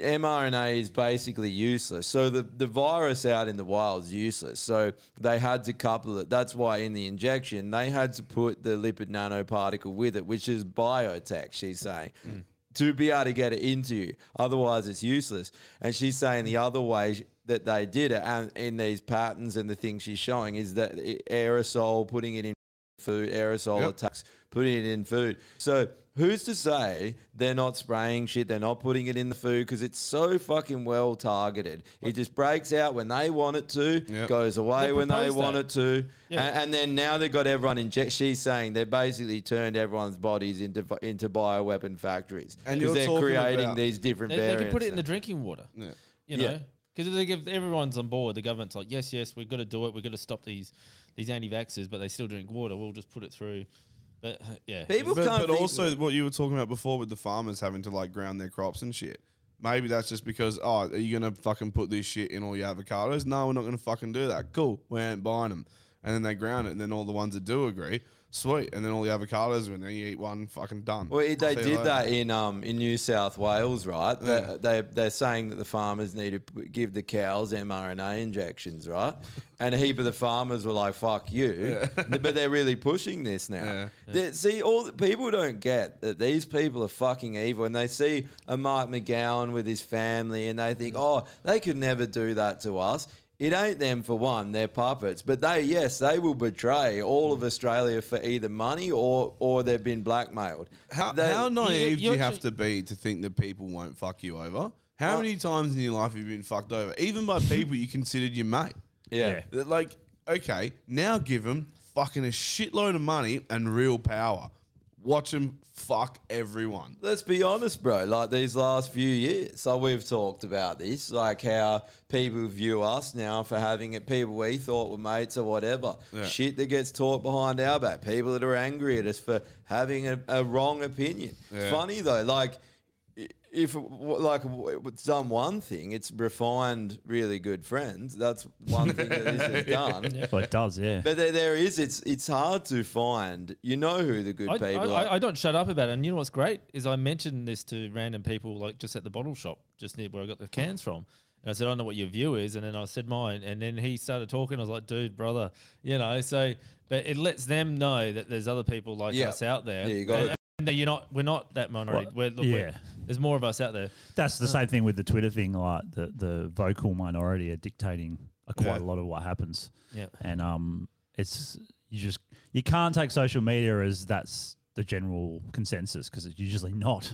Speaker 4: mRNA is basically useless. So the, the virus out in the wild is useless. So they had to couple it. That's why in the injection they had to put the lipid nanoparticle with it, which is biotech. She's saying to be able to get it into you. Otherwise, it's useless. And she's saying the other way that they did it, and in these patterns and the things she's showing, is that i- aerosol, putting it in food, aerosol
Speaker 2: Yep.
Speaker 4: attacks, putting it in food. So who's to say they're not spraying shit, they're not putting it in the food because it's so fucking well targeted. It just breaks out when they want it to, goes away
Speaker 1: They
Speaker 4: when they
Speaker 1: proposed
Speaker 4: want
Speaker 1: that.
Speaker 4: it to. A- And, then now they've got everyone inject. She's saying they basically turned everyone's bodies into vi- into bioweapon factories
Speaker 2: And you're
Speaker 4: because they're
Speaker 2: talking
Speaker 4: creating
Speaker 2: about-
Speaker 4: these different
Speaker 5: they, they
Speaker 4: variants.
Speaker 5: can put it in the drinking water.
Speaker 2: Yeah.
Speaker 5: You
Speaker 4: Yeah.
Speaker 5: know, because they give everyone's on board. The government's like, yes, yes, we've got to do it. We've got to stop these these anti-vaxxers, but they still drink water. We'll just put it through. But uh, yeah,
Speaker 2: but, but also what you were talking about before with the farmers having to like ground their crops and shit. Maybe that's just because oh, are you gonna fucking put this shit in all your avocados? No, we're not gonna fucking do that. Cool, we ain't buying them. And then they ground it, and then all the ones that do agree, sweet. And then all the avocados, and then you eat one, fucking done.
Speaker 4: Well, it- they
Speaker 2: See you later.
Speaker 4: did that in um in New South Wales, right? They, they they're saying that the farmers need to p- give the cows mRNA injections, right? And a heap of the farmers were like, "Fuck you," but they're really pushing this now. They- See, all the, people don't get that these people are fucking evil, and they see a Mark McGowan with his family, and they think, "Oh, they could never do that to us." It ain't them for one; they're puppets. But they, yes, they will betray all of Australia for either money or or they've been blackmailed.
Speaker 2: How,
Speaker 4: They-
Speaker 2: how naive do you have to be to think that people won't fuck you over? How many times in your life have you been fucked over, even by people you considered your mate?
Speaker 4: Yeah.
Speaker 2: That, Like, okay, now give them fucking a shitload of money and real power. Watch them fuck everyone.
Speaker 4: Let's be honest, bro. Like these last few years, so we've talked about this, like how people view us now for having it. People we thought were mates or whatever.
Speaker 1: Yeah.
Speaker 4: Shit that gets taught behind our back. People that are angry at us for having a, a wrong opinion.
Speaker 1: Yeah.
Speaker 4: Funny though, like i- if w- like w- it's done one thing, it's refined really good friends. That's one thing that this has done.
Speaker 3: Well, it does, yeah.
Speaker 4: But there, there is. It's it's hard to find. You know who the good
Speaker 5: I, I,
Speaker 4: people are.
Speaker 5: I, I don't shut up about it. And you know what's great is I mentioned this to random people, like just at the bottle shop, just near where I got the cans from, And I said, I don't know what your view is. And then I said mine. And then he started talking. I was like, dude, brother, you know, so, but it lets them know that there's other people like
Speaker 4: Yeah.
Speaker 5: us out there.
Speaker 4: Yeah, you gotta-
Speaker 5: And- and that you're not, we're not that minority.
Speaker 3: Well,
Speaker 5: We're, look, we're-
Speaker 3: yeah.
Speaker 5: there's more of us out there.
Speaker 3: That's the
Speaker 5: Uh,
Speaker 3: same thing with the Twitter thing. Like the, the vocal minority are dictating a- quite a lot of what happens.
Speaker 5: Yeah.
Speaker 3: and um, it's you just you can't take social media as that's the general consensus because it's usually not.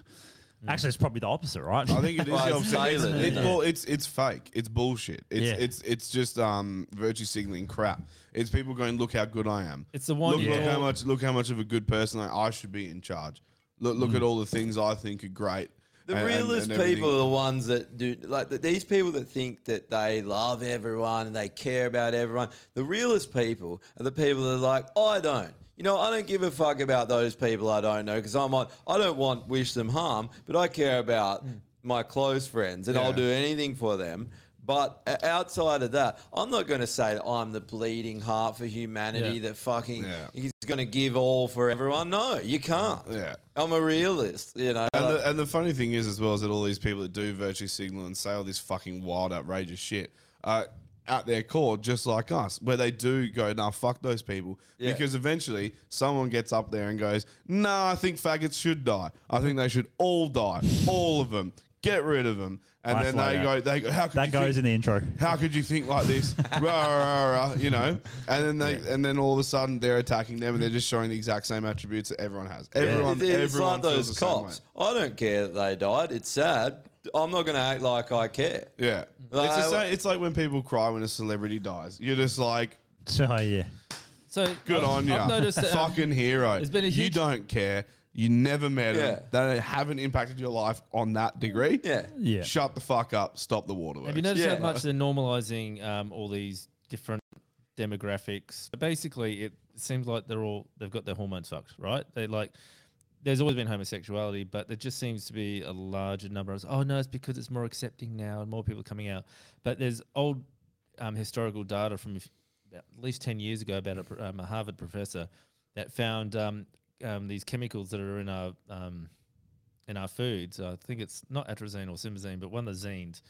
Speaker 3: Actually, it's probably the opposite, right?
Speaker 2: Mm. I think it is the opposite. It's, it's, well, it's it's fake. It's bullshit. It's
Speaker 3: Yeah.
Speaker 2: it's it's just um virtue signaling crap. It's people going, look how good I am.
Speaker 5: It's the one
Speaker 2: Look, look
Speaker 5: yeah.
Speaker 2: how much look how much of a good person I, I should be in charge. Look look at all the things I think are great.
Speaker 4: Hmm. The
Speaker 2: and- and-
Speaker 4: realest
Speaker 2: and everything.
Speaker 4: people are the ones that do like th- these people that think that they love everyone and they care about everyone. The realest people are the people that are like, "Oh, I don't. You know, I don't give a fuck about those people I don't know because I'm on. I don't want wish them harm, but I care about my close friends and I'll
Speaker 1: Yeah.
Speaker 4: do anything for them. But o- outside of that, I'm not going to say that I'm the bleeding heart for humanity
Speaker 1: Yeah.
Speaker 4: that fucking is going to give all for everyone. No, you can't.
Speaker 2: Yeah.
Speaker 4: I'm a realist, you know.
Speaker 2: And the, and the funny thing is, as well, is that all these people that do virtue signal and say all this fucking wild, outrageous shit are at their core just like us, where they do go, nah, fuck those people.
Speaker 4: Yeah.
Speaker 2: Because eventually someone gets up there and goes, nah, I think faggots should die. I think they should all die. All of them. Get rid of them. And then they
Speaker 3: Isolated.
Speaker 2: go, they go, how could
Speaker 3: that
Speaker 2: you
Speaker 3: goes
Speaker 2: think-
Speaker 3: in the intro.
Speaker 2: how could you think like this? rah, rah, rah, you know, and then they, and then all of a sudden they're attacking them, and they're just showing the exact same attributes that everyone has. Everyone,
Speaker 4: It's- it's
Speaker 2: everyone
Speaker 4: like those
Speaker 2: feels the same way.
Speaker 4: cops. I don't care that they died. It's sad. I'm not going to act like I care.
Speaker 2: Yeah.
Speaker 4: Like,
Speaker 2: it's, the
Speaker 4: I-
Speaker 2: same, it's like when people cry when a celebrity dies. You're just like,
Speaker 3: So yeah,
Speaker 5: so
Speaker 2: good
Speaker 5: I've-
Speaker 2: on you.
Speaker 5: I've noticed that, um,
Speaker 2: Fucking hero.
Speaker 5: there's been a
Speaker 2: you
Speaker 5: huge-
Speaker 2: don't care. You never met
Speaker 5: Yeah.
Speaker 2: them. They haven't impacted your life on that degree.
Speaker 4: Yeah.
Speaker 3: Yeah.
Speaker 2: Shut the fuck up. Stop the waterworks.
Speaker 5: Have you noticed how much they're normalizing um, all these different demographics? But basically, it seems like they're all they've got their hormones fucked, right? They like there's always been homosexuality, but there just seems to be a larger number of oh no, it's because it's more accepting now and more people are coming out. But there's old um, historical data from if- about at least ten years ago about a, pr- um, a Harvard professor that found um, um, these chemicals that are in our um, in our foods. I think it's not atrazine or simazine, but one of the zines.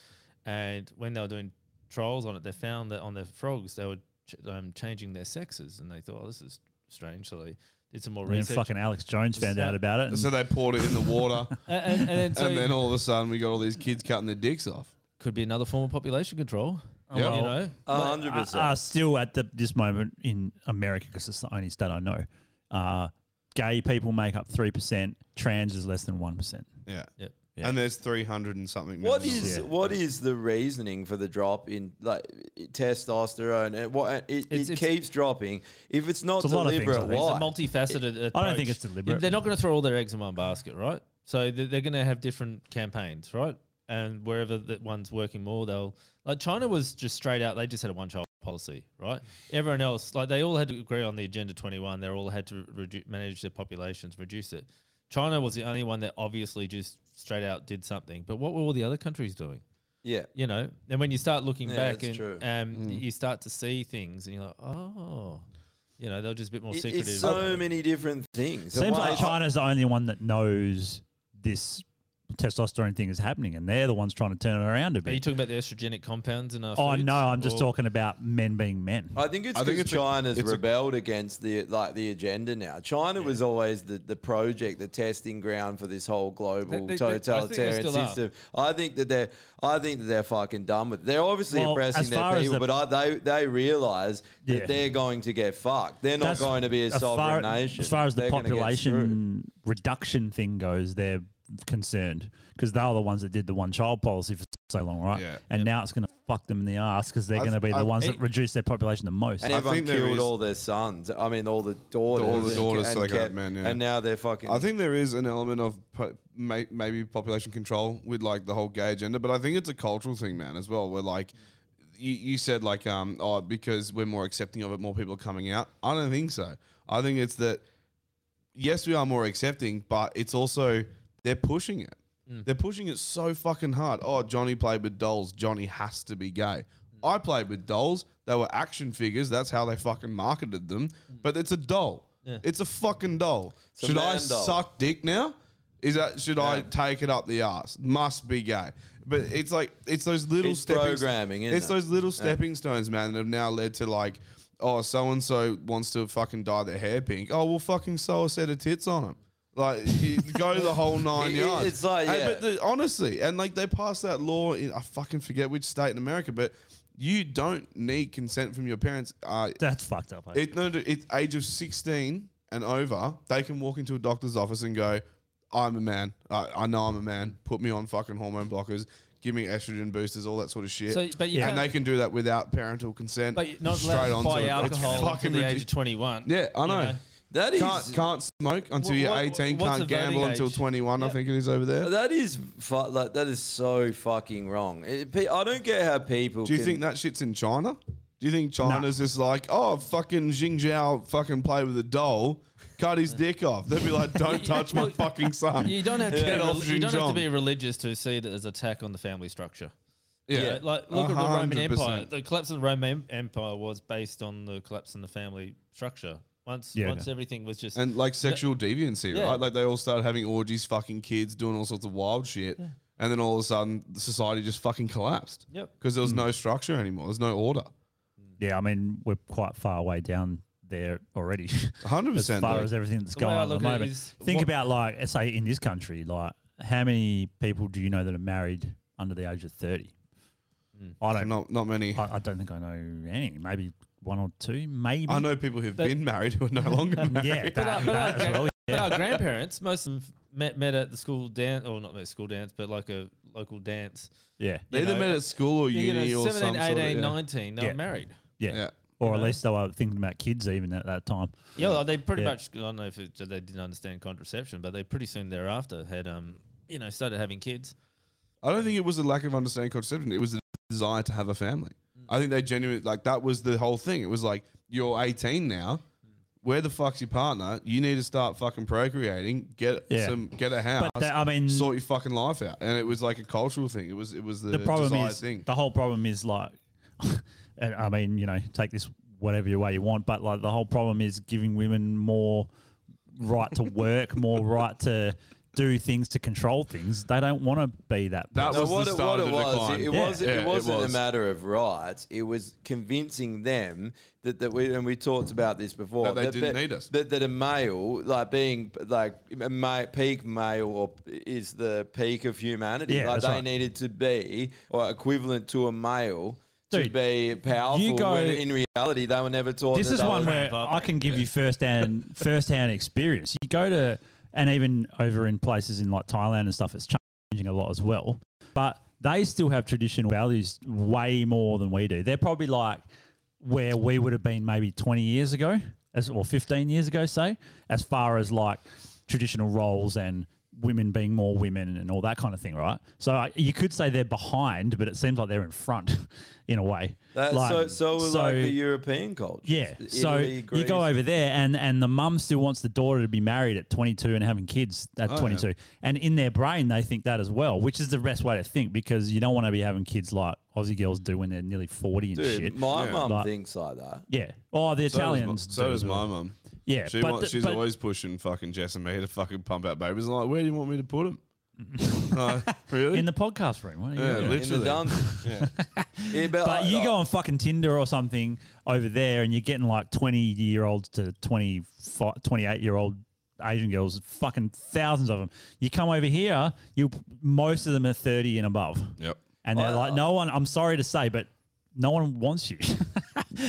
Speaker 5: And when they were doing trials on it, they found that on the frogs they were ch- um, changing their sexes, and they thought, "Oh, this is strange." So they did some more
Speaker 3: And then
Speaker 5: research.
Speaker 3: fucking Alex Jones found out about it.
Speaker 2: So they poured it in the water.
Speaker 5: and, and then so-
Speaker 2: then all of a sudden we got all these kids cutting their dicks off.
Speaker 5: Could be another form of population control.
Speaker 3: Oh, well,
Speaker 5: You know,
Speaker 3: uh,
Speaker 5: Like-
Speaker 3: Are, still at the, this moment in America because it's the only state I know. Uh, gay people make up three percent. Trans is less than one percent.
Speaker 2: Yeah.
Speaker 5: Yep.
Speaker 2: And there's 300 and something.
Speaker 4: What
Speaker 2: million.
Speaker 4: is what is the reasoning for the drop in like testosterone? It, what, it,
Speaker 5: It's-
Speaker 4: it
Speaker 5: it's-
Speaker 4: keeps dropping. If it's not deliberate, why?
Speaker 5: It's a multifaceted.
Speaker 4: I don't
Speaker 5: approach.
Speaker 4: think it's deliberate.
Speaker 5: They're not going to throw all their eggs in one basket, right? So they're, they're going to have different campaigns, right? And wherever that one's working more, they'll like China was just straight out. They just had a one-child policy, right? Everyone else, like they all had to agree on the Agenda 21. They all had to redu- manage their populations, reduce it. China was the only one that obviously just straight out did something. But what were all the other countries doing?
Speaker 4: Yeah.
Speaker 5: you know. And when you start looking
Speaker 4: Yeah,
Speaker 5: back,
Speaker 4: that's
Speaker 5: and
Speaker 4: true.
Speaker 5: um, you start to see things, and you're like, oh, you know, they're just a bit more
Speaker 4: It-
Speaker 5: secretive.
Speaker 4: it's so many different things.
Speaker 3: Seems
Speaker 4: Why-
Speaker 3: like China's the only one that knows this testosterone thing is happening, and they're the ones trying to turn it around a
Speaker 5: Are you
Speaker 3: bit.
Speaker 5: talking about the estrogenic compounds in our?
Speaker 3: Oh
Speaker 5: foods,
Speaker 3: no, I'm just
Speaker 5: or-
Speaker 3: talking about men being men.
Speaker 4: I think it's
Speaker 3: I think it's
Speaker 4: because
Speaker 3: a-
Speaker 4: China's
Speaker 3: it's a-
Speaker 4: rebelled against the like the agenda now. China was always the, the project, the testing ground for this whole global
Speaker 1: They- they- they- I think they
Speaker 4: totalitarian
Speaker 1: still are.
Speaker 4: system. I think that they're I think that they're fucking done with. They're obviously
Speaker 3: Well, as
Speaker 4: oppressing their
Speaker 3: far as
Speaker 4: people,
Speaker 3: the-
Speaker 4: but I, they they realize
Speaker 3: Yeah.
Speaker 4: that they're going to get fucked. They're not
Speaker 3: That's-
Speaker 4: going to be a
Speaker 3: as far,
Speaker 4: sovereign nation.
Speaker 3: As far as the
Speaker 4: They're gonna get screwed.
Speaker 3: population reduction thing goes, they're concerned because they were the ones that did the one child policy for so long, right?
Speaker 2: Yeah.
Speaker 3: And now it's going to fuck them in the ass because they're
Speaker 4: I
Speaker 3: going to
Speaker 4: th-
Speaker 3: be the
Speaker 4: I-
Speaker 3: ones
Speaker 4: it-
Speaker 3: that reduce their population the most.
Speaker 4: And everyone killed all their sons. I mean, all the daughters.
Speaker 2: all the
Speaker 4: and-
Speaker 2: daughters,
Speaker 4: and
Speaker 2: so they got
Speaker 4: kept-
Speaker 2: men, yeah.
Speaker 4: And now they're fucking.
Speaker 2: I think there is an element of po- may- maybe population control with like the whole gay agenda, but I think it's a cultural thing, man, as well. Where like you, you said, like um, oh, because we're more accepting of it, more people are coming out. I don't think so. I think it's that yes, we are more accepting, but it's also they're pushing it.
Speaker 4: Hmm.
Speaker 2: They're pushing it so fucking hard. Oh, Johnny played with dolls. Johnny has to be gay.
Speaker 4: Hmm.
Speaker 2: I played with dolls. They were action figures. That's how they fucking marketed them. But it's a doll.
Speaker 5: Yeah.
Speaker 2: It's a fucking doll.
Speaker 4: Hmm. It's a
Speaker 2: Should I
Speaker 4: man doll.
Speaker 2: suck dick now? Is that should I take it up the arse? Must be gay. But it's like it's those little
Speaker 4: It's
Speaker 2: stepping
Speaker 4: programming, isn't
Speaker 2: it's
Speaker 4: it?
Speaker 2: those little
Speaker 4: Yeah.
Speaker 2: stepping stones, man, that have now led to like, oh, so and so wants to fucking dye their hair pink. Oh, well, fucking sew a set of tits on them. Like, you go the whole nine
Speaker 4: It- it-
Speaker 2: yards.
Speaker 4: it's like,
Speaker 2: And-
Speaker 4: yeah.
Speaker 2: but the, honestly, and like they passed that law in I fucking forget which state in America, but you don't need consent from your parents. Uh,
Speaker 3: That's fucked up. eh?
Speaker 2: it, no, no, it's age of 16 and over, they can walk into a doctor's office and go, I'm a man. I, I know I'm a man. Put me on fucking hormone blockers. Give me estrogen boosters, all that sort of shit.
Speaker 5: So, but you
Speaker 2: and
Speaker 5: can't-
Speaker 2: they can do that without parental consent.
Speaker 5: But you're not
Speaker 2: straight
Speaker 5: allowed to
Speaker 2: onto
Speaker 5: buy
Speaker 2: it. It's
Speaker 5: alcohol
Speaker 2: fucking
Speaker 5: until the age
Speaker 2: ridic-
Speaker 5: of 21.
Speaker 2: Yeah, I
Speaker 5: you
Speaker 2: know.
Speaker 4: That is-
Speaker 2: can't, can't smoke until
Speaker 5: Wha-
Speaker 2: you're
Speaker 5: wha-
Speaker 2: 18.
Speaker 5: what's
Speaker 2: Can't
Speaker 5: the voting
Speaker 2: gamble until
Speaker 5: age?
Speaker 2: 21. I think it is over there.
Speaker 4: That is fu- like that is so fucking wrong. It, pe- I don't get how people.
Speaker 2: Do you
Speaker 4: can-
Speaker 2: think that shit's in China? Do you think China's just like, oh, fucking Xing Zhao fucking play with a doll, cut his dick off? They'd be like, don't touch my fucking son.
Speaker 5: You don't have to,
Speaker 2: Get
Speaker 5: be,
Speaker 2: off
Speaker 5: rel- you
Speaker 2: Xing
Speaker 5: don't have to
Speaker 2: Zhao.
Speaker 5: be religious to see that as attack on the family structure.
Speaker 2: Yeah.
Speaker 5: You know, like look at the
Speaker 2: A
Speaker 5: Roman
Speaker 2: hundred
Speaker 5: Empire.
Speaker 2: percent.
Speaker 5: The collapse of the Roman Em- Empire was based on the collapse in the family structure. Once
Speaker 2: Yeah.
Speaker 5: once everything was just
Speaker 2: And like sexual deviancy,
Speaker 5: Yeah.
Speaker 2: right? Like they all started having orgies, fucking kids, doing all sorts of wild shit. And then all of a sudden, society just fucking collapsed.
Speaker 5: Yep. Mm.
Speaker 2: Because there was no structure anymore. There's no order.
Speaker 3: Yeah, I mean, we're quite far way down there already.
Speaker 2: 100%.
Speaker 3: As far
Speaker 2: though.
Speaker 3: as everything that's
Speaker 5: The way
Speaker 3: going
Speaker 5: I
Speaker 3: on at the
Speaker 5: look at it
Speaker 3: moment.
Speaker 5: is
Speaker 3: Think
Speaker 5: what-
Speaker 3: about, like, let's say in this country, like, how many people do you know that are married under the age of 30?
Speaker 4: Hmm.
Speaker 3: I don't
Speaker 2: Not, not many.
Speaker 3: I, I don't think I know any. Maybe one or two, maybe.
Speaker 2: I know people who've
Speaker 5: But-
Speaker 2: been married who are no longer married.
Speaker 3: Yeah,
Speaker 5: But
Speaker 3: that-
Speaker 5: our, but, our,
Speaker 3: that as
Speaker 5: gran-
Speaker 3: well,
Speaker 5: but
Speaker 3: yeah.
Speaker 5: our grandparents, most of them met, met at the school dance, or not at school dance, but like a local dance.
Speaker 3: Yeah.
Speaker 2: They either
Speaker 3: uh,
Speaker 2: met at school or
Speaker 5: you know,
Speaker 2: uni or
Speaker 5: 17,
Speaker 2: some
Speaker 5: 18,
Speaker 2: sort of, yeah.
Speaker 5: 19, they
Speaker 3: Yeah.
Speaker 5: were married.
Speaker 3: Yeah.
Speaker 2: Yeah.
Speaker 3: Or at least they were thinking about kids even at that time.
Speaker 5: Yeah, well, they pretty
Speaker 3: Yeah.
Speaker 5: much. I don't know if it, they didn't understand contraception, but they pretty soon thereafter had, um, you know, started having kids.
Speaker 2: I don't think it was a lack of understanding contraception. It was a desire to have a family.
Speaker 3: Mm.
Speaker 2: I think they genuinely like that was the whole thing. It was like you're 18 now.
Speaker 3: Mm.
Speaker 2: Where the fuck's your partner? You need to start fucking procreating. Get
Speaker 3: Yeah.
Speaker 2: some. Get a house.
Speaker 3: that- I mean-
Speaker 2: sort your fucking life out. And it was like a cultural thing. It was. It was the,
Speaker 3: the problem
Speaker 2: desired
Speaker 3: is
Speaker 2: thing.
Speaker 3: the whole problem is like, and I mean, you know, take this whatever way you want, but like the whole problem is giving women more right to work, more right to do things to control things. They don't want to be that.
Speaker 2: That
Speaker 3: person.
Speaker 4: No,
Speaker 2: was
Speaker 4: what,
Speaker 2: the
Speaker 4: it,
Speaker 2: start
Speaker 4: what
Speaker 2: of
Speaker 4: it
Speaker 2: the
Speaker 4: was,
Speaker 2: decline.
Speaker 4: it, it
Speaker 2: Yeah.
Speaker 4: wasn't,
Speaker 2: Yeah,
Speaker 4: it
Speaker 2: it
Speaker 4: wasn't
Speaker 2: was.
Speaker 4: a matter of rights. It was convincing them that, that we and we talked about this before.
Speaker 2: That they didn't need us.
Speaker 4: That, that a male, like being like a ma- peak male, or is the peak of humanity.
Speaker 3: Yeah,
Speaker 4: like
Speaker 3: that's
Speaker 4: they
Speaker 3: right.
Speaker 4: needed to be or equivalent to a male.
Speaker 3: Dude,
Speaker 4: to be powerful,
Speaker 3: you go-
Speaker 4: when in reality they were never taught.
Speaker 3: This
Speaker 4: that
Speaker 3: is
Speaker 4: they
Speaker 3: one
Speaker 4: were-
Speaker 3: where I can give you first hand first hand experience. You go to and even over in places in like Thailand and stuff, it's changing a lot as well. But they still have traditional values way more than we do. They're probably like where we would have been maybe 20 years ago, as or 15 years ago, say, as far as like traditional roles and women being more women and all that kind of thing, right? So I you could say they're behind, but it seems like they're in front, in a way.
Speaker 4: That-
Speaker 3: Like,
Speaker 4: so, so, like the
Speaker 3: so-
Speaker 4: European culture.
Speaker 3: yeah. So
Speaker 4: Italy,
Speaker 3: you
Speaker 4: Greece.
Speaker 3: go over there and and the mum still wants the daughter to be married at 22 and having kids at
Speaker 2: Oh, yeah.
Speaker 3: 22. And in their brain they think that as well, which is the best way to think because you don't want to be having kids like Aussie girls do when they're nearly 40 and
Speaker 4: Dude,
Speaker 3: shit.
Speaker 4: my
Speaker 2: Yeah.
Speaker 4: mum
Speaker 3: Like-
Speaker 4: thinks like that.
Speaker 3: yeah. Oh, the
Speaker 2: So does my-
Speaker 3: Italians.
Speaker 2: So
Speaker 3: do
Speaker 2: does
Speaker 3: as well.
Speaker 2: my mum.
Speaker 3: Yeah,
Speaker 2: She
Speaker 3: but
Speaker 2: wants,
Speaker 3: the-
Speaker 2: she's
Speaker 3: but-
Speaker 2: always pushing fucking Jess and me to fucking pump out babies. I'm like, where do you want me to put them? really?
Speaker 3: In the podcast room. What are you
Speaker 2: yeah,
Speaker 3: doing?
Speaker 4: In the
Speaker 2: literally.
Speaker 4: dungeon. Yeah, Eh, but,
Speaker 3: But
Speaker 4: I-
Speaker 3: you
Speaker 4: I-
Speaker 3: go on fucking Tinder or something over there and you're getting like 20 year olds to 25, 28 year old Asian girls, fucking thousands of them. You come over here, you most of them are 30 and above.
Speaker 2: Yep.
Speaker 3: And they're like, no one, I'm sorry to say, but no one wants you.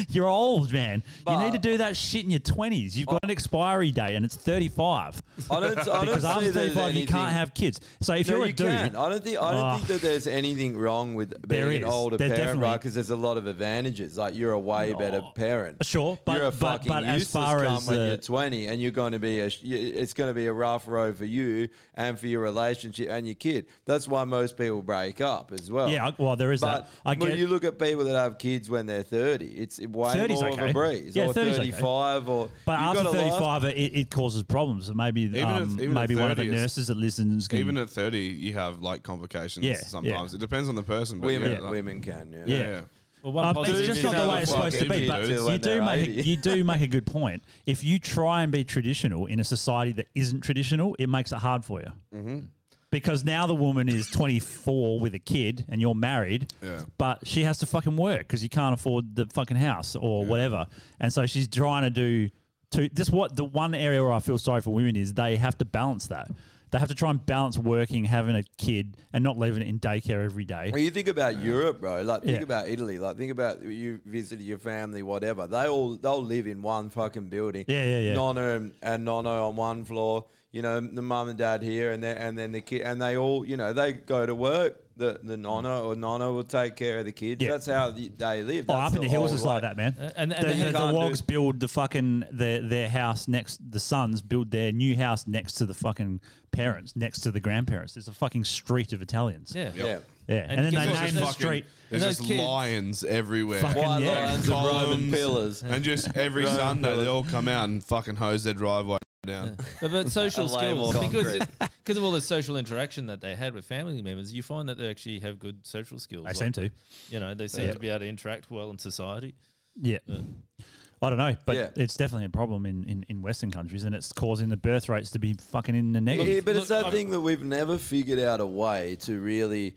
Speaker 3: You're old, man. you need to
Speaker 4: But-
Speaker 3: do that shit in your 20s. You've got an expiry date and it's 35.
Speaker 4: I don't. I don't
Speaker 3: Because
Speaker 4: see
Speaker 3: after
Speaker 4: there's
Speaker 3: 35, you
Speaker 4: anything-
Speaker 3: can't have kids. So if
Speaker 4: No,
Speaker 3: you're a
Speaker 4: you
Speaker 3: dude,
Speaker 4: can. I don't think. I don't
Speaker 3: Ah.
Speaker 4: think that there's anything wrong with being
Speaker 3: There is.
Speaker 4: an older
Speaker 3: There
Speaker 4: parent, right?
Speaker 3: definitely-
Speaker 4: Because there's a lot of advantages. Like you're a way better parent.
Speaker 3: Sure, but-
Speaker 4: you're a
Speaker 3: but-
Speaker 4: fucking
Speaker 3: but as
Speaker 4: useless
Speaker 3: far
Speaker 4: cunt
Speaker 3: as
Speaker 4: when
Speaker 3: the-
Speaker 4: you're 20, and you're going to be a. sh- you- It's going to be a rough road for you and for your relationship and your kid. That's why most people break up as well.
Speaker 3: yeah, I- well, there is
Speaker 4: But
Speaker 3: that. I
Speaker 4: when
Speaker 3: get,
Speaker 4: you look at people that have kids when they're 30, it's way
Speaker 3: 30's
Speaker 4: more of
Speaker 3: okay.
Speaker 4: a breeze.
Speaker 3: Yeah,
Speaker 4: or
Speaker 3: 30's okay.
Speaker 4: 35 or.
Speaker 3: But
Speaker 4: you've
Speaker 3: after
Speaker 4: got a life-
Speaker 3: 35, it, it causes problems. So maybe
Speaker 2: at-
Speaker 3: um,
Speaker 2: even at
Speaker 3: maybe one of the
Speaker 2: 30 is-
Speaker 3: nurses that listens can.
Speaker 2: Even at 30, you have like complications
Speaker 3: Yeah, yeah.
Speaker 2: sometimes. It depends on the person. But
Speaker 4: women,
Speaker 2: yeah, like-
Speaker 4: women can. Yeah.
Speaker 3: yeah.
Speaker 2: yeah.
Speaker 5: Well, one
Speaker 3: Um, it's
Speaker 5: positive
Speaker 3: just
Speaker 5: is
Speaker 3: not the
Speaker 5: another
Speaker 3: way it's supposed to
Speaker 5: fucking
Speaker 3: be. But
Speaker 5: dude.
Speaker 3: you do
Speaker 5: They're
Speaker 3: make a,
Speaker 5: 80.
Speaker 3: you do make a good point. If you try and be traditional in a society that isn't traditional, it makes it hard for you. Because now the woman is 24 with a kid and you're married,
Speaker 2: Yeah.
Speaker 3: but she has to fucking work because you can't afford the fucking house or whatever. And so she's trying to do two. This what the one area where I feel sorry for women is they have to balance that. They have to try and balance working, having a kid, and not leaving it in daycare every day.
Speaker 4: Well, you think about Europe, bro. Like think
Speaker 3: Yeah.
Speaker 4: about Italy. Like think about you visit your family, whatever. They all they'll live in one fucking building.
Speaker 3: Yeah, yeah, yeah.
Speaker 4: Nonna and Nonno on one floor. You know the mum and dad here, and then and then the kid, and they all you know they go to work. The the Nonna or Nonna will take care of the kids.
Speaker 3: Mm. Yeah.
Speaker 4: That's how the- they live.
Speaker 3: Oh,
Speaker 4: That's
Speaker 3: up in the hills
Speaker 4: whole
Speaker 3: is like
Speaker 4: life.
Speaker 3: that, man.
Speaker 4: and- and
Speaker 3: the,
Speaker 4: they
Speaker 3: the, the
Speaker 4: can't do-
Speaker 3: logs build the fucking their their house next. The sons build their new house next to the fucking parents, next to the grandparents. There's a fucking street of Italians.
Speaker 5: Yeah.
Speaker 2: Yep.
Speaker 3: yeah. And, then they
Speaker 2: There's
Speaker 3: name
Speaker 2: just
Speaker 3: the
Speaker 2: fucking-
Speaker 3: street.
Speaker 2: There's
Speaker 3: Those
Speaker 2: just
Speaker 3: kids-
Speaker 2: lions everywhere.
Speaker 3: Fucking White yeah. lions and Roman
Speaker 2: Columns.
Speaker 4: pillars.
Speaker 2: And just every
Speaker 4: Roman
Speaker 2: Sunday,
Speaker 4: pillars.
Speaker 2: they all come out and fucking hose their driveway down.
Speaker 5: But, but social
Speaker 2: A label
Speaker 5: skills,
Speaker 2: of
Speaker 5: because,
Speaker 2: concrete.
Speaker 5: because of all the social interaction that they had with family members, you find that they actually have good social skills.
Speaker 3: They seem to.
Speaker 5: You know, they seem
Speaker 3: Yeah.
Speaker 5: to be able to interact well in society.
Speaker 3: Yeah. I don't know, but
Speaker 5: Yeah.
Speaker 3: it's definitely a problem in, in, in Western countries, and it's causing the birth rates to be fucking in the negative.
Speaker 4: Yeah, but it's that thing that we've never figured out a way to really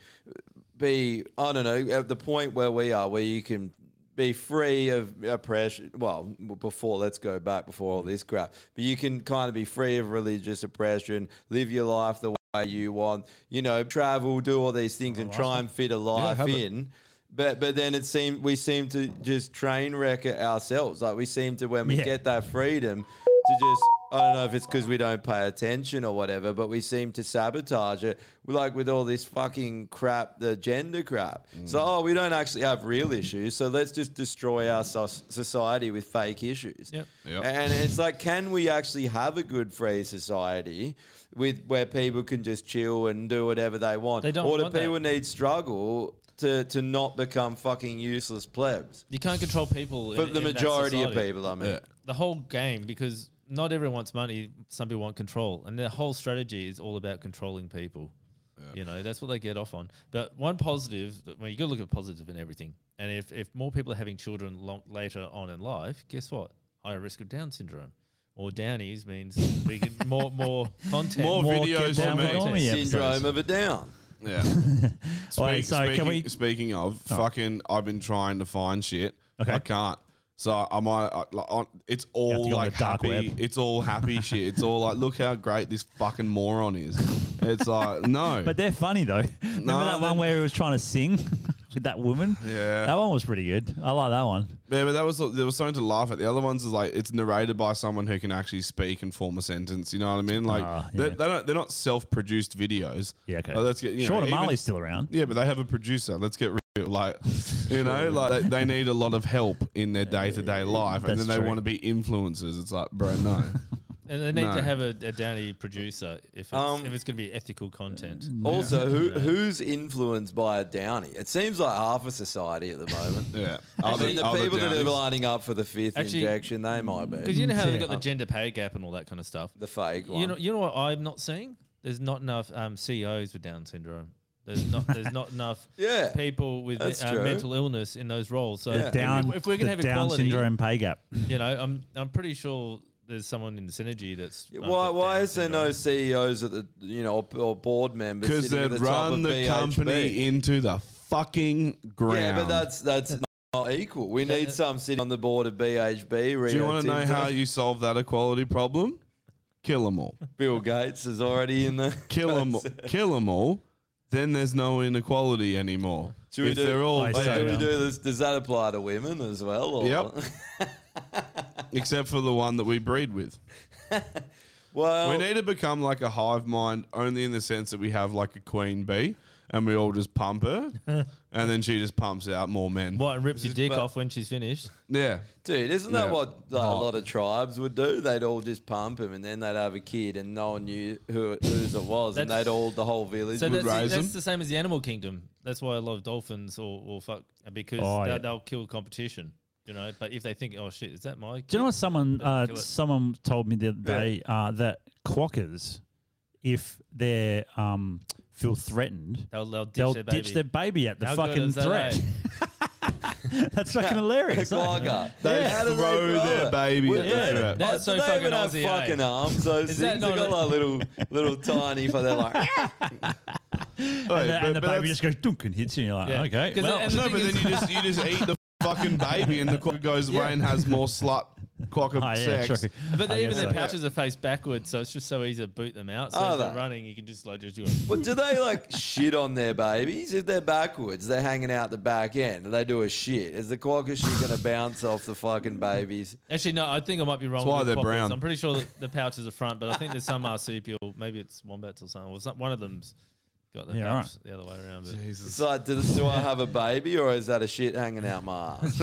Speaker 4: be, I don't know, at the point where we are, where you can be free of oppression. Well, before, let's go back before all this crap, but you can kind of be free of religious oppression, live your life the way you want, you know, travel, do all these things and try and fit a life
Speaker 2: have it.
Speaker 4: in in, But but then it seemed we seem to just train wreck it ourselves. Like we seem to when we
Speaker 3: Yeah.
Speaker 4: get that freedom to just I don't know if it's because we don't pay attention or whatever, but we seem to sabotage it. Like with all this fucking crap, the gender crap. So oh, we don't actually have real issues. So let's just destroy our so- society with fake issues.
Speaker 5: Yep.
Speaker 2: Yep.
Speaker 4: And it's like, can we actually have a good free society with where people can just chill and do whatever they want?
Speaker 5: They don't
Speaker 4: or do
Speaker 5: want that.
Speaker 4: people need struggle to, to not become fucking useless plebs?
Speaker 5: You can't control people.
Speaker 4: For
Speaker 5: in-
Speaker 4: the
Speaker 5: in that
Speaker 4: majority of
Speaker 5: society.
Speaker 4: people, I mean. Yeah.
Speaker 5: The whole game, because not everyone wants money, some people want control. And the whole strategy is all about controlling people. You know, that's what they get off on. But one positive, that- well, you got to look at positive in everything. And if, if more people are having children long, later on in life, guess what? Higher risk of Down syndrome. Or Downies means we get more more content,
Speaker 2: More More videos for me. Content.
Speaker 4: Syndrome of a down.
Speaker 2: Yeah.
Speaker 3: Wait,
Speaker 2: Speak-
Speaker 3: so can
Speaker 2: speaking,
Speaker 3: we-
Speaker 2: speaking of,
Speaker 3: Oh.
Speaker 2: fucking, I've been trying to find shit. I can't. So I might. I, like, on, it's
Speaker 3: have to
Speaker 2: all
Speaker 3: go on
Speaker 2: like
Speaker 3: the dark
Speaker 2: happy.
Speaker 3: web.
Speaker 2: It's all happy shit. It's all like, look how great this fucking moron is. It's like, no.
Speaker 3: But they're funny though. Remember that one where he was trying to sing with that woman?
Speaker 2: Yeah.
Speaker 3: That one was pretty good. I like that one.
Speaker 2: Yeah, but that was there was something to laugh at. The other ones is like it's narrated by someone who can actually speak and form a sentence. You know what I mean? Like
Speaker 3: Ah,
Speaker 2: they,
Speaker 3: yeah.
Speaker 2: they don't, they're not self-produced videos. Yeah,
Speaker 3: okay.
Speaker 2: let's get Oh, you
Speaker 3: Sean
Speaker 2: know, even-
Speaker 3: O'Malley's still around.
Speaker 2: Yeah, but they have a producer. Let's get real. Like you know, like they, they need a lot of help in their day-to-day life, and
Speaker 3: That's
Speaker 2: then they
Speaker 3: true.
Speaker 2: want to be influencers. It's like, bro, no.
Speaker 5: And they need
Speaker 2: No.
Speaker 5: to have a, a Downey producer if it's, if it's going to be ethical content.
Speaker 4: Um, Also,
Speaker 5: You
Speaker 4: who
Speaker 5: know?
Speaker 4: who's influenced by a downy? It seems like half of society at the moment.
Speaker 2: yeah.
Speaker 4: I
Speaker 5: Other-
Speaker 4: mean, the
Speaker 5: other
Speaker 4: people that are
Speaker 5: Downies.
Speaker 4: lining up for the fifth
Speaker 5: Actually-
Speaker 4: injection, they might be.
Speaker 5: Because you know how they've got the gender pay gap and all that kind of stuff.
Speaker 4: The fake
Speaker 5: You
Speaker 4: one.
Speaker 5: know, you know what I'm not seeing? There's not enough um, CEOs with Down syndrome. There's not. There's not enough.
Speaker 4: Yeah,
Speaker 5: people with
Speaker 3: that's
Speaker 5: uh,
Speaker 3: true.
Speaker 5: mental illness in those roles. So
Speaker 3: The
Speaker 5: if-
Speaker 3: down,
Speaker 5: if, we're going
Speaker 3: the
Speaker 5: to have
Speaker 3: down
Speaker 5: equality,
Speaker 3: syndrome pay gap.
Speaker 5: you know, I'm I'm pretty sure there's someone in Synergy that's um,
Speaker 4: Why, why is there no CEOs at the you know or, or board members?
Speaker 2: Because
Speaker 4: sitting
Speaker 2: they
Speaker 4: at the top
Speaker 2: run
Speaker 4: of
Speaker 2: the
Speaker 4: BHP?
Speaker 2: company into the fucking ground.
Speaker 4: Yeah, but that's that's not equal. We need some sitting on the board of BHB.
Speaker 2: Do you want to know how you solve that equality problem? Kill them all.
Speaker 4: Bill Gates is already in there.
Speaker 2: Kill them, kill them all. Then there's no inequality anymore.
Speaker 4: Should we
Speaker 2: if
Speaker 4: do,
Speaker 2: they're all
Speaker 4: wait,
Speaker 2: so-
Speaker 4: should we do this? Does that apply to women as well? Or
Speaker 2: Yep. except for the one that we breed with.
Speaker 4: well,
Speaker 2: we need to become like a hive mind, only in the sense that we have like a queen bee, and we all just pump her, and then she just pumps out more men.
Speaker 5: What and rips your dick
Speaker 2: but-
Speaker 5: off when she's finished?
Speaker 2: Yeah,
Speaker 4: Dude, isn't that
Speaker 2: Yeah.
Speaker 4: what like, a lot of tribes would do? They'd all just pump him, and then they'd have a kid, and no one knew who it, whose it was, and
Speaker 5: That's-
Speaker 4: they'd all the whole village
Speaker 5: So that's,
Speaker 4: would raise
Speaker 5: the,
Speaker 4: him.
Speaker 5: that's the same as the animal kingdom. That's why a lot of dolphins will, will fuck because
Speaker 3: Oh,
Speaker 5: they'll,
Speaker 3: yeah.
Speaker 5: they'll kill competition. You know, but if they think, oh shit, is that my?
Speaker 3: Do you know what someone uh,
Speaker 5: kill it.
Speaker 3: someone told me the other day uh, that quackers, if they um, feel threatened,
Speaker 5: They'll- they'll ditch their baby.
Speaker 3: their baby at the
Speaker 5: How good
Speaker 3: fucking
Speaker 5: is that,
Speaker 3: threat.
Speaker 5: eh?
Speaker 3: That's fucking hilarious.
Speaker 4: A
Speaker 3: isn't it?
Speaker 4: quagga.
Speaker 2: They
Speaker 4: How
Speaker 2: throw
Speaker 4: do grow
Speaker 2: their
Speaker 4: it?
Speaker 2: baby
Speaker 4: With
Speaker 2: at the
Speaker 4: their-
Speaker 2: trap.
Speaker 4: Like,
Speaker 2: That's
Speaker 4: do
Speaker 2: so
Speaker 4: they
Speaker 2: fucking
Speaker 4: even have
Speaker 2: Aussie, eh?
Speaker 4: fucking arms. So
Speaker 2: Is
Speaker 4: things
Speaker 2: that
Speaker 4: have got
Speaker 2: not a-
Speaker 4: like little, little tiny. For they're like.
Speaker 3: and the,
Speaker 2: but-
Speaker 3: and the
Speaker 2: but
Speaker 3: baby
Speaker 2: that's-
Speaker 3: just goes dunk and hits you. And you're like,
Speaker 2: Yeah.
Speaker 3: okay.
Speaker 2: 'Cause
Speaker 3: Well,
Speaker 2: and the thing is- you just you just eat the fucking baby, and the cock goes away and has more slut cock of
Speaker 3: Oh, yeah,
Speaker 2: sex.
Speaker 3: true.
Speaker 5: But
Speaker 3: I
Speaker 5: they, even
Speaker 3: guess
Speaker 5: their
Speaker 3: so.
Speaker 5: pouches are faced backwards, so it's just so easy to boot them out. So
Speaker 4: Are
Speaker 5: if they're
Speaker 4: they?
Speaker 5: running, you can just like just do
Speaker 4: Oh, Well, do they like shit on their babies? If they're backwards, they're hanging out the back end. They do a shit. Is the quagga shit going to bounce off the fucking babies?
Speaker 5: Actually, no, I think I might be wrong.
Speaker 4: That's why
Speaker 5: with
Speaker 4: they're
Speaker 5: pockets.
Speaker 4: brown.
Speaker 5: I'm pretty sure that the pouches are front, but I think there's some marsupial. Maybe it's wombats or something. Well, some, one of them's got the
Speaker 4: Yeah,
Speaker 5: pouch
Speaker 4: all
Speaker 5: the other way around. But
Speaker 4: It's like, do, do I have a baby or is that a shit hanging out my ass?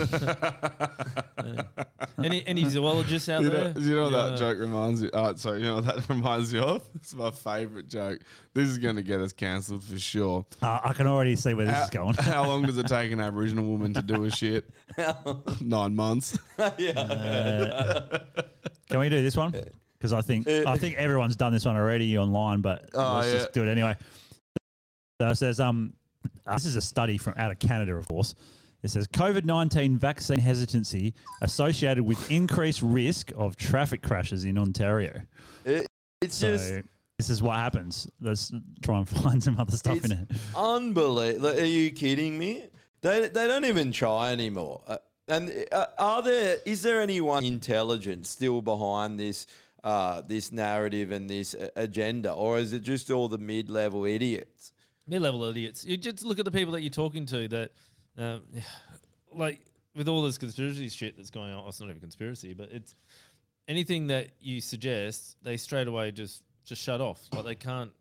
Speaker 5: Any any zoologists out
Speaker 2: You know,
Speaker 5: there?
Speaker 2: you know what
Speaker 5: Yeah.
Speaker 2: that joke reminds you. Oh, sorry, you know what that reminds you of. It's my favorite joke. This is gonna get us cancelled for sure.
Speaker 3: Uh, I can already see where this
Speaker 2: how,
Speaker 3: is going.
Speaker 2: how long does it take an Aboriginal woman to do a shit? Nine months.
Speaker 3: Uh, can we do this one? Because I think I think everyone's done this one already online, but
Speaker 2: Oh,
Speaker 3: let's
Speaker 2: yeah.
Speaker 3: just do it anyway. So it says, um, uh, this is a study from out of Canada, of course. It says COVID nineteen vaccine hesitancy associated with increased risk of traffic crashes in Ontario.
Speaker 4: It, it's
Speaker 3: So
Speaker 4: just
Speaker 3: this is what happens. Let's try and find some other stuff in it.
Speaker 4: unbelievable. Are you kidding me? They, they don't even try anymore. Uh, and uh, are there is there anyone intelligent still behind this uh, this narrative and this uh, agenda, or is it just all the mid level idiots?
Speaker 5: mid-level idiots. You just look at the people that you're talking to. That, um, like, with all this conspiracy shit that's going on. It's not even conspiracy, but it's anything that you suggest, they straight away just just shut off. Like they can't.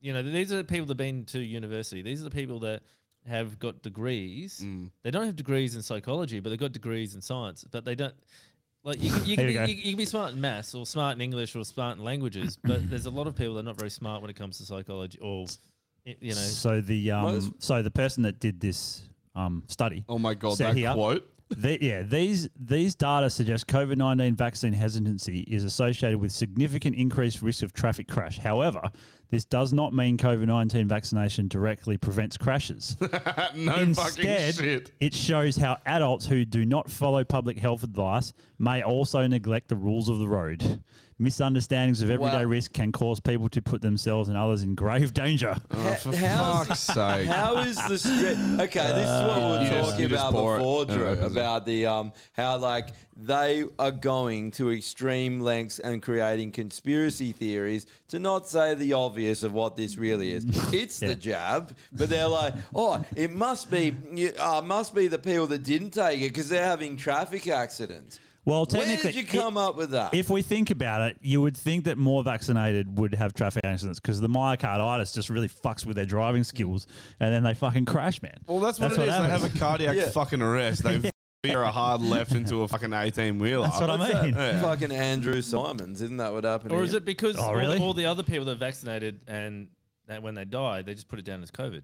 Speaker 5: You know, these are the people that've been to university. These are the people that have got degrees. They don't have degrees in psychology, but they've got degrees in science. But they don't. Like you, can- you,
Speaker 3: There
Speaker 5: can
Speaker 3: you
Speaker 5: be,
Speaker 3: go.
Speaker 5: you, you can be smart in maths or smart in English or smart in languages, but there's a lot of people that are not very smart when it comes to psychology or i- you know.
Speaker 3: So the um,
Speaker 5: Well, it's-
Speaker 3: so the person that did this um study.
Speaker 2: Oh my god,
Speaker 3: said
Speaker 2: that
Speaker 3: here,
Speaker 2: quote.
Speaker 3: the- yeah, these these data suggest COVID nineteen vaccine hesitancy is associated with significant increased risk of traffic crash. However, this does not mean COVID nineteen vaccination directly prevents crashes.
Speaker 2: no
Speaker 3: Instead,
Speaker 2: fucking shit.
Speaker 3: it shows how adults who do not follow public health advice may also neglect the rules of the road. Misunderstandings of everyday
Speaker 4: Wow.
Speaker 3: risk can cause people to put themselves and others in grave danger.
Speaker 4: How's- How is the script? Okay, this is what we
Speaker 3: Uh,
Speaker 4: were
Speaker 3: You just-
Speaker 4: talking
Speaker 3: you just
Speaker 4: about
Speaker 3: pour it
Speaker 4: before,
Speaker 3: and it
Speaker 4: Drew,
Speaker 3: opens it.
Speaker 4: about the um, how like they are going to extreme lengths and creating conspiracy theories to not say the obvious of what this really is. It's the jab, but they're like, oh, it must be, you- uh, must be the people that didn't take it because they're having traffic accidents.
Speaker 3: Well,
Speaker 4: where
Speaker 3: technically,
Speaker 4: did you come up with that?
Speaker 3: If we think about it, you would think that more vaccinated would have traffic accidents because the myocarditis just really fucks with their driving skills, and then they fucking crash, man.
Speaker 2: Well, that's what it is.
Speaker 3: happens.
Speaker 2: They have a cardiac fucking arrest. They veer a hard left into a fucking eighteen wheeler.
Speaker 3: That's what I
Speaker 4: What's that?
Speaker 3: mean.
Speaker 4: Fucking Andrew Simons, isn't that what happened?
Speaker 5: Or
Speaker 4: here?
Speaker 5: is it because
Speaker 2: Oh,
Speaker 5: all, all the other people that are vaccinated and that when they die, they just put it down as COVID?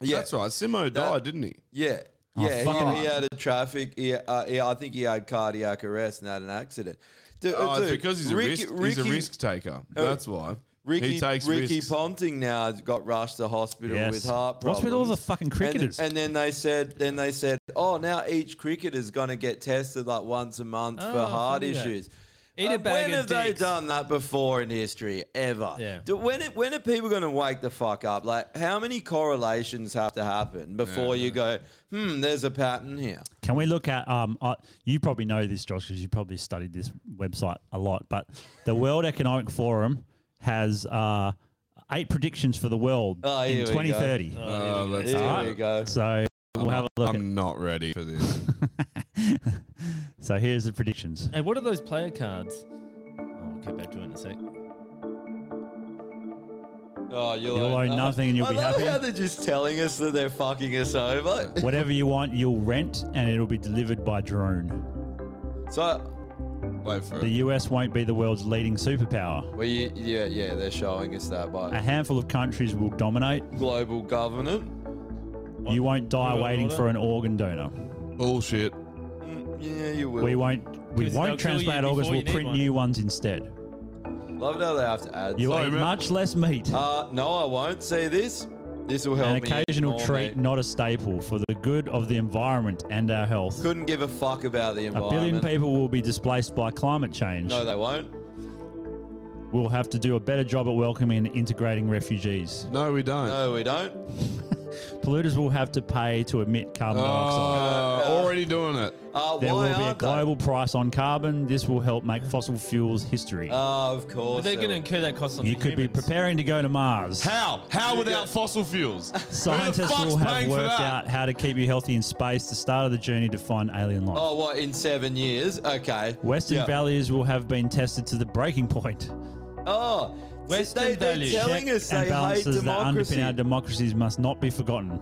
Speaker 4: Yeah.
Speaker 2: That's right. Simo died, didn't he?
Speaker 4: Yeah.
Speaker 2: Oh,
Speaker 4: Yeah,
Speaker 2: fucking
Speaker 4: he, he
Speaker 2: hell.
Speaker 4: had a traffic. He, uh, he, I think he had cardiac arrest and had an accident. Dude,
Speaker 2: Oh, it's
Speaker 4: dude,
Speaker 2: because he's a risk. He's a
Speaker 4: Ricky-
Speaker 2: risk taker.
Speaker 4: Oh,
Speaker 2: That's why.
Speaker 4: Ricky,
Speaker 2: he takes
Speaker 4: Ricky
Speaker 2: risks.
Speaker 4: Ponting now has got rushed to hospital
Speaker 3: Yes.
Speaker 4: with heart problems.
Speaker 3: What's with all the fucking
Speaker 4: And-
Speaker 3: cricketers?
Speaker 4: And, then they said, then they said, oh, now each cricketer's going to get tested like once a month
Speaker 5: Oh,
Speaker 4: for heart
Speaker 5: funny that.
Speaker 4: issues.
Speaker 5: Eat a
Speaker 4: Uh,
Speaker 5: bag
Speaker 4: when
Speaker 5: of
Speaker 4: have they
Speaker 5: dicks.
Speaker 4: done that before in history ever?
Speaker 5: Yeah.
Speaker 4: Do- when it- when are people going to wake the fuck up? Like, how many correlations have to happen before you go, hmm, there's a pattern here?
Speaker 3: Can we look at um? I, you probably know this, Josh, because you probably studied this website a lot. But the World Economic Forum has uh, eight predictions for the world
Speaker 4: Oh, here
Speaker 3: in
Speaker 4: we go.
Speaker 3: 2030.
Speaker 4: Oh, here we go. Here we go.
Speaker 3: So we'll have a look.
Speaker 4: Um,
Speaker 2: I'm
Speaker 3: at,
Speaker 2: not ready for this.
Speaker 3: so here's the predictions.
Speaker 5: Hey, what are those player cards? Oh, we'll get back to it in a sec.
Speaker 4: Oh, you'll,
Speaker 3: You'll own nothing and you'll
Speaker 4: I
Speaker 3: be
Speaker 4: love
Speaker 3: happy.
Speaker 4: how they're just telling us that they're fucking us over.
Speaker 3: Whatever you want, you'll rent, and it'll be delivered by drone.
Speaker 4: So,
Speaker 2: wait for
Speaker 3: The US won't be the world's leading superpower.
Speaker 4: Well, you, yeah, yeah, they're showing us that by
Speaker 3: A handful of countries will dominate.
Speaker 4: global government.
Speaker 3: You won't die
Speaker 4: Who
Speaker 3: waiting
Speaker 4: order?
Speaker 3: for an organ donor.
Speaker 2: Bullshit.
Speaker 4: Mm, Yeah, you will.
Speaker 3: We won't. We
Speaker 4: 'Cause they'll kill
Speaker 3: won't transplant
Speaker 4: you
Speaker 3: organs.
Speaker 4: before
Speaker 3: We'll
Speaker 4: you need
Speaker 3: print
Speaker 4: one.
Speaker 3: new ones instead.
Speaker 4: Love it how they have to add.
Speaker 3: You'll eat much less meat.
Speaker 4: Uh, no, I won't. See this? This will help
Speaker 3: An
Speaker 4: me even
Speaker 3: occasional
Speaker 4: more,
Speaker 3: treat,
Speaker 4: mate.
Speaker 3: not a staple, for the good of the environment and our health.
Speaker 4: Couldn't give a fuck about the
Speaker 3: A billion
Speaker 4: environment.
Speaker 3: people will be displaced by climate change.
Speaker 4: No, they won't.
Speaker 3: We'll have to do a better job at welcoming and integrating refugees.
Speaker 2: No, we don't.
Speaker 4: No, we don't.
Speaker 3: Polluters will have to pay to emit carbon dioxide.
Speaker 2: already doing it.
Speaker 4: Uh,
Speaker 3: There
Speaker 4: why
Speaker 3: will be a
Speaker 4: aren't they?
Speaker 3: global price on carbon. This will help make fossil fuels history.
Speaker 4: Ah, of course.
Speaker 5: they're
Speaker 4: they
Speaker 5: going to
Speaker 4: will.
Speaker 5: incur that cost on
Speaker 3: you could be preparing to go to Mars.
Speaker 2: How? How without fossil fuels? Who the
Speaker 3: Scientists
Speaker 2: fuck's
Speaker 3: will have
Speaker 2: paying for
Speaker 3: worked
Speaker 2: that?
Speaker 3: out how to keep you healthy in space, the start of the journey to find alien life.
Speaker 4: Oh, what in seven years? Okay.
Speaker 3: Western
Speaker 4: Yeah.
Speaker 3: values will have been tested to the breaking point.
Speaker 4: Oh,
Speaker 5: Western
Speaker 4: they, they're
Speaker 5: values.
Speaker 4: telling us
Speaker 3: and
Speaker 4: they hate
Speaker 3: balances that
Speaker 4: democracy.
Speaker 3: underpin our democracies must not be forgotten.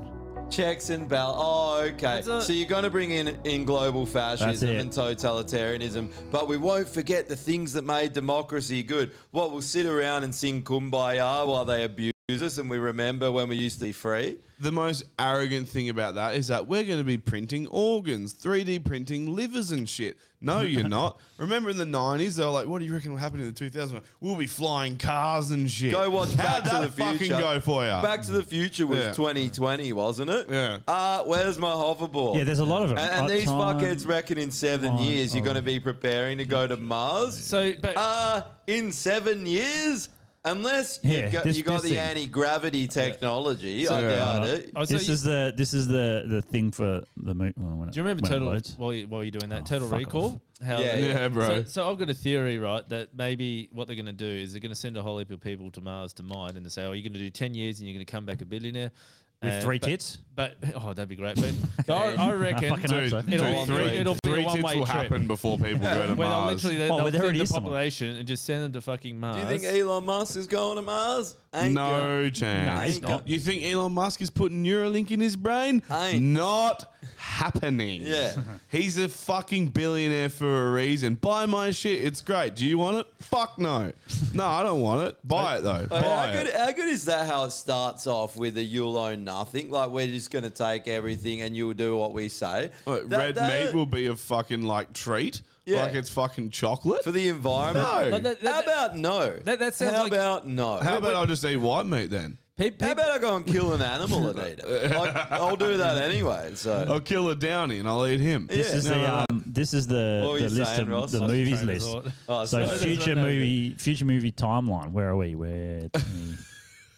Speaker 4: Checks and bal. Oh, okay.
Speaker 5: a-
Speaker 4: so you're going to bring in in global fascism
Speaker 3: it.
Speaker 4: and totalitarianism, but we won't forget the things that made democracy good. What we'll sit around and sing kumbaya while they abuse us, and we remember when we used to be free.
Speaker 2: The most arrogant thing about that is that we're going to be printing organs, 3D printing livers and shit. No, you're not. Remember in the 90s, they were like, what do you reckon will happen in the 2000s? We'll be flying cars and shit.
Speaker 4: Go watch
Speaker 2: How'd
Speaker 4: Back to
Speaker 2: that
Speaker 4: the Future.
Speaker 2: fucking go for you?
Speaker 4: Back to the Future was
Speaker 2: Yeah.
Speaker 4: 2020, wasn't it?
Speaker 2: Yeah.
Speaker 4: Uh, where's my hoverboard?
Speaker 3: Yeah, there's a lot of them.
Speaker 4: And, and
Speaker 3: Uh,
Speaker 4: these
Speaker 3: time-
Speaker 4: fuckheads reckon in seven
Speaker 3: time,
Speaker 4: years you're
Speaker 3: time.
Speaker 4: going to be preparing to go to Mars.
Speaker 5: So, but
Speaker 4: Uh, in seven years? Unless
Speaker 3: Yeah,
Speaker 4: you've got,
Speaker 3: this-
Speaker 4: you got
Speaker 3: this
Speaker 4: the
Speaker 3: thing.
Speaker 4: anti gravity technology, I doubt it.
Speaker 5: Oh, so
Speaker 3: Uh, this
Speaker 5: you-
Speaker 3: is the this is the the thing for the moon.
Speaker 5: Do you remember Total while, you, while you're doing that Total
Speaker 3: Oh, fuck
Speaker 5: Recall? How
Speaker 4: Yeah,
Speaker 5: they-
Speaker 4: yeah.
Speaker 2: Yeah, bro.
Speaker 5: So, so I've got a theory, right, that maybe what they're going to do is they're going to send a whole heap of people to Mars to mine, and they say, "Oh, you're going to do ten years, and you're going to come back a billionaire."
Speaker 3: With
Speaker 5: And-
Speaker 3: three
Speaker 5: but-
Speaker 3: tits?
Speaker 5: But oh, that'd be great. But I, I reckon
Speaker 3: fucking hope so.
Speaker 5: it'll, it'll,
Speaker 2: Dude, three,
Speaker 5: it'll be
Speaker 2: three
Speaker 5: a one
Speaker 2: tits
Speaker 5: way
Speaker 2: will
Speaker 5: trip.
Speaker 2: happen before people go to
Speaker 5: Where they'll
Speaker 2: Mars.
Speaker 5: literally they'll,
Speaker 3: Oh, well,
Speaker 5: they'll
Speaker 3: there
Speaker 5: send
Speaker 3: it
Speaker 5: the
Speaker 3: is somewhere.
Speaker 5: population and just send them to fucking Mars.
Speaker 4: Do you think Elon Musk is going to Mars? Ain't go-
Speaker 2: no chance.
Speaker 3: No, he's not.
Speaker 2: You think Elon Musk is putting Neuralink in his brain?
Speaker 4: Ain't.
Speaker 2: Not happening.
Speaker 4: Yeah.
Speaker 2: He's a fucking billionaire for a reason. Buy my shit. It's great. Do you want it? Fuck no. No, I don't want it. Buy it though.
Speaker 4: Like,
Speaker 2: Buy
Speaker 4: how, good,
Speaker 2: it.
Speaker 4: how good is that? How it starts off with a you'll own nothing. Like we're just going to take everything and you'll do what we say.
Speaker 2: Look,
Speaker 4: That-
Speaker 2: red
Speaker 4: that-
Speaker 2: meat will be a fucking like treat.
Speaker 4: Yeah.
Speaker 2: Like it's fucking chocolate.
Speaker 4: for the environment.
Speaker 2: No. But
Speaker 5: that- that-
Speaker 4: how about no?
Speaker 5: that- that sounds
Speaker 4: how
Speaker 5: like-
Speaker 4: about no?
Speaker 2: how about I'll just eat white meat then?
Speaker 5: Pe- pe-
Speaker 4: How about I go and kill an animal and eat it? Like, I'll do that anyway. So
Speaker 2: I'll kill a downy and I'll eat him.
Speaker 3: This is
Speaker 4: Yeah.
Speaker 3: the
Speaker 2: No, no,
Speaker 3: um, this is the,
Speaker 4: What were
Speaker 3: the
Speaker 4: you
Speaker 3: list
Speaker 4: saying,
Speaker 3: of
Speaker 4: Ross?
Speaker 3: the
Speaker 4: I was
Speaker 3: movies
Speaker 5: train of
Speaker 3: list.
Speaker 5: thought.
Speaker 4: Oh,
Speaker 3: So
Speaker 4: sorry.
Speaker 3: future movie future movie timeline. Where are we? We're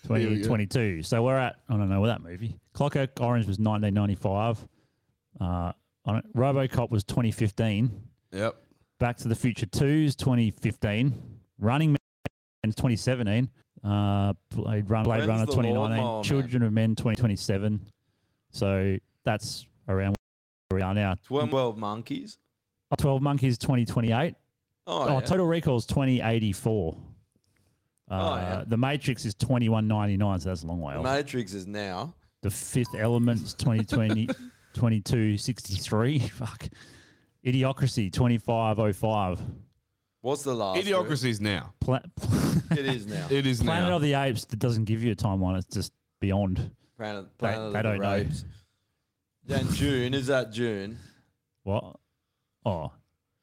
Speaker 3: 20, 2022. So we're at I don't know that movie. Clockwork Orange was 1995. Uh, I don't, RoboCop was 2015.
Speaker 2: Yep.
Speaker 3: Back to the Future 2 is 2015. Running Man is 2017. Uh, Blade, Run, Blade
Speaker 4: When's
Speaker 3: Runner
Speaker 4: the
Speaker 3: 2019.
Speaker 4: Lawnmower
Speaker 3: Children of Men 2027. So that's around where we are now.
Speaker 4: Twelve World Monkeys.
Speaker 3: 12 Monkeys 2028.
Speaker 4: Oh,
Speaker 3: Oh,
Speaker 4: yeah.
Speaker 3: Total Recall is 2084. Uh,
Speaker 4: Oh, yeah.
Speaker 3: The Matrix is 2199, so that's a long way
Speaker 4: The
Speaker 3: off.
Speaker 4: Matrix is now.
Speaker 3: the Fifth Element is 2020, 2263. Fuck. Idiocracy 2505.
Speaker 4: What's the last?
Speaker 2: Idiocracy is now.
Speaker 3: Pla-
Speaker 4: word? It is now.
Speaker 2: It is
Speaker 3: Planet
Speaker 2: now.
Speaker 3: of the Apes that doesn't give you a timeline. It's just beyond.
Speaker 4: Planet,
Speaker 3: They,
Speaker 4: Planet
Speaker 3: they
Speaker 4: of the
Speaker 3: don't know.
Speaker 4: Apes. And June is that June?
Speaker 3: What? Oh,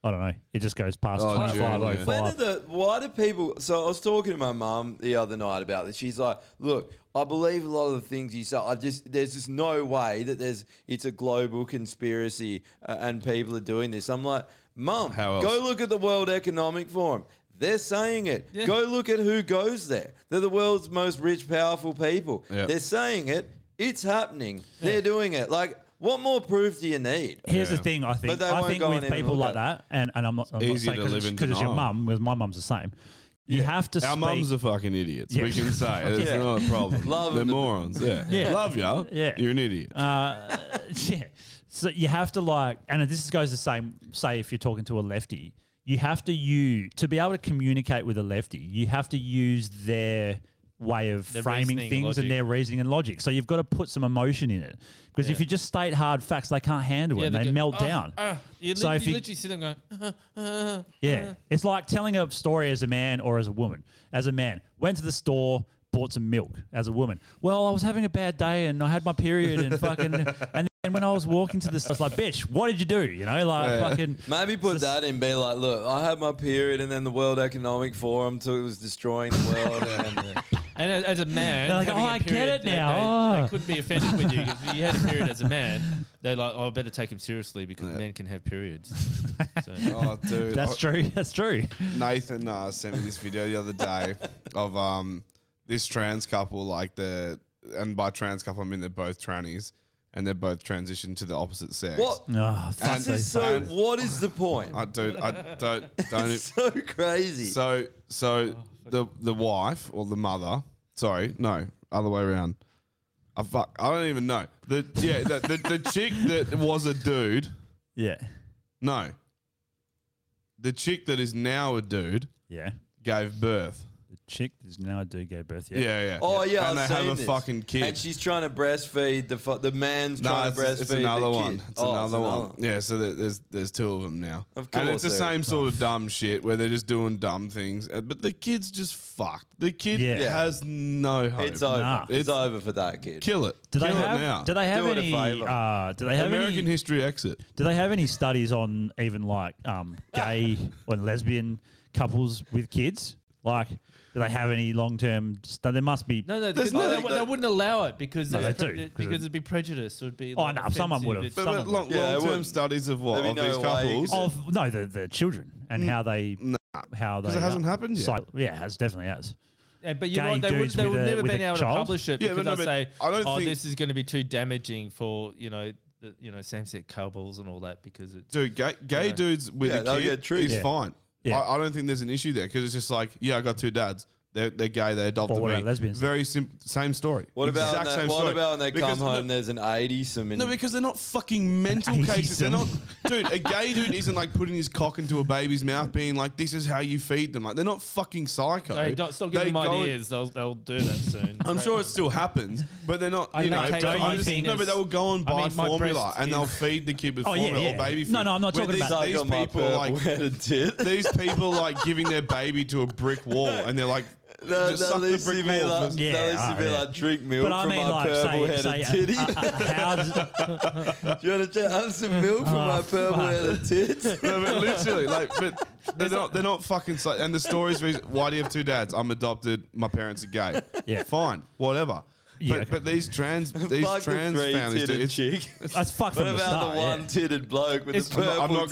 Speaker 3: I don't know. It just goes past
Speaker 2: Oh, June, yeah.
Speaker 3: 2505.
Speaker 4: When are the why do people? So I was talking to my mum the other night about this. She's like, "Look, I believe a lot of the things you say. I just there's just no way that there's it's a global conspiracy uh, and people are doing this." I'm like, "Mum,
Speaker 2: How else?
Speaker 4: go look at the World Economic Forum. They're saying it. Go look at who goes there. They're the world's most rich, powerful people.
Speaker 2: Yeah.
Speaker 4: They're saying it. It's happening. They're doing it. Like, what more proof do you need?"
Speaker 3: Here's
Speaker 2: Yeah.
Speaker 3: the thing, I think.
Speaker 4: they
Speaker 3: I
Speaker 4: won't
Speaker 3: think
Speaker 4: go
Speaker 3: with
Speaker 4: in and
Speaker 3: people
Speaker 4: look
Speaker 3: like that, and, and I'm not, I'm not
Speaker 2: Easier
Speaker 3: saying
Speaker 2: to live
Speaker 3: because
Speaker 2: in
Speaker 3: it's, your
Speaker 2: denial.
Speaker 3: mum, with my mum's the same. You have to
Speaker 2: Our
Speaker 3: speak.
Speaker 2: mums are fucking idiots.
Speaker 3: Yeah.
Speaker 2: We can say it. it's
Speaker 4: Yeah.
Speaker 2: not a problem.
Speaker 4: Love
Speaker 2: They're
Speaker 4: them.
Speaker 2: morons. Yeah.
Speaker 3: Yeah.
Speaker 2: Love ya.
Speaker 3: Yeah.
Speaker 2: You're an idiot.
Speaker 3: Uh, yeah. So you have to like, and this goes the same. Say if you're talking to a lefty, you have to use to be able to communicate with a lefty. You have to use their way of
Speaker 5: Their
Speaker 3: framing
Speaker 5: reasoning and
Speaker 3: things
Speaker 5: logic.
Speaker 3: and their reasoning and logic. So you've got to put some emotion in it because if you just state hard facts, they can't handle it.
Speaker 5: Yeah,
Speaker 3: and They,
Speaker 5: go,
Speaker 3: melt
Speaker 5: "Oh,
Speaker 2: Uh,
Speaker 3: down.
Speaker 5: ah." you,
Speaker 3: So
Speaker 5: lit-
Speaker 3: if
Speaker 5: you
Speaker 3: you-
Speaker 5: literally sit there and going, uh,
Speaker 3: Yeah. It's like telling a story as a man or as a woman. As a man, went to the store, bought some milk as a woman. Well, I was having a bad day and I had my period and fucking and then when I was walking to the store, I was like, bitch, what did you do? You know, like fucking
Speaker 4: Maybe put that in, be like, look, I had my period, and then the World Economic Forum took was destroying the world, and uh,
Speaker 6: And as, as a man,
Speaker 3: They're like,
Speaker 6: having
Speaker 3: "Oh,
Speaker 6: a
Speaker 3: I get
Speaker 6: period,
Speaker 3: it
Speaker 6: they- they-
Speaker 3: now,
Speaker 6: They,
Speaker 3: oh."
Speaker 6: couldn't be offended with you if you had a period as a man. They're like, oh, I better take him seriously because men can have periods. So-
Speaker 2: Oh, dude.
Speaker 3: That's true. That's true.
Speaker 2: Nathan uh, sent me this video the other day of um this trans couple, like the and by trans couple I mean they're both trannies and they're both transitioned to the opposite sex.
Speaker 4: What?
Speaker 3: Oh,
Speaker 4: fuck This is so- what is the point?
Speaker 2: I don't. I don't. Don't. e-,
Speaker 4: It's so crazy.
Speaker 2: So so
Speaker 3: Oh,
Speaker 2: the the wife or the mother. Sorry, no, other way around. I fuck. I don't even know. The yeah the the, the chick that was a dude.
Speaker 3: Yeah.
Speaker 2: No. The chick that is now a dude.
Speaker 3: Yeah.
Speaker 2: Gave birth.
Speaker 3: The chick is now a dude gave birth.
Speaker 2: Yeah, yeah.
Speaker 4: Oh yeah,
Speaker 2: And
Speaker 4: I've
Speaker 2: they have
Speaker 4: seen
Speaker 2: a
Speaker 4: this.
Speaker 2: fucking kid.
Speaker 4: And she's trying to breastfeed the fu- the man's
Speaker 2: No,
Speaker 4: trying
Speaker 2: it's,
Speaker 4: to breastfeed
Speaker 2: it's another
Speaker 4: the kid.
Speaker 2: one. It's
Speaker 4: Oh,
Speaker 2: another one.
Speaker 4: another
Speaker 2: Yeah, so there- there's there's two of them now.
Speaker 4: Of
Speaker 2: and
Speaker 4: course
Speaker 2: it's the
Speaker 4: there
Speaker 2: same
Speaker 4: is. Oh.
Speaker 2: sort of dumb shit where they're just doing dumb things. uh, But the kid's just fucked. The kid
Speaker 4: Yeah. Yeah.
Speaker 2: has no hope.
Speaker 4: It's over. It's over for that kid.
Speaker 2: Kill it.
Speaker 3: Do they
Speaker 2: Kill it
Speaker 3: have?
Speaker 2: now.
Speaker 3: Do they have any? Uh, do they have
Speaker 2: American
Speaker 3: any,
Speaker 2: history exit?
Speaker 3: Do they have any studies on even like um, gay or lesbian couples with kids? Like, do they have any long term? Stu- there must be.
Speaker 6: No, no, because they, they, wouldn't allow it because
Speaker 3: No,
Speaker 6: it's
Speaker 3: they
Speaker 6: pre-
Speaker 3: do, 'cause
Speaker 6: because
Speaker 3: it-
Speaker 6: it'd be prejudice. It would be.
Speaker 3: Oh,
Speaker 6: like,
Speaker 3: no, someone
Speaker 6: offensive.
Speaker 3: would've.
Speaker 6: It's-
Speaker 3: But- but Someone
Speaker 2: long,
Speaker 3: would've. Yeah, they
Speaker 2: long-term
Speaker 3: wouldn't.
Speaker 2: studies of what?
Speaker 3: There'd
Speaker 2: Of
Speaker 3: be
Speaker 2: these
Speaker 3: no way
Speaker 2: couples?
Speaker 3: Of no, the, the children and how they how they. uh,
Speaker 2: 'Cause it hasn't happened yet.
Speaker 3: cycle- Yeah, it has definitely has.
Speaker 6: Yeah, but you're
Speaker 3: Gay
Speaker 6: right. They would,
Speaker 3: dudes
Speaker 6: they
Speaker 3: with
Speaker 6: would
Speaker 3: a-
Speaker 6: never
Speaker 3: with
Speaker 6: been
Speaker 3: a
Speaker 6: able
Speaker 3: child?
Speaker 6: to publish it
Speaker 3: Yeah, but
Speaker 6: because
Speaker 3: no,
Speaker 6: I
Speaker 3: but
Speaker 6: say,
Speaker 3: I don't
Speaker 6: oh,
Speaker 3: think-
Speaker 6: this is going to be too damaging for you know, the, you know, same-sex couples and all that because it's
Speaker 2: Dude, gay, gay
Speaker 6: you know.
Speaker 2: dudes with
Speaker 6: Yeah, they'll
Speaker 2: a
Speaker 6: get
Speaker 2: kid
Speaker 6: truth.
Speaker 2: is
Speaker 6: Yeah.
Speaker 2: fine.
Speaker 6: Yeah.
Speaker 2: I, I don't think there's an issue there because it's just like, yeah, I got two dads. They're, they're gay. They adopted
Speaker 4: what
Speaker 2: me.
Speaker 4: about lesbians?
Speaker 2: Very sim- same story.
Speaker 4: What about
Speaker 2: exact
Speaker 4: when they,
Speaker 2: same
Speaker 4: what
Speaker 2: story.
Speaker 4: about when they
Speaker 2: Because
Speaker 4: come home?
Speaker 2: the-
Speaker 4: and there's an eighty some in
Speaker 2: No, because they're not fucking mental cases. They're not, dude. A gay dude isn't like putting his cock into a baby's mouth, being like, "This is how you feed them." Like they're not fucking psycho.
Speaker 6: Hey, don't, stop giving
Speaker 2: They
Speaker 6: them
Speaker 2: go-
Speaker 6: ideas. They'll, they'll do that soon.
Speaker 2: I'm sure it still happens, but they're not.
Speaker 6: I
Speaker 2: You know,
Speaker 6: don't take
Speaker 2: but
Speaker 6: my
Speaker 2: I just- no,
Speaker 6: penis-
Speaker 2: but they will go and
Speaker 6: I
Speaker 2: buy
Speaker 6: mean, my
Speaker 2: formula
Speaker 6: breast
Speaker 2: and they'll
Speaker 6: is-
Speaker 2: feed the kid with
Speaker 3: Oh, yeah,
Speaker 2: formula
Speaker 3: yeah.
Speaker 2: or baby food.
Speaker 3: No, no, I'm not
Speaker 2: Where
Speaker 3: talking
Speaker 2: these,
Speaker 3: about-
Speaker 2: these
Speaker 3: Suck on my
Speaker 2: people.
Speaker 3: purple
Speaker 2: Like these people like giving their baby to a brick wall and they're like,
Speaker 4: No,
Speaker 2: just
Speaker 4: no,
Speaker 2: suck the
Speaker 4: this
Speaker 2: brick
Speaker 4: would be
Speaker 2: wall.
Speaker 4: like-
Speaker 2: for-
Speaker 4: no, Yeah, this would be alright, like, yeah. drink milk from my purple-headed
Speaker 3: uh,
Speaker 6: uh,
Speaker 4: titty. Do you understand? Have some milk from
Speaker 6: Oh,
Speaker 4: my purple headed tits.
Speaker 2: no, but literally, like, but they're not, they're not fucking. Psych- and the stories, reason- why do you have two dads? I'm adopted. My parents are gay. Yeah, fine, whatever. But, but these trans, these
Speaker 4: Fuck the
Speaker 2: trans
Speaker 4: three
Speaker 2: families, dude,
Speaker 4: titted
Speaker 2: it's,
Speaker 4: chick.
Speaker 3: That's fucked
Speaker 4: What about the one titted bloke with the purple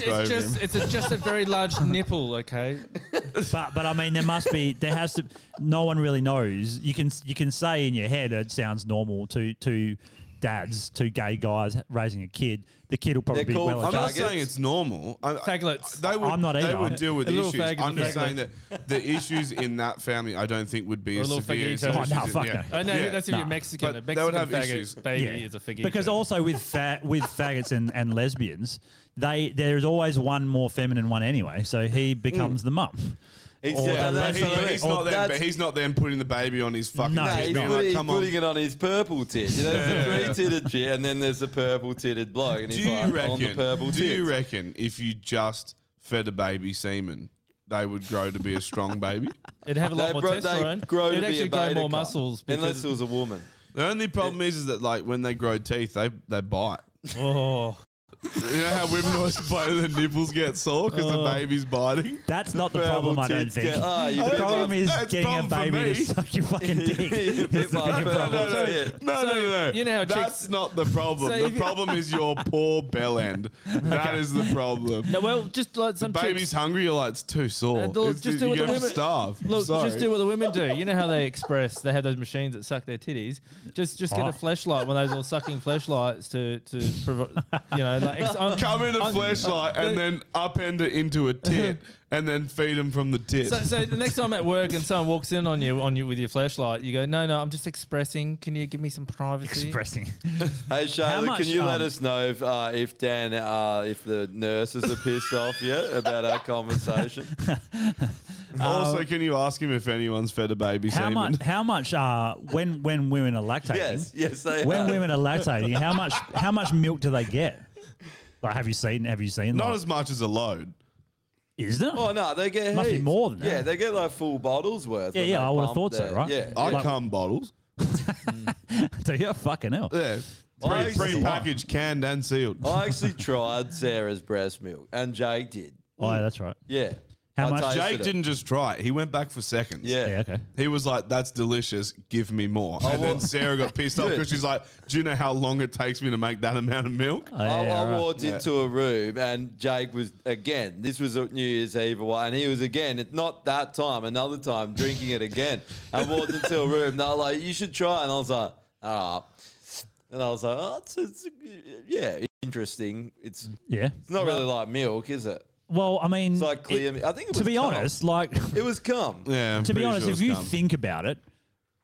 Speaker 4: tits?
Speaker 6: just, It's a, just a very large nipple, okay?
Speaker 3: but but I mean, there must be there has to. No one really knows. You can you can say in your head it sounds normal to to dads, two gay guys raising a kid. The kid will probably be well.
Speaker 2: I'm not
Speaker 3: adjusted.
Speaker 2: saying it's normal. I,
Speaker 3: Faglets.
Speaker 2: They would,
Speaker 3: I'm not
Speaker 2: They
Speaker 3: either.
Speaker 2: would deal with
Speaker 3: A
Speaker 2: the
Speaker 3: little
Speaker 2: issues.
Speaker 3: fag is a
Speaker 2: I'm just
Speaker 3: faggot.
Speaker 2: saying that the issues in that family, I don't think would be
Speaker 6: Or a
Speaker 2: as
Speaker 6: little
Speaker 2: severe.
Speaker 6: faggito.
Speaker 2: as the
Speaker 6: Oh, no,
Speaker 2: issues in-
Speaker 6: fuck
Speaker 2: yeah.
Speaker 6: no. Oh, no,
Speaker 2: Yeah.
Speaker 6: that's if you're Nah. Mexican. A
Speaker 2: But they would have
Speaker 6: Mexican faggot
Speaker 2: issues.
Speaker 6: baby is a faggot.
Speaker 3: Because also with fat with faggots and, and lesbians, they there's always one more feminine one anyway. So he becomes the mum. Or the
Speaker 2: Yeah, but Hmm. he-
Speaker 3: lesbian-
Speaker 2: he's
Speaker 3: or-
Speaker 2: not them, but
Speaker 3: that's-
Speaker 2: he's not them putting the baby on his fucking.
Speaker 3: No,
Speaker 2: chest,
Speaker 3: he's
Speaker 2: being
Speaker 3: not.
Speaker 2: like,
Speaker 4: He's
Speaker 2: Come on,
Speaker 4: putting it on his purple tit. You know, there's a three titted chick, and then there's the purple titted bloke, and
Speaker 2: Do
Speaker 4: he's
Speaker 2: you
Speaker 4: like
Speaker 2: reckon?
Speaker 4: on the purple
Speaker 2: do
Speaker 4: tit.
Speaker 2: you reckon if you just fed a baby semen, they would grow to be a strong baby?
Speaker 6: It'd have a lot
Speaker 4: They
Speaker 6: more
Speaker 4: bro- they
Speaker 6: testosterone.
Speaker 4: grow
Speaker 6: It'd
Speaker 4: to be a
Speaker 6: actually grow
Speaker 4: beta
Speaker 6: more
Speaker 4: cunt.
Speaker 6: muscles.
Speaker 4: Unless
Speaker 6: because-
Speaker 4: it was a woman.
Speaker 2: The only problem is, is that like when they grow teeth, they they bite.
Speaker 6: Oh.
Speaker 2: You know how women always play the nipples get sore because
Speaker 3: Oh.
Speaker 2: the baby's biting.
Speaker 3: That's not the
Speaker 2: Purple
Speaker 3: problem, I don't
Speaker 2: tits
Speaker 3: think.
Speaker 2: get- Ah, you
Speaker 3: the
Speaker 2: bit
Speaker 3: problem
Speaker 2: my-
Speaker 3: is
Speaker 2: that's
Speaker 3: getting a
Speaker 2: problem for
Speaker 3: baby to
Speaker 2: me.
Speaker 3: suck your fucking dick. It's the fucking
Speaker 2: No,
Speaker 3: problem.
Speaker 2: no, no, no, no, no.
Speaker 6: you know how
Speaker 2: That's
Speaker 6: chicks-
Speaker 2: not the problem.
Speaker 6: So if
Speaker 2: the
Speaker 6: you-
Speaker 2: problem is your poor bell end. That is the problem.
Speaker 6: No, well, just like some
Speaker 2: the baby's
Speaker 6: chicks-
Speaker 2: hungry. You're like, it's too sore.
Speaker 6: Uh, look,
Speaker 2: It's-
Speaker 6: just do what
Speaker 2: you're
Speaker 6: the
Speaker 2: gonna
Speaker 6: women
Speaker 2: starve. I'm
Speaker 6: Look,
Speaker 2: sorry.
Speaker 6: just do what the women do. You know how they express? They have those machines that suck their titties. Just, just get
Speaker 2: Oh.
Speaker 6: a flashlight, one of those little sucking flashlights to, to, provo- you know, like ex- un-
Speaker 2: Come in a
Speaker 6: un-
Speaker 2: flashlight and then upend it into a tit and then feed him from the tit.
Speaker 6: So, so the next time at work and someone walks in on you on you with your flashlight, you go, no, no, I'm just expressing. Can you give me some privacy?
Speaker 3: Expressing.
Speaker 4: Hey Charlotte,
Speaker 6: much,
Speaker 4: can you let
Speaker 6: um,
Speaker 4: us know if, uh, if Dan, uh, if the nurses are pissed off yet about our conversation?
Speaker 6: uh,
Speaker 2: also, can you ask him if anyone's fed a baby
Speaker 3: How
Speaker 2: semen?
Speaker 3: much? How much? Uh, when when women are lactating?
Speaker 2: Yes, yes, they
Speaker 3: When
Speaker 2: are.
Speaker 3: women are lactating, how much how much milk do they get? Like, have you seen? Have you seen?
Speaker 2: Not
Speaker 3: like-
Speaker 2: as much as a load.
Speaker 3: Is there?
Speaker 4: Oh no, they get
Speaker 3: Must be
Speaker 4: heaps.
Speaker 3: more than that.
Speaker 4: Yeah, they get like full bottles worth.
Speaker 3: Yeah,
Speaker 4: when
Speaker 3: yeah,
Speaker 4: they
Speaker 3: I would've
Speaker 4: pump
Speaker 3: thought so,
Speaker 4: their-
Speaker 3: right?
Speaker 4: Yeah,
Speaker 3: I Like-
Speaker 2: cum bottles.
Speaker 3: so you're fucking hell.
Speaker 4: Uh,
Speaker 2: Yeah. Pre, pre-packaged, canned, and sealed.
Speaker 4: I actually tried Sarah's breast milk, and Jake did.
Speaker 3: Oh, yeah, that's right.
Speaker 4: Yeah.
Speaker 3: How I much- tasted
Speaker 2: Jake
Speaker 3: it.
Speaker 2: didn't just try it. He went back for seconds.
Speaker 4: Yeah.
Speaker 3: okay.
Speaker 2: He was like, that's delicious. Give me more.
Speaker 3: Oh,
Speaker 4: I
Speaker 2: and
Speaker 4: wa-
Speaker 2: then Sarah got pissed off because she's like, do you know how long it takes me to make that amount of milk?
Speaker 3: Uh,
Speaker 4: I, I walked into a room and Jake was again. This was a New Year's Eve, or what, and he was again. It's not that time. Another time, drinking it again. I walked into a room. They were like, "You should try," and I was like, "Ah," and I was like, "Oh, it's, it's yeah, interesting. It's
Speaker 3: Yeah.
Speaker 4: it's not really like milk, is it?"
Speaker 3: Well, I mean,
Speaker 4: It's like clear. mi- I think it was
Speaker 3: to be
Speaker 4: cum.
Speaker 3: honest, like
Speaker 4: it was cum.
Speaker 2: Yeah.
Speaker 3: to be honest, if you think about it,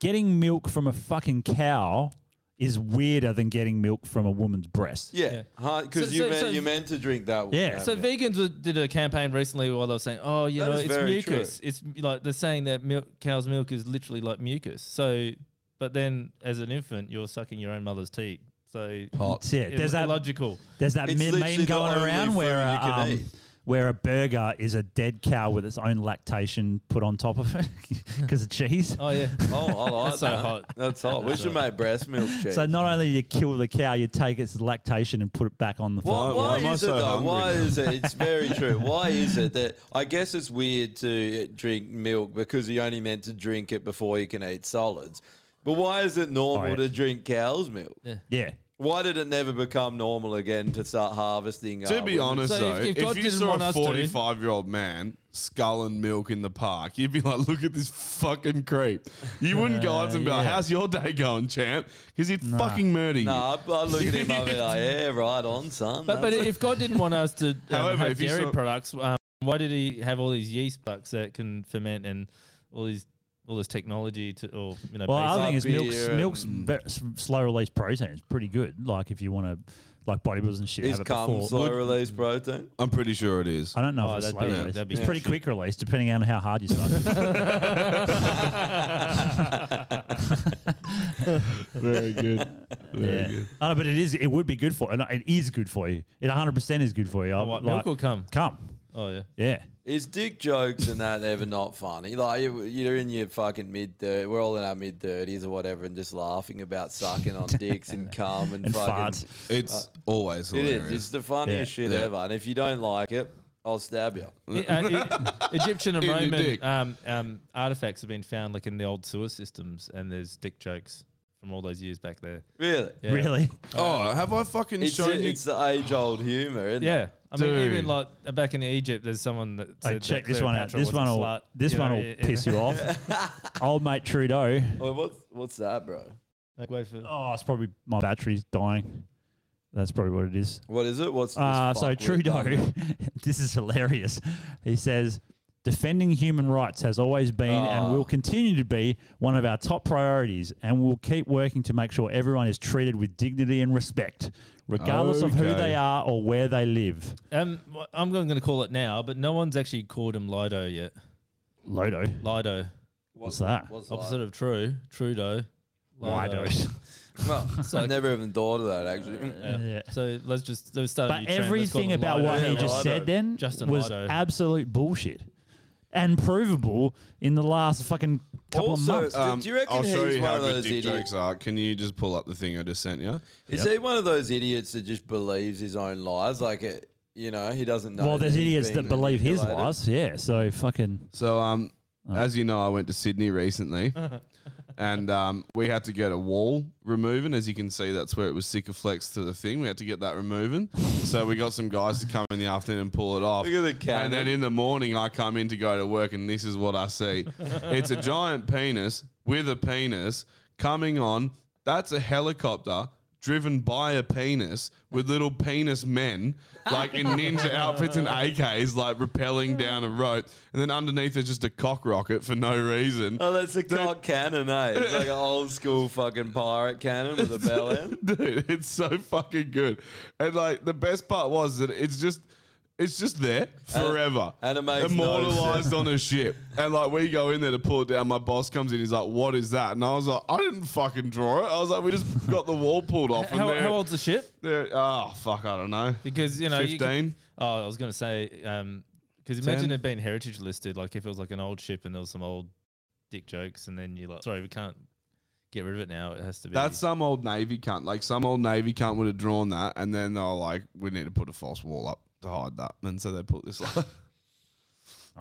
Speaker 3: getting milk from a fucking cow is weirder than getting milk from a woman's breast.
Speaker 4: yeah, because
Speaker 6: So-
Speaker 4: you
Speaker 6: so-
Speaker 4: meant
Speaker 6: so-
Speaker 4: you meant to drink that.
Speaker 3: Yeah.
Speaker 6: So vegans were, did a campaign recently where they were saying, "Oh, you
Speaker 4: That
Speaker 6: know,
Speaker 4: is
Speaker 6: it's
Speaker 4: very true.
Speaker 6: mucus. It's like they're saying that milk, cow's milk is literally like mucus." So, but then as an infant, you're sucking your own mother's teat. So
Speaker 3: That's it. There's that
Speaker 6: logical.
Speaker 3: There's that
Speaker 6: It's
Speaker 3: meme
Speaker 6: literally
Speaker 3: meme
Speaker 6: the
Speaker 3: going
Speaker 6: only
Speaker 3: around
Speaker 6: food
Speaker 3: where
Speaker 6: you
Speaker 3: a,
Speaker 6: can
Speaker 3: um,
Speaker 6: eat.
Speaker 3: where a burger is a dead cow with its own lactation put on top of it because of cheese.
Speaker 6: Oh yeah.
Speaker 4: Oh, I like
Speaker 6: That's so
Speaker 4: that.
Speaker 6: hot.
Speaker 4: That's hot. We
Speaker 6: That's
Speaker 4: should
Speaker 6: hot.
Speaker 4: make breast milk cheese.
Speaker 3: So not only you kill the cow, you take its lactation and put it back on the.
Speaker 4: Why,
Speaker 3: farm.
Speaker 4: why is it though? Why is it? It's very true. Why is it that I guess it's weird to uh, drink milk because you're only meant to drink it before you can eat solids. But why is it normal
Speaker 3: Right.
Speaker 4: to drink cow's milk?
Speaker 6: Oh, Yeah.
Speaker 3: Yeah.
Speaker 4: Why did it never become normal again to start harvesting?
Speaker 2: To
Speaker 4: uh,
Speaker 2: be
Speaker 4: women?
Speaker 2: honest, though, if, you saw a 45 year old man sculling milk in the park, you'd be like, look at this fucking creep. You wouldn't go up to him and be like,
Speaker 4: yeah.
Speaker 2: how's your day going, champ? Because he'd fucking murder you.
Speaker 4: No, I, I look at him. I'd be like, yeah, right on, son.
Speaker 6: But, but
Speaker 4: that's-
Speaker 6: if God didn't want us to um,
Speaker 4: However,
Speaker 6: have
Speaker 4: if you
Speaker 6: dairy
Speaker 4: saw-
Speaker 6: products, um, why did He have all these yeast bucks that can ferment and all these all this technology to or you know?
Speaker 3: Well,
Speaker 6: basic-
Speaker 3: I think it's milk's milk's ve- s- slow release protein is pretty good. Like if you want to, like bodybuilders and shit,
Speaker 4: is
Speaker 3: have it
Speaker 4: cum
Speaker 3: before.
Speaker 4: slow release protein?
Speaker 2: I'm pretty sure it is.
Speaker 3: I don't know
Speaker 4: Oh,
Speaker 3: if it's slow
Speaker 4: that'd be-
Speaker 3: release.
Speaker 4: that'd be
Speaker 3: It's pretty
Speaker 4: interesting.
Speaker 3: quick release, depending on how hard you smoke.
Speaker 2: Very good. Very
Speaker 3: yeah.
Speaker 2: good.
Speaker 3: Oh, no, but it is. It would be good for. And it is good for you. It 100 percent is good for you.
Speaker 6: what, milk or cum?
Speaker 3: Cum.
Speaker 6: Oh yeah.
Speaker 3: Yeah.
Speaker 4: Is dick jokes and that ever not funny? Like you- you're in your fucking mid, thir- we're all in our mid thirties or whatever, and just laughing about sucking on dicks and cum and,
Speaker 2: And farts.
Speaker 4: fucking.
Speaker 2: It's always
Speaker 4: Uh, It is.
Speaker 2: hilarious.
Speaker 4: It's the funniest
Speaker 2: Yeah.
Speaker 4: shit
Speaker 2: Yeah.
Speaker 4: ever, and if you don't like it, I'll stab you.
Speaker 6: Uh, E- Egyptian and
Speaker 4: In your
Speaker 6: Roman
Speaker 4: dick.
Speaker 6: um, um, artifacts have been found like in the old sewer systems, and there's dick jokes from all those years back there.
Speaker 4: Really?
Speaker 6: Yeah.
Speaker 2: Oh, have I fucking
Speaker 4: It's,
Speaker 2: shown you?
Speaker 4: it's the age old humor, isn't
Speaker 6: Yeah,
Speaker 4: it?
Speaker 6: I mean, even like uh, back in Egypt, there's someone that
Speaker 3: Hey,
Speaker 6: said
Speaker 3: check
Speaker 6: that
Speaker 3: this one out.
Speaker 6: Cleopatra
Speaker 3: This
Speaker 6: was a
Speaker 3: one will.
Speaker 6: slut.
Speaker 3: This
Speaker 6: You
Speaker 3: one
Speaker 6: know,
Speaker 3: will
Speaker 6: it- it-
Speaker 3: piss you off. Old mate Trudeau.
Speaker 4: Oh, what's what's that, bro?
Speaker 6: Like, wait for
Speaker 3: Oh, it's probably my battery's dying. That's probably what it is.
Speaker 4: What is it? What's this
Speaker 3: uh, so
Speaker 4: fuckwit
Speaker 3: Trudeau?
Speaker 4: done?
Speaker 3: this is hilarious. He says, "Defending human rights has always been
Speaker 4: Ah.
Speaker 3: and will continue to be one of our top priorities, and we'll keep working to make sure everyone is treated with dignity and respect, regardless of who
Speaker 6: Okay.
Speaker 3: they are or where they live."
Speaker 6: Um, wh- I'm going to call it now, but no one's actually called him Lido yet.
Speaker 3: Lido.
Speaker 6: Lido.
Speaker 3: What's that?
Speaker 4: what's
Speaker 6: Opposite of true. Trudeau.
Speaker 3: Lido.
Speaker 4: Well,
Speaker 6: So-
Speaker 4: I never even thought of that actually.
Speaker 6: Yeah. So let's just let's start. a
Speaker 3: But
Speaker 6: new trend. Let's call
Speaker 3: everything
Speaker 6: them
Speaker 3: about what
Speaker 6: Lido.
Speaker 3: he just said then
Speaker 6: Justin
Speaker 3: was
Speaker 6: Lido.
Speaker 3: absolute bullshit and provable in the last fucking couple of months.
Speaker 4: do- do you
Speaker 2: Um,
Speaker 4: reckon
Speaker 2: I'll show
Speaker 4: he's
Speaker 2: you
Speaker 4: one
Speaker 2: how
Speaker 4: of
Speaker 2: good
Speaker 4: those
Speaker 2: dick
Speaker 4: idiots?
Speaker 2: jokes are. Can you just pull up the thing I just sent you?
Speaker 4: Is he one of those idiots that just believes his own lies? Like it, you know, he doesn't know.
Speaker 3: well, there's
Speaker 4: he's
Speaker 3: idiots
Speaker 4: being
Speaker 3: that believe his
Speaker 4: manipulated.
Speaker 3: lies. Yeah, so fucking.
Speaker 2: So, um, as you know, I went to Sydney recently, and um, we had to get a wall removing. As you can see, that's where it was sycophlex to the thing. We had to get that removing. so we got some guys to come in the afternoon and pull it off.
Speaker 4: Look at the
Speaker 2: And then
Speaker 4: cannon.
Speaker 2: in the morning, I come in to go to work, and this is what I see. it's a giant penis with a penis coming on. That's a helicopter. Driven by a penis with little penis men, like in ninja outfits and AKs, like rappelling down a rope, and then underneath there's just a cock rocket for no reason.
Speaker 4: Oh, that's a cock cannon, eh? It's like an old school fucking pirate cannon with a bell end.
Speaker 2: Dude, it's so fucking good. And like the best part was that it's just it's just there forever.
Speaker 4: and it makes no
Speaker 2: immortalized
Speaker 4: sense.
Speaker 2: on a ship. And like we go in there to pull it down. My boss comes in, he's like, What is that? And I was like, I didn't fucking draw it. I was like, we just got the wall pulled off. and
Speaker 6: How,
Speaker 2: there-
Speaker 6: how old's the ship?
Speaker 2: there- oh fuck, I don't know.
Speaker 6: Because you know, you could-
Speaker 2: 15.
Speaker 6: oh, I was going to say, because imagine
Speaker 2: 10.
Speaker 6: it being heritage listed. Like if it was like an old ship and there was some old dick jokes, and then you're like, sorry, we can't get rid of it now. It has to be.
Speaker 2: That's some old navy cunt. Like some old navy cunt would have drawn that, and then they were like, "We need to put a false wall up to hide that," and so they put this. Like,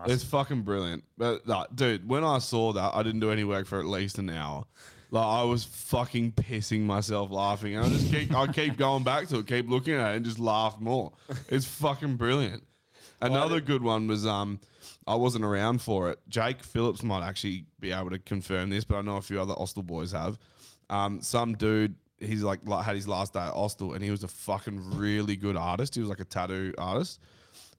Speaker 2: It's fucking brilliant. But like, dude, when I saw that, I didn't do any work for at least an hour. Like I was fucking pissing myself laughing, and I just keep I keep going back to it, keep looking at it, and just laugh more. It's fucking brilliant. Another good one was um, I wasn't around for it. Jake Phillips might actually be able to confirm this, but I know a few other Austell boys have. Um, some dude, he's like, like had his last day at Austell, and he was a fucking really good artist. He was like a tattoo artist.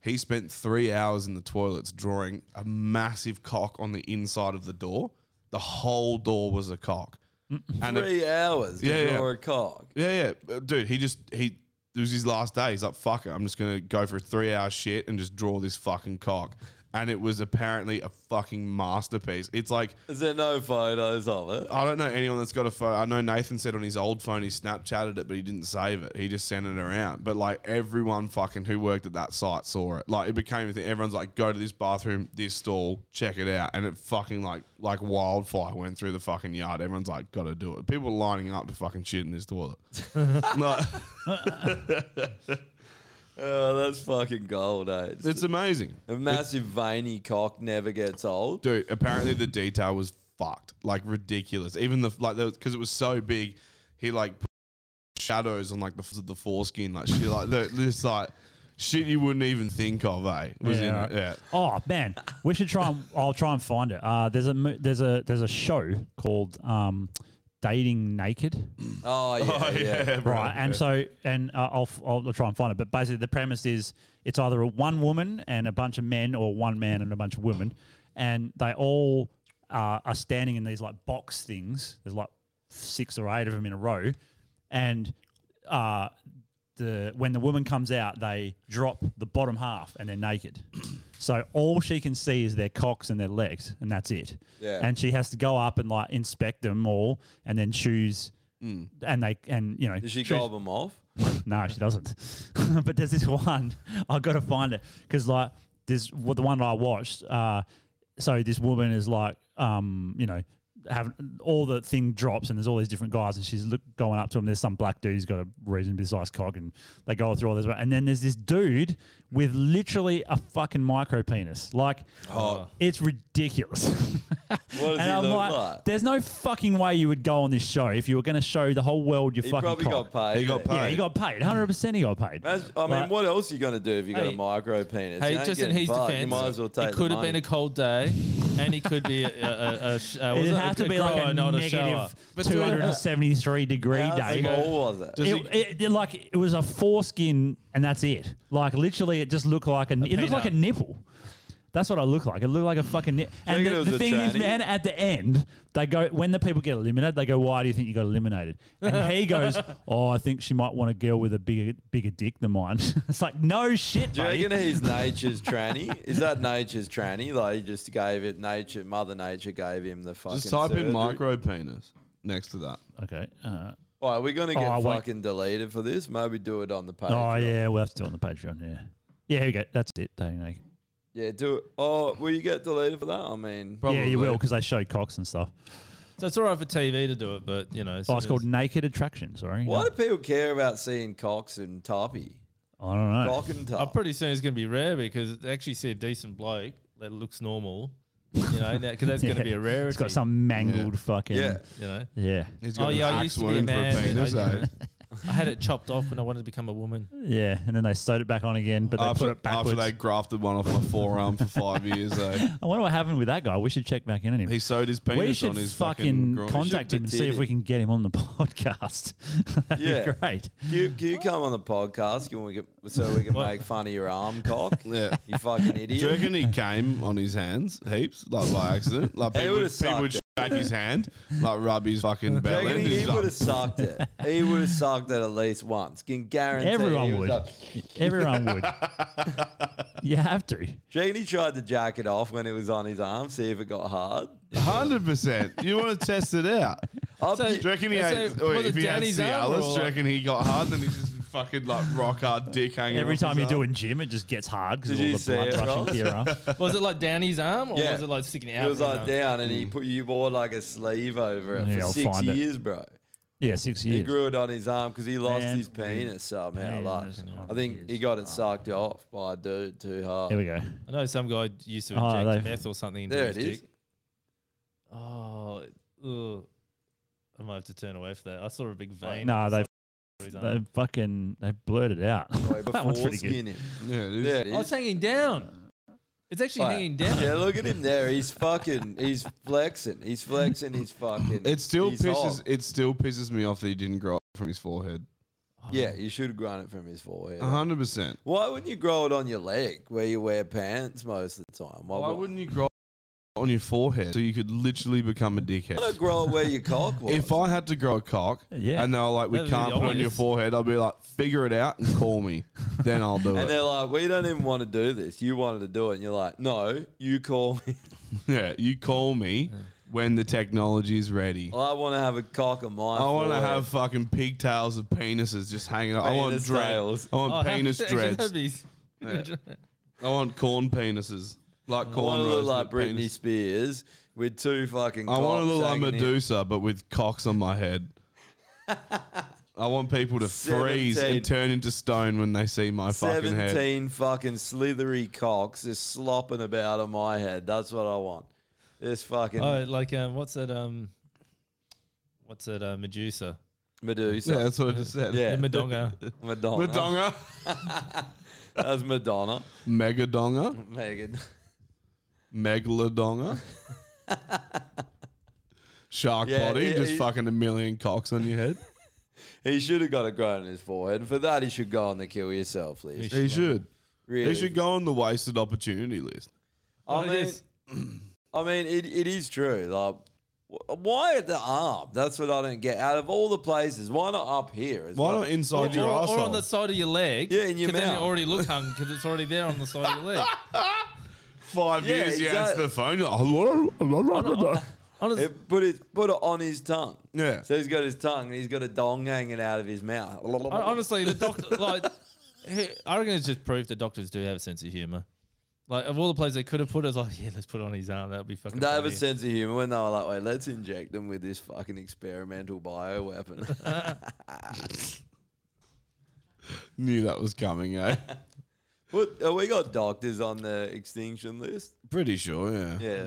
Speaker 2: He spent three hours in the toilets drawing a massive cock on the inside of the door. The whole door was a cock. it-
Speaker 4: Three hours to
Speaker 2: Yeah, yeah.
Speaker 4: draw a cock.
Speaker 2: yeah, yeah, Uh, dude. He just he. It was his last day. He's like, "Fuck it, I'm just gonna go for a three hour shit and just draw this fucking cock." And it was apparently a fucking masterpiece. It's like
Speaker 4: Is there no photos of it?
Speaker 2: I don't know anyone that's got a phone. I know Nathan said on his old phone he Snapchatted it, but he didn't save it. He just sent it around. But like everyone fucking who worked at that site saw it. Like it became a thing. Everyone's like, go to this bathroom, this stall, check it out. And it fucking like like wildfire went through the fucking yard. Everyone's like, gotta do it. People lining up to fucking shit in this toilet. like,
Speaker 4: Oh, that's fucking gold, eh? It's,
Speaker 2: amazing.
Speaker 4: A massive veiny cock never gets old.
Speaker 2: Dude, apparently the detail was fucked, like ridiculous. Even the like, because it was so big, he like put shadows on like the f- the foreskin, like shit, like the, this like shit you wouldn't even think of, eh? Was in
Speaker 3: right.
Speaker 2: it, yeah.
Speaker 3: Oh man, we should try and I'll try and find it. Uh, there's a mo- there's a there's a show called um, Dating Naked.
Speaker 4: Oh, yeah.
Speaker 2: Oh,
Speaker 4: yeah.
Speaker 2: yeah, bro.
Speaker 3: right. And
Speaker 2: Yeah.
Speaker 3: so and uh, I'll, f- I'll I'll try and find it. But basically, the premise is it's either a one woman and a bunch of men, or one man and a bunch of women, and they all uh, are standing in these like box things. There's like six or eight of them in a row, and uh, the when the woman comes out, they drop the bottom half and they're naked. So all she can see is their cocks and their legs, and that's it.
Speaker 4: Yeah.
Speaker 3: And she has to go up and like inspect them all, and then choose.
Speaker 4: Mm.
Speaker 3: And they and you know
Speaker 4: Does she
Speaker 3: choose-
Speaker 4: gob them off?
Speaker 3: no, she doesn't. but there's this one I've got to find it because like this what the one I watched. Uh, so this woman is like, um, you know, having all the thing drops and there's all these different guys and she's look, going up to him. There's some black dude who's got a reasonably sized cock and they go through all this. And then there's this dude with literally a fucking micro penis. Like,
Speaker 4: Oh.
Speaker 3: it's ridiculous.
Speaker 4: What does
Speaker 3: and
Speaker 4: he
Speaker 3: I'm
Speaker 4: look
Speaker 3: like,
Speaker 4: like?
Speaker 3: there's no fucking way you would go on this show if you were going to show the whole world your
Speaker 4: He
Speaker 3: fucking
Speaker 4: probably
Speaker 3: cock.
Speaker 4: got paid, He got
Speaker 3: Yeah, he
Speaker 4: paid.
Speaker 3: got paid. 100% he got paid.
Speaker 4: That's- I mean,
Speaker 3: Like-
Speaker 4: what else are you going to do if you got
Speaker 3: Hey.
Speaker 4: a micro penis?
Speaker 6: Hey,
Speaker 4: You ain't
Speaker 6: just in
Speaker 4: getting
Speaker 6: his
Speaker 4: fucked,
Speaker 6: defense,
Speaker 4: you might as well take
Speaker 6: it could have been a cold day, and he could be a, a, a, a, sh- uh, was
Speaker 3: It'd
Speaker 6: it
Speaker 3: have to
Speaker 6: a
Speaker 3: be like
Speaker 6: grower,
Speaker 3: a
Speaker 6: not a shower.
Speaker 3: negative 273 degree
Speaker 4: How
Speaker 3: day.
Speaker 4: small was it? Does
Speaker 3: It, it- it- like it was a foreskin, and that's it. Like literally, it just looked like an. it looked like a nipple. That's what I looked like. It looked like a fucking. Ni- and
Speaker 4: think it
Speaker 3: the,
Speaker 4: was
Speaker 3: the
Speaker 4: a
Speaker 3: thing is,
Speaker 4: tranny?
Speaker 3: man, at the end, they go when the people get eliminated, they go, "Why do you think you got eliminated?" And he goes, "Oh, I think she might want a girl with a bigger bigger dick than mine." it's like no shit,
Speaker 4: Do you
Speaker 3: mate.
Speaker 4: reckon he's nature's tranny? Is that nature's tranny? Like he just gave it nature, Mother Nature gave him the fucking.
Speaker 2: Just type in
Speaker 4: surgery?
Speaker 2: micro penis next to that.
Speaker 3: Okay. Uh,
Speaker 4: All right, we're gonna get
Speaker 3: Oh, wait.
Speaker 4: fucking deleted for this. Maybe do it on the page.
Speaker 3: oh yeah, we'll have to do it on the Patreon. Yeah, yeah. Here we go. That's it. Don't you know.
Speaker 4: Yeah, do it. Oh, will you get deleted for that? I mean,
Speaker 3: Yeah, you will because they show cocks and stuff.
Speaker 6: So it's all right for TV to do it, but you know,
Speaker 3: Oh, it's called Naked Attraction. Sorry.
Speaker 4: Why do people care about seeing cocks and tarpy?
Speaker 3: I don't know.
Speaker 4: Cock and
Speaker 6: I'm
Speaker 4: tarp.
Speaker 6: pretty soon it's going to be rare because they actually see a decent bloke that looks normal, you know, because that's going to be a rarity.
Speaker 3: It's got some mangled fucking.
Speaker 6: Yeah. You know?
Speaker 3: Yeah.
Speaker 6: oh yeah, I used to be a man. you know,
Speaker 2: eh?
Speaker 6: I had it chopped off when I wanted to become a woman.
Speaker 3: Yeah, and then they sewed it back on again, but they
Speaker 2: after,
Speaker 3: put it backwards.
Speaker 2: after they grafted one off my forearm for five years, eh?
Speaker 3: I wonder what happened with that guy. We should check back in on him.
Speaker 2: He sewed his
Speaker 3: we
Speaker 2: penis
Speaker 3: should
Speaker 2: on his fucking
Speaker 3: fucking
Speaker 2: groin.
Speaker 3: contact
Speaker 2: Should
Speaker 3: him and see if
Speaker 4: did
Speaker 3: we
Speaker 4: it.
Speaker 3: can get him on the podcast. That'd
Speaker 4: Yeah.
Speaker 3: be great.
Speaker 4: Can you, can you come on the podcast? Can we get, so we can make fun of your arm cock?
Speaker 2: Yeah.
Speaker 4: You fucking
Speaker 2: Do you
Speaker 4: idiot.
Speaker 2: reckon he came on his hands heaps, like by accident? Like
Speaker 4: He
Speaker 2: people,
Speaker 4: would've
Speaker 2: people would
Speaker 4: sucked
Speaker 2: shake his hand, like rub his fucking
Speaker 4: Do you
Speaker 2: belly.
Speaker 4: reckon
Speaker 2: and
Speaker 4: he,
Speaker 2: he's
Speaker 4: would
Speaker 2: like,
Speaker 4: have sucked it. He would have sucked it at least once. Can guarantee. he
Speaker 3: Everyone
Speaker 4: was
Speaker 3: would.
Speaker 4: up-
Speaker 3: Everyone would. You have to.
Speaker 4: Do you reckon he tried to jack it off when it was on his arm, see if it got hard?
Speaker 2: Hundred percent. You want to test it out?
Speaker 4: So-
Speaker 2: do you reckon he
Speaker 4: so
Speaker 2: had, or
Speaker 4: was it
Speaker 2: if he had
Speaker 4: Danny's arm
Speaker 2: Cialis,
Speaker 4: or-
Speaker 2: do you reckon he got hard? Then he's just fucking like rock hard dick hanging.
Speaker 3: Every
Speaker 2: off
Speaker 3: time
Speaker 2: his
Speaker 3: you do
Speaker 2: arm.
Speaker 3: in gym, it just gets hard because
Speaker 4: Did
Speaker 3: all
Speaker 4: you
Speaker 3: the blood
Speaker 4: see it,
Speaker 3: rushing to your arm.
Speaker 4: Ross?
Speaker 6: Was it like Downey's arm, or
Speaker 4: Yeah.
Speaker 6: was it like sticking out?
Speaker 4: It was
Speaker 6: his
Speaker 4: like
Speaker 6: arm?
Speaker 4: down, and he put you wore like a sleeve over it
Speaker 3: Yeah,
Speaker 4: for
Speaker 3: I'll
Speaker 4: six
Speaker 3: find it.
Speaker 4: years, bro.
Speaker 3: Yeah, six
Speaker 4: He
Speaker 3: years.
Speaker 4: grew it on his arm because he lost
Speaker 3: Man,
Speaker 4: his penis somehow.
Speaker 6: man,
Speaker 4: like,
Speaker 6: listen,
Speaker 4: I think he got it sucked off by a dude too hard.
Speaker 3: There we go.
Speaker 6: I know some guy used to
Speaker 4: Oh,
Speaker 6: inject
Speaker 4: they've-
Speaker 6: meth or something into
Speaker 4: There
Speaker 6: his
Speaker 4: it is.
Speaker 6: dick. Oh, ugh. I might have to turn away for that. I saw a big vein.
Speaker 3: No, they
Speaker 6: Reason.
Speaker 3: they fucking they blurted out. that one's pretty good.
Speaker 2: Yeah, it
Speaker 4: There it
Speaker 6: Oh, it's
Speaker 4: is.
Speaker 6: hanging down. It's actually
Speaker 4: Like,
Speaker 6: hanging down.
Speaker 4: Yeah, look at him there. He's fucking. He's flexing. He's flexing. He's fucking.
Speaker 2: It still
Speaker 4: he's
Speaker 2: pisses.
Speaker 4: on.
Speaker 2: It still pisses me off that he didn't grow up from his forehead.
Speaker 4: Yeah, you should have grown it from his forehead.
Speaker 2: A hundred percent.
Speaker 4: Why wouldn't you grow it on your leg where you wear pants most of the time?
Speaker 2: Why
Speaker 4: wou-
Speaker 2: wouldn't you grow on your forehead so you could literally become a dickhead?
Speaker 4: Why not grow it where your cock was?
Speaker 2: If I had to grow a cock,
Speaker 4: Yeah.
Speaker 2: and they're like, "We
Speaker 4: That'd be
Speaker 2: can't put it on your
Speaker 4: obvious.
Speaker 2: forehead," I'll be like, "Figure it out and call me, then I'll do
Speaker 4: and
Speaker 2: it."
Speaker 4: they're like, we don't even want to do this. You wanted to do it. And you're like, no, you call me.
Speaker 2: Yeah, you call me when the technology is ready.
Speaker 4: I want to have a cock of mine.
Speaker 2: I want to have fucking pigtails of penises just hanging. out. I want
Speaker 4: Penis
Speaker 2: dreads.
Speaker 4: tails.
Speaker 2: I want
Speaker 4: Oh,
Speaker 2: penis
Speaker 4: that'd be-
Speaker 2: dreads.
Speaker 4: that'd be-
Speaker 2: Yeah. I want corn penises, like
Speaker 4: I want
Speaker 2: corn.
Speaker 4: to look like Britney Spears with two fucking.
Speaker 2: I want to
Speaker 4: cocks
Speaker 2: look like
Speaker 4: hanging in.
Speaker 2: Medusa, but with cocks on my head. I want people to freeze
Speaker 4: Seventeen.
Speaker 2: and turn into stone when they see my fucking head.
Speaker 4: Seventeen fucking slithery cocks just slopping about on my head. That's what I want. This fucking
Speaker 6: Oh, like um, what's that um, what's that uh, Medusa?
Speaker 4: Medusa.
Speaker 2: Yeah, that's what I just said.
Speaker 4: Yeah.
Speaker 6: Yeah, Madonna.
Speaker 4: Madonna.
Speaker 2: Madonna.
Speaker 4: That's Madonna.
Speaker 2: Megadonga.
Speaker 4: Megan.
Speaker 2: Megalodonga. Shark
Speaker 4: Yeah,
Speaker 2: body,
Speaker 4: he-
Speaker 2: just
Speaker 4: he-
Speaker 2: fucking a million cocks on your head.
Speaker 4: He should have got a grown in his forehead. and For that, he should go on the kill yourself
Speaker 2: He
Speaker 4: list.
Speaker 2: should. He should,
Speaker 4: Really?
Speaker 2: go on the wasted opportunity list.
Speaker 4: I mean, I mean, it, it is true. Like, wh- why at the arm? That's what I don't get. Out of all the places, why not up here? as
Speaker 2: Why
Speaker 4: well?
Speaker 2: not inside your
Speaker 6: or,
Speaker 2: asshole?
Speaker 6: or on the side of your leg. Yeah,
Speaker 4: in your
Speaker 6: Then you
Speaker 4: mouth.
Speaker 6: already look hung because it's already there on the side of your leg.
Speaker 2: Five
Speaker 4: Yeah,
Speaker 2: years, you
Speaker 4: exactly.
Speaker 2: answer the phone. You're like, "Hello, hello, hello."
Speaker 4: It- put it put it on his tongue.
Speaker 2: Yeah.
Speaker 4: So he's got his tongue and he's got a dong hanging out of his mouth.
Speaker 6: Hon- Honestly, the doctor, like, he- I reckon it's just proof that doctors do have a sense of humor. Like, of all the places they could have put, it, I was like, yeah, let's put it on his arm. That would be fucking.
Speaker 4: They have a
Speaker 6: funny.
Speaker 4: sense of humor when they were like, wait, let's inject them with this fucking experimental bioweapon.
Speaker 2: Knew that was coming, eh?
Speaker 4: what, have we got doctors on the extinction list?
Speaker 2: Pretty sure, yeah.
Speaker 4: Yeah.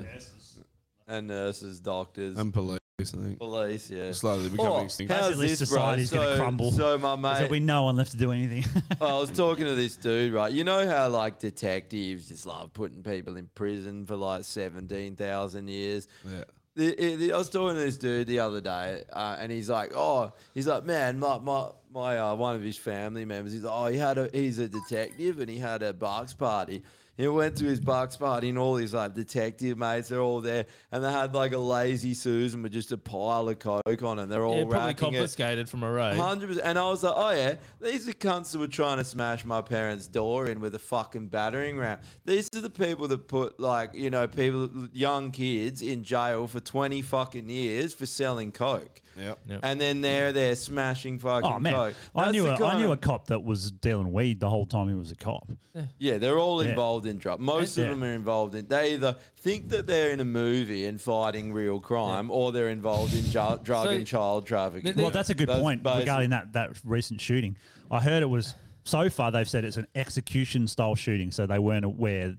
Speaker 4: And nurses, doctors.
Speaker 2: And police, I think.
Speaker 4: Police, yeah.
Speaker 2: Um, Slowly becoming
Speaker 4: Oh,
Speaker 2: extinct.
Speaker 4: How's
Speaker 3: Basically,
Speaker 4: this, bro?
Speaker 3: society's gonna
Speaker 4: So-
Speaker 3: crumble.
Speaker 4: So my mate,
Speaker 3: There'll be no one left to do anything.
Speaker 4: Well, I was talking to this dude, right? You know how like detectives just love putting people in prison for like seventeen thousand years.
Speaker 2: Yeah.
Speaker 4: The, it- the- I was talking to this dude the other day, uh, and he's like, "Oh, he's like, man, my my my uh, one of his family members. He's like, oh, he had a he's a detective, and he had a box party. He went to his box party, and all his like detective mates, they're all there, and they had like a lazy Susan with just a pile of coke on, it. and they're all
Speaker 6: yeah, probably
Speaker 4: racking it.
Speaker 6: confiscated from a raid.
Speaker 4: Hundred percent. And I was like, oh yeah, these are cunts that were trying to smash my parents' door in with a fucking battering ram. These are the people that put like you know people, young kids in jail for twenty fucking years for selling coke.
Speaker 2: Yep.
Speaker 4: And then they're there smashing fucking
Speaker 3: oh man,
Speaker 4: coke.
Speaker 3: I
Speaker 4: That's
Speaker 3: knew
Speaker 4: the
Speaker 3: a, I
Speaker 4: kind
Speaker 3: knew a
Speaker 4: of-
Speaker 3: cop that was dealing weed the whole time he was a cop.
Speaker 4: Yeah, they're all
Speaker 3: Yeah.
Speaker 4: involved in drug. Most of
Speaker 3: Yeah.
Speaker 4: them are involved in. They either think that they're in a movie and fighting real crime, or they're involved in ju- drug
Speaker 3: So-
Speaker 4: and child trafficking.
Speaker 3: Well, that's a good point
Speaker 4: basi-
Speaker 3: regarding that that recent shooting. I heard it was so far they've said it's an execution style shooting, so they weren't aware,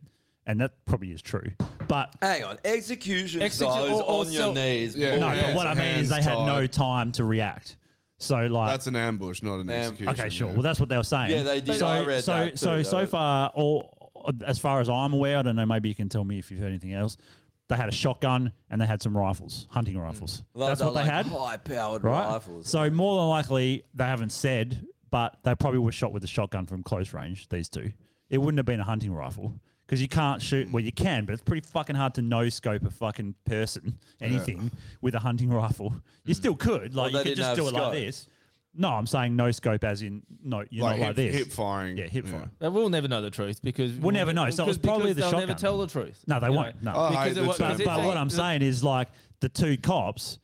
Speaker 3: and that probably is true. But
Speaker 4: Hang on, execution
Speaker 6: Execu-
Speaker 4: size
Speaker 6: or- or
Speaker 4: on your
Speaker 6: sell-
Speaker 4: knees.
Speaker 2: Yeah.
Speaker 3: no,
Speaker 2: Oh, yeah,
Speaker 3: but what I
Speaker 2: it's
Speaker 3: mean is they
Speaker 2: hands
Speaker 3: had no
Speaker 2: tied.
Speaker 3: time to react. So like
Speaker 2: That's an ambush, not an execution.
Speaker 3: Okay, sure. Well, that's what they were saying.
Speaker 2: Yeah, they did.
Speaker 3: So,
Speaker 2: I read
Speaker 3: so,
Speaker 2: that
Speaker 3: so,
Speaker 2: too, though.
Speaker 3: so far, all as far as I'm aware, I don't know. Maybe you can tell me if you've heard anything else. They had a shotgun and they had some rifles, hunting
Speaker 2: Mm.
Speaker 3: rifles.
Speaker 4: Like,
Speaker 3: That's
Speaker 4: they're
Speaker 3: what they
Speaker 4: like
Speaker 3: had.
Speaker 2: "Oh,
Speaker 4: High-powered
Speaker 3: right?
Speaker 4: rifles.
Speaker 3: So more than likely, they haven't said, but they probably were shot with a shotgun from close range. These two, it wouldn't have been a hunting rifle because you can't shoot. Well, you can, but it's pretty fucking hard to no scope a fucking person,
Speaker 4: Yeah. Hmm.
Speaker 3: anything, with a hunting rifle. You still could, like
Speaker 4: Well, they
Speaker 3: you could
Speaker 4: didn't
Speaker 3: just
Speaker 4: have
Speaker 3: do it
Speaker 4: scope.
Speaker 3: like this. No, I'm saying no scope, as in no, you're
Speaker 6: Like
Speaker 3: not like
Speaker 6: hip-
Speaker 3: this.
Speaker 6: hip
Speaker 2: firing.
Speaker 3: Yeah, hip firing.
Speaker 6: They will never know the truth because
Speaker 3: We'll never know. So it was
Speaker 6: because-
Speaker 3: probably
Speaker 6: because
Speaker 3: the
Speaker 6: they'll
Speaker 3: shotgun.
Speaker 6: never tell the truth.
Speaker 3: No, they
Speaker 6: you
Speaker 3: won't.
Speaker 6: know?
Speaker 3: No,
Speaker 4: Oh,
Speaker 6: Because it wa- because
Speaker 3: but,
Speaker 6: if
Speaker 3: but
Speaker 6: they-
Speaker 3: what I'm saying is like the two cops.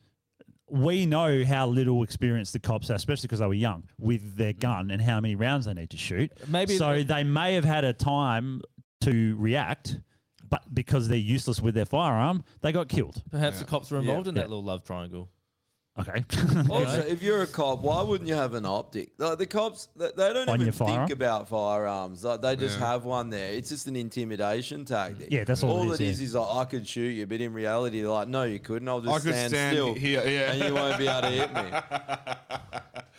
Speaker 3: We know how little experience the cops have, especially because they were young, with their gun and how many rounds they need to shoot.
Speaker 6: Maybe-
Speaker 3: so they may have had a time to react, but because they're useless with their firearm, they got killed.
Speaker 6: Perhaps the cops were
Speaker 3: Yeah.
Speaker 6: involved in that
Speaker 3: Yeah.
Speaker 6: little love triangle.
Speaker 3: Okay.
Speaker 4: Also, if you're a cop, why wouldn't you have an optic? Like the cops, they, they don't
Speaker 3: On your
Speaker 4: even
Speaker 3: firearm?
Speaker 4: think about firearms. Like they just
Speaker 3: Yeah.
Speaker 4: have one there. It's just an intimidation tactic.
Speaker 3: Yeah, that's all it is,
Speaker 4: it is.
Speaker 3: yeah.
Speaker 4: Is like I could shoot you, but in reality, they're like, no, you couldn't. I'll just
Speaker 2: I could
Speaker 4: stand,
Speaker 2: stand
Speaker 4: still
Speaker 2: here, yeah.
Speaker 4: and you won't be able to hit me.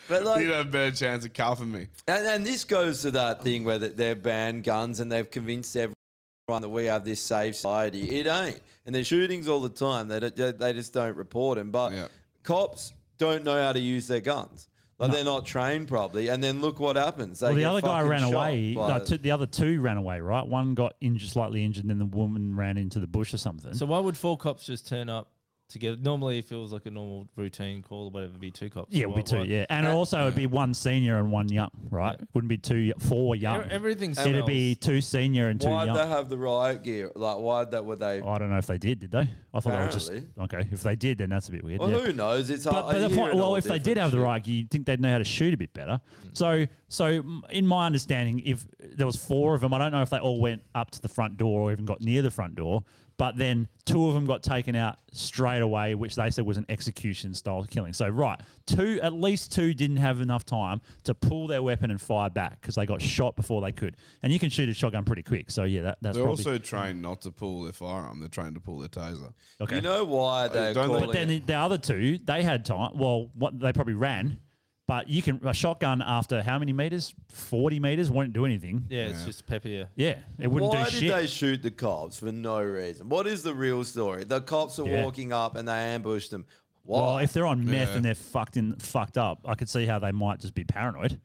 Speaker 4: But like,
Speaker 2: You'd have a better chance of cuffing me.
Speaker 4: And, and this goes to that thing where that they've banned guns and they've convinced everyone that we have this safe society. It ain't. And there's shootings all the time. They, don't, they- they just don't report them. But cops don't know how to use their guns. Like they're not trained properly. And then look what happens. They
Speaker 3: well, the
Speaker 4: get
Speaker 3: other guy
Speaker 4: fucking
Speaker 3: ran
Speaker 4: shot
Speaker 3: away.
Speaker 4: by
Speaker 3: No,
Speaker 4: the-
Speaker 3: two, the other two ran away, right? One got injured, slightly injured, and then the woman ran into the bush or something.
Speaker 6: So why would four cops just turn up together? Normally, it feels like a normal routine call or whatever. Be two cops.
Speaker 3: yeah, it'd be
Speaker 6: Why-
Speaker 3: two.
Speaker 6: why-
Speaker 3: Yeah, and it also it'd be one senior and one young, right? Wouldn't be two, y- four young.
Speaker 6: everything
Speaker 3: It'd be two senior and two
Speaker 4: Why'd
Speaker 3: young. Oh,
Speaker 4: they have the riot gear? Like why'd that were they?
Speaker 3: I don't know if they did. Did they? I thought they were
Speaker 4: Apparently.
Speaker 3: just okay. If they did, then that's a bit weird.
Speaker 4: Well,
Speaker 3: yeah.
Speaker 4: who knows? It's
Speaker 3: But,
Speaker 4: hard.
Speaker 3: but the point, well, if they did have the right gear, you'd think they'd know how to shoot a bit better.
Speaker 2: Hmm.
Speaker 3: So, so m- in my understanding, if there was four of them, I don't know if they all went up to the front door or even got near the front door. But then two of them got taken out straight away, which they said was an execution style killing. So, right, two at least two didn't have enough time to pull their weapon and fire back because they got shot before they could. And you can shoot a shotgun pretty quick. So, yeah, that, that's
Speaker 2: They're
Speaker 3: probably,
Speaker 2: also trained not to pull their firearm. They're trained to pull their taser.
Speaker 3: Okay.
Speaker 4: You know why they're
Speaker 2: don't they-
Speaker 4: calling
Speaker 3: But then
Speaker 4: it-
Speaker 3: the- the other two, they had time. Well, what they probably ran, but you can a shotgun after how many meters? Forty meters won't do anything.
Speaker 6: Yeah, it's just peppier.
Speaker 3: Yeah, it wouldn't
Speaker 4: Why
Speaker 3: do
Speaker 4: did
Speaker 3: shit.
Speaker 4: they shoot the cops for no reason? What is the real story? The cops are
Speaker 3: Yeah.
Speaker 4: walking up and they ambush them. Why?
Speaker 3: well, if they're on meth
Speaker 4: Yeah.
Speaker 3: and they're fucked in, fucked up, I could see how they might just be paranoid.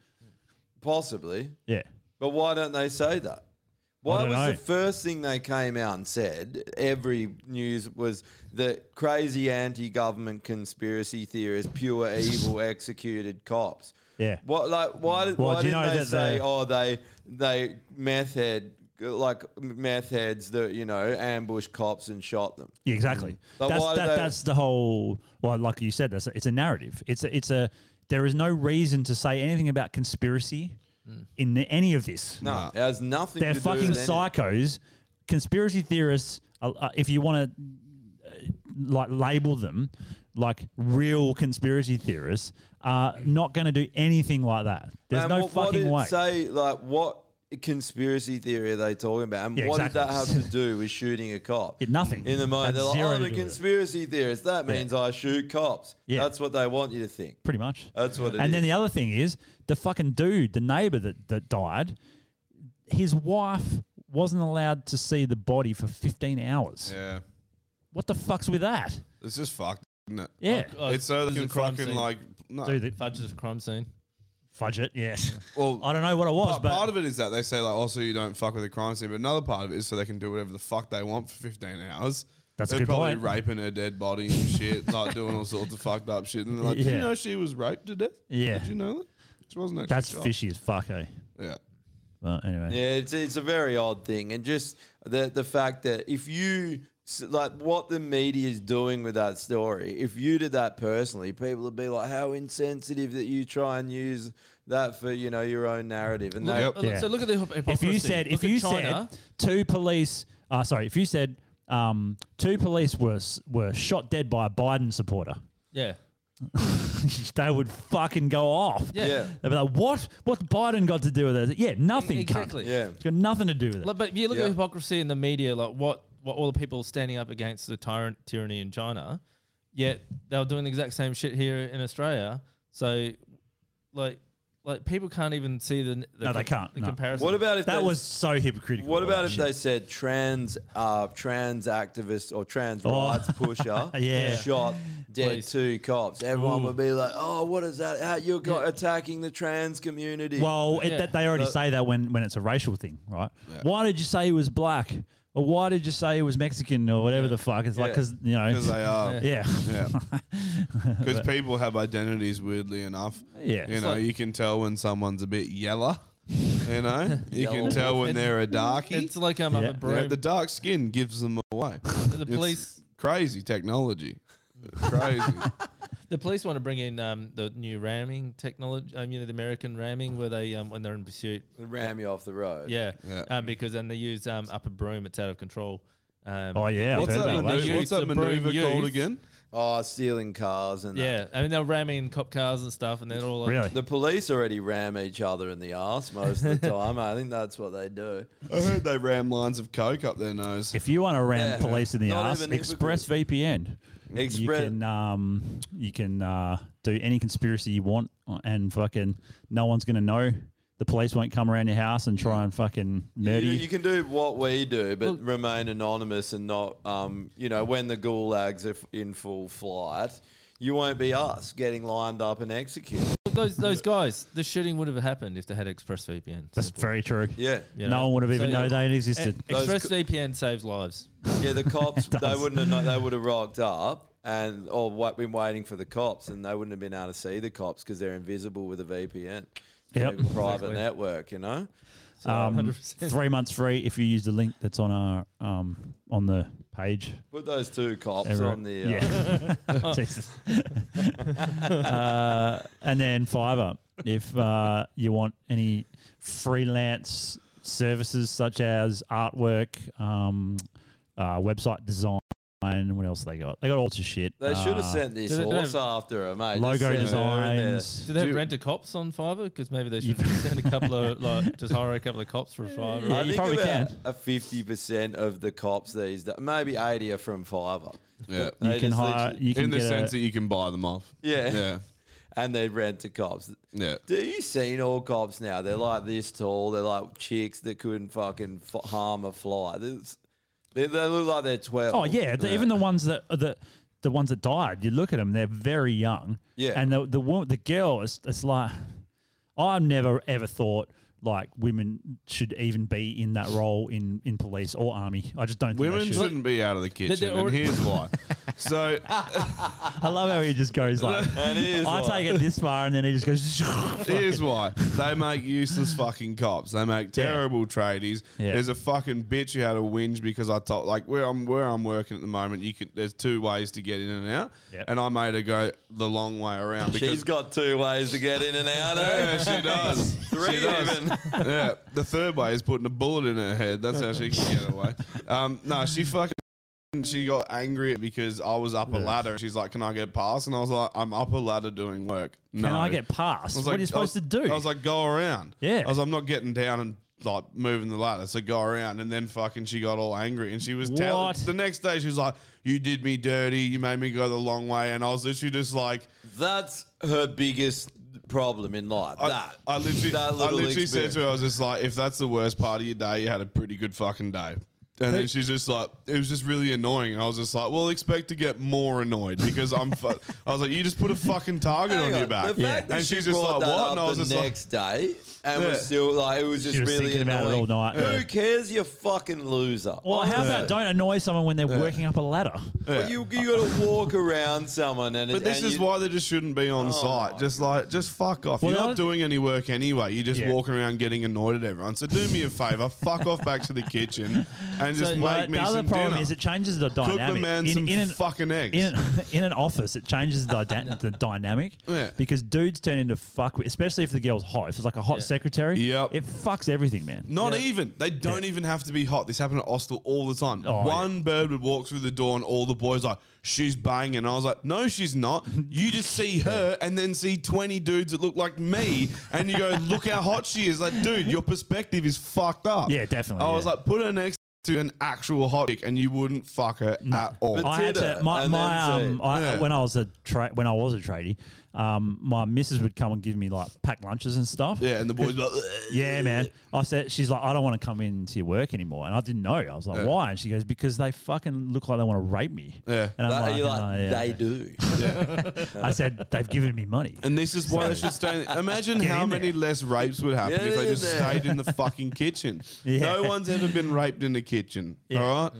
Speaker 4: Possibly.
Speaker 3: Yeah.
Speaker 4: But why don't they say that? Why
Speaker 3: don't
Speaker 4: was
Speaker 3: know.
Speaker 4: the first thing they came out and said, every news was the crazy anti government conspiracy theorists, pure evil, executed cops.
Speaker 3: Yeah.
Speaker 4: What like why did
Speaker 3: Well,
Speaker 4: why
Speaker 3: do you
Speaker 4: didn't
Speaker 3: know
Speaker 4: they
Speaker 3: that
Speaker 4: say
Speaker 3: the-
Speaker 4: oh they they meth head like meth heads that you know ambushed cops and shot them?
Speaker 3: Yeah, exactly.
Speaker 4: Mm. But
Speaker 3: that's,
Speaker 4: why do
Speaker 3: that,
Speaker 4: they-
Speaker 3: that's the whole. Well, like you said, that's a, it's a narrative. It's a, it's a. There is no reason to say anything about conspiracy in the, any of this.
Speaker 4: No, it has nothing.
Speaker 3: They're
Speaker 4: to
Speaker 3: fucking
Speaker 4: do with anything.
Speaker 3: psychos, conspiracy theorists. Uh, uh, if you want to, like, label them like real conspiracy theorists, are not going to do anything like that. There's
Speaker 4: Man,
Speaker 3: no
Speaker 4: what, what
Speaker 3: fucking
Speaker 4: did
Speaker 3: way.
Speaker 4: it Say like what conspiracy theory are they talking about, and
Speaker 3: Yeah,
Speaker 4: what did that
Speaker 3: exactly.
Speaker 4: have to do with shooting a cop?
Speaker 3: It- nothing.
Speaker 4: in the mind.
Speaker 3: Had
Speaker 4: They're like,
Speaker 3: zero to
Speaker 4: oh, the
Speaker 3: do with it."
Speaker 4: conspiracy theorist. That
Speaker 3: Yeah.
Speaker 4: means I shoot cops.
Speaker 3: Yeah.
Speaker 4: that's what they want you to think.
Speaker 3: Pretty much.
Speaker 4: That's Uh, what it
Speaker 3: and
Speaker 4: is.
Speaker 3: then the other thing is the fucking dude, the neighbor that, that died, his wife wasn't allowed to see the body for 15 hours.
Speaker 2: Yeah.
Speaker 3: What the fuck's with that?
Speaker 2: It's just fucked, isn't it?
Speaker 3: Yeah. Oh,
Speaker 2: it's so
Speaker 3: this
Speaker 2: they
Speaker 3: is
Speaker 2: can
Speaker 3: a crime
Speaker 2: fucking
Speaker 3: scene.
Speaker 2: like. No.
Speaker 3: Dude, it-
Speaker 6: Fudge is a crime scene.
Speaker 3: Fudge it, yes.
Speaker 2: Well,
Speaker 3: I don't know what it was,
Speaker 2: part,
Speaker 3: but
Speaker 2: part of it is that they say like, also you don't fuck with the crime scene, but another part of it is so they can do whatever the fuck they want for 15 hours.
Speaker 3: That's a
Speaker 2: they're
Speaker 3: good
Speaker 2: probably
Speaker 3: point.
Speaker 2: raping her dead body and shit, like doing all sorts of fucked up shit. And they're like, did
Speaker 3: Yeah.
Speaker 2: you know she was raped to death?
Speaker 3: Yeah.
Speaker 2: Did you know that? She wasn't actually
Speaker 3: that's
Speaker 2: shot."
Speaker 3: fishy as fuck, eh?
Speaker 2: Yeah.
Speaker 3: Well, anyway.
Speaker 4: Yeah, it's it's a very odd thing, and just the the fact that if you s- like what the media is doing with that story, if you did that personally, people would be like, "How insensitive that you try and use that for you know your own narrative." And
Speaker 6: Look-
Speaker 4: they,
Speaker 6: Yep. so look at the hypo-
Speaker 3: If you
Speaker 6: hypocrisy.
Speaker 3: said, if
Speaker 6: Look at
Speaker 3: you
Speaker 6: China.
Speaker 3: said two police, uh, sorry, if you said um, two police were s- were shot dead by a Biden supporter,
Speaker 6: Yeah.
Speaker 3: they would fucking go off.
Speaker 6: Yeah. Yeah.
Speaker 3: They'd be like, what? What's Biden got to do with it? Yeah, nothing.
Speaker 6: Exactly.
Speaker 3: Cunt. It's got nothing to do with it.
Speaker 6: Like, but if you look
Speaker 3: Yeah.
Speaker 6: at hypocrisy in the media, like what what all the people standing up against the tyrant tyranny in China, yet they were doing the exact same shit here in Australia. So, like, like people can't even see the, the
Speaker 3: no, they
Speaker 6: com-
Speaker 3: can't.
Speaker 6: the
Speaker 3: no.
Speaker 6: comparison.
Speaker 4: What about if
Speaker 3: that
Speaker 4: they-
Speaker 3: was so hypocritical?
Speaker 4: What about if
Speaker 3: Shit.
Speaker 4: they said trans uh, trans activist or trans
Speaker 3: Oh.
Speaker 4: rights pusher
Speaker 3: Yeah.
Speaker 4: shot dead two cops? Everyone
Speaker 3: Ooh.
Speaker 4: would be like, "Oh, what is that? How you're go- attacking the trans community?"
Speaker 3: Well, it, that they already
Speaker 4: But-
Speaker 3: say that when, when it's a racial thing, right? Why did you say he was black? Or why did you say he was Mexican or whatever the fuck? It's like
Speaker 2: Yeah.
Speaker 3: 'cause like because you know
Speaker 2: 'Cause they are.
Speaker 3: Yeah.
Speaker 2: Yeah. Because
Speaker 3: But-
Speaker 2: people have identities, weirdly enough.
Speaker 3: Yeah.
Speaker 2: You
Speaker 3: It's
Speaker 2: know,
Speaker 3: like-
Speaker 2: you can tell when someone's a bit yeller. You know, you
Speaker 6: Yellow.
Speaker 2: can tell when
Speaker 6: It's-
Speaker 2: they're a darkie.
Speaker 6: it's like, um, I'm a broom.
Speaker 2: the dark skin gives them away.
Speaker 6: The
Speaker 2: It's
Speaker 6: police-
Speaker 2: crazy technology. Crazy.
Speaker 6: The police want to bring in um, the new ramming technology. Um, you know, the American ramming, where they um, when they're in pursuit,
Speaker 4: ram you off the road.
Speaker 6: Um, Yeah,
Speaker 4: Yeah.
Speaker 6: Um, because then they use um, upper broom. It's out of control. Um,
Speaker 3: Oh, yeah, I've What's heard that that, manu-
Speaker 6: They
Speaker 2: what's
Speaker 6: use
Speaker 2: that
Speaker 6: the broom
Speaker 2: maneuver called
Speaker 6: used.
Speaker 2: again?
Speaker 4: Oh, stealing cars and that.
Speaker 6: Yeah, I mean they're ramming cop cars and stuff, and they're all like,
Speaker 4: The police already ram each other in the ass most of the time. I think that's what they do.
Speaker 2: I heard they ram lines of coke up their nose.
Speaker 3: If you want to ram
Speaker 4: Yeah.
Speaker 3: police in the
Speaker 4: Not
Speaker 3: ass,
Speaker 4: even hypocrite.
Speaker 3: ExpressVPN. You
Speaker 4: Express-
Speaker 3: can um, you can uh, do any conspiracy you want, uh, and fucking no one's gonna know. The police won't come around your house and try and fucking murder
Speaker 4: You,
Speaker 3: you.
Speaker 4: you can do what we do, but remain anonymous and not, um, you know, when the gulags are f- in full flight, you won't be us getting lined up and executed.
Speaker 6: those those guys. The shooting would have happened if they had ExpressVPN.
Speaker 3: That's very true.
Speaker 4: Yeah.
Speaker 6: You
Speaker 3: No
Speaker 6: know?
Speaker 3: one would have
Speaker 6: So,
Speaker 3: even
Speaker 6: yeah.
Speaker 3: known they existed.
Speaker 6: E- ExpressVPN saves lives.
Speaker 4: Yeah, the cops, they wouldn't have, known, they would have rocked up and or wa- been waiting for the cops, and they wouldn't have been able to see the cops because they're invisible with a VPN.
Speaker 3: Yep.
Speaker 4: It's a private
Speaker 3: Exactly.
Speaker 4: network, you know. So,
Speaker 3: Um, three months free if you use the link that's on our um, on the page.
Speaker 4: Put those two cops
Speaker 3: Everett.
Speaker 4: on the. Uh,
Speaker 3: yeah. Jesus. uh, and then Fiverr, if uh, you want any freelance services such as artwork, um, uh, website design, what else they got? They got all sorts of shit.
Speaker 4: They should have
Speaker 3: Uh,
Speaker 4: sent this
Speaker 6: Did it-
Speaker 4: horse
Speaker 6: did it-
Speaker 4: after her, mate. Just
Speaker 3: Logo
Speaker 4: send her in there.
Speaker 3: designs.
Speaker 6: Do they rent a cops on Fiverr? Because maybe they should send a couple of like just hire a couple of cops for Fiverr.
Speaker 4: I think about A fifty percent of the cops these days, maybe eighty are from Fiverr.
Speaker 2: Yeah.
Speaker 4: They
Speaker 3: You can
Speaker 4: just
Speaker 3: hire-
Speaker 4: literally-
Speaker 3: Uh, you can
Speaker 2: in the
Speaker 3: get
Speaker 2: sense
Speaker 3: a-
Speaker 2: that you can buy them off.
Speaker 4: Yeah.
Speaker 2: Yeah.
Speaker 4: And they rent to cops.
Speaker 2: Yeah.
Speaker 4: Do you seen all cops now? They're like this tall. They're like chicks that couldn't fucking f- harm a fly. There's- They, they look like they're twelve.
Speaker 3: Oh yeah, the, even the ones that the the ones that died. You look at them; they're very young.
Speaker 4: Yeah.
Speaker 3: and the the wo- the girl is it's like I've never ever thought like women should even be in that role in in police or army. I just don't. Think
Speaker 2: Women
Speaker 3: they should.
Speaker 2: shouldn't be out of the kitchen, and
Speaker 3: already-
Speaker 2: here's why. So
Speaker 3: I love how he just goes like,
Speaker 4: And here's
Speaker 3: I
Speaker 4: why.
Speaker 3: take it this far, and then he just goes.
Speaker 2: Here's why. They make useless fucking cops. They make terrible tradies.
Speaker 3: Yeah.
Speaker 2: There's a fucking bitch who had a whinge because I told like where I'm where I'm working at the moment, you can there's two ways to get in and out.
Speaker 3: Yep.
Speaker 2: And I made her go the long way around because
Speaker 4: She's got two ways to get in and out. eh?
Speaker 2: Yeah, she does.
Speaker 4: Three
Speaker 2: she does.
Speaker 4: even.
Speaker 2: yeah. The third way is putting a bullet in her head. That's how she can get away. Um, no, she fucking she got angry because I was up a ladder and she's like, Can I get past? And I was like, I'm up a ladder doing work. No.
Speaker 3: I get past?
Speaker 2: I
Speaker 3: What
Speaker 2: was
Speaker 3: are you
Speaker 2: I was-
Speaker 3: supposed to do?
Speaker 2: I was like, go around.
Speaker 3: Yeah.
Speaker 2: I was I'm not getting down and like moving the ladder. So go around. And then fucking she got all angry and she was telling
Speaker 3: What?
Speaker 2: the next day she was like, You did me dirty, you made me go the long way. And I was literally just like
Speaker 4: That's her biggest problem in life.
Speaker 2: I,
Speaker 4: that.
Speaker 2: I literally,
Speaker 4: that
Speaker 2: I
Speaker 4: little
Speaker 2: literally said
Speaker 4: experience.
Speaker 2: to her, I was just like, if that's the worst part of your day, you had a pretty good fucking day. And then she's just like, it was just really annoying. And I was just like, well, expect to get more annoyed because I'm. Fu-. I was like, you just put a fucking target
Speaker 4: Hang
Speaker 2: on, your
Speaker 4: on,
Speaker 2: back.
Speaker 4: The fact that
Speaker 2: And
Speaker 4: she
Speaker 2: she's just
Speaker 4: brought
Speaker 2: like,
Speaker 4: that
Speaker 2: what?
Speaker 4: Up
Speaker 2: And I was
Speaker 4: the
Speaker 2: just like,
Speaker 4: next day, and
Speaker 2: Yeah.
Speaker 4: was still like, it was just
Speaker 3: She was
Speaker 4: really
Speaker 3: thinking about it
Speaker 4: annoying.
Speaker 3: all night.
Speaker 4: Who cares? You fucking loser.
Speaker 3: Well, how
Speaker 4: Honestly.
Speaker 3: about don't annoy someone when they're working up a ladder?
Speaker 4: But you you got to walk around someone, and
Speaker 2: but
Speaker 4: it's-
Speaker 2: this
Speaker 4: and
Speaker 2: is
Speaker 4: you- Oh
Speaker 2: why they just shouldn't be on site. Just like, just fuck off. You're
Speaker 3: Well, I-
Speaker 2: not doing any work anyway. You're just
Speaker 3: Yeah.
Speaker 2: walking around getting annoyed at everyone. So do me a favor, fuck off back to the kitchen and just
Speaker 3: So,
Speaker 2: make
Speaker 3: like,
Speaker 2: me
Speaker 3: the other
Speaker 2: some
Speaker 3: problem
Speaker 2: dinner.
Speaker 3: is it changes the
Speaker 2: Cook
Speaker 3: dynamic.
Speaker 2: the man some fucking eggs.
Speaker 3: In, in an office, it changes the, dy- the dynamic
Speaker 2: Yeah.
Speaker 3: because dudes turn into fuck, especially if the girl's hot. If it's like a hot secretary,
Speaker 2: Yep.
Speaker 3: it fucks everything, man.
Speaker 2: Not even. They don't even have to be hot. This happened at Austell all the time.
Speaker 3: Oh,
Speaker 2: One bird would walk through the door and all the boys like, she's banging. And I was like, no, she's not. You just see her and then see 20 dudes that look like me and you go, look how hot she is. Like, dude, your perspective is fucked up.
Speaker 3: Yeah, definitely,
Speaker 2: I was
Speaker 3: yeah.
Speaker 2: like, put her next to an actual hot chick and you wouldn't fuck her at all.
Speaker 3: I had to, my,
Speaker 4: and then
Speaker 3: my um,
Speaker 4: say-
Speaker 3: I,
Speaker 2: Yeah.
Speaker 3: when I was a tra- when I was a tradie, um, my missus would come and give me like packed lunches and stuff.
Speaker 2: yeah, and the boys like,
Speaker 3: Yeah, man. I said, she's like, I don't want to come into your work anymore, and I didn't know. I was like,
Speaker 2: Yeah.
Speaker 3: why? And she goes, because they fucking look like they want to rape me.
Speaker 2: Yeah.
Speaker 3: and I'm
Speaker 4: That-
Speaker 3: like,
Speaker 4: you're like,
Speaker 3: "Oh, yeah,
Speaker 4: they
Speaker 3: okay."
Speaker 4: do.
Speaker 3: I said they've given me money.
Speaker 2: And this is why they should stay. Imagine
Speaker 3: Get
Speaker 2: how
Speaker 3: in there.
Speaker 2: many less rapes would happen
Speaker 4: Get
Speaker 2: if they
Speaker 4: in
Speaker 2: just
Speaker 4: there.
Speaker 2: stayed in the fucking kitchen. No one's ever been raped in the kitchen. All right.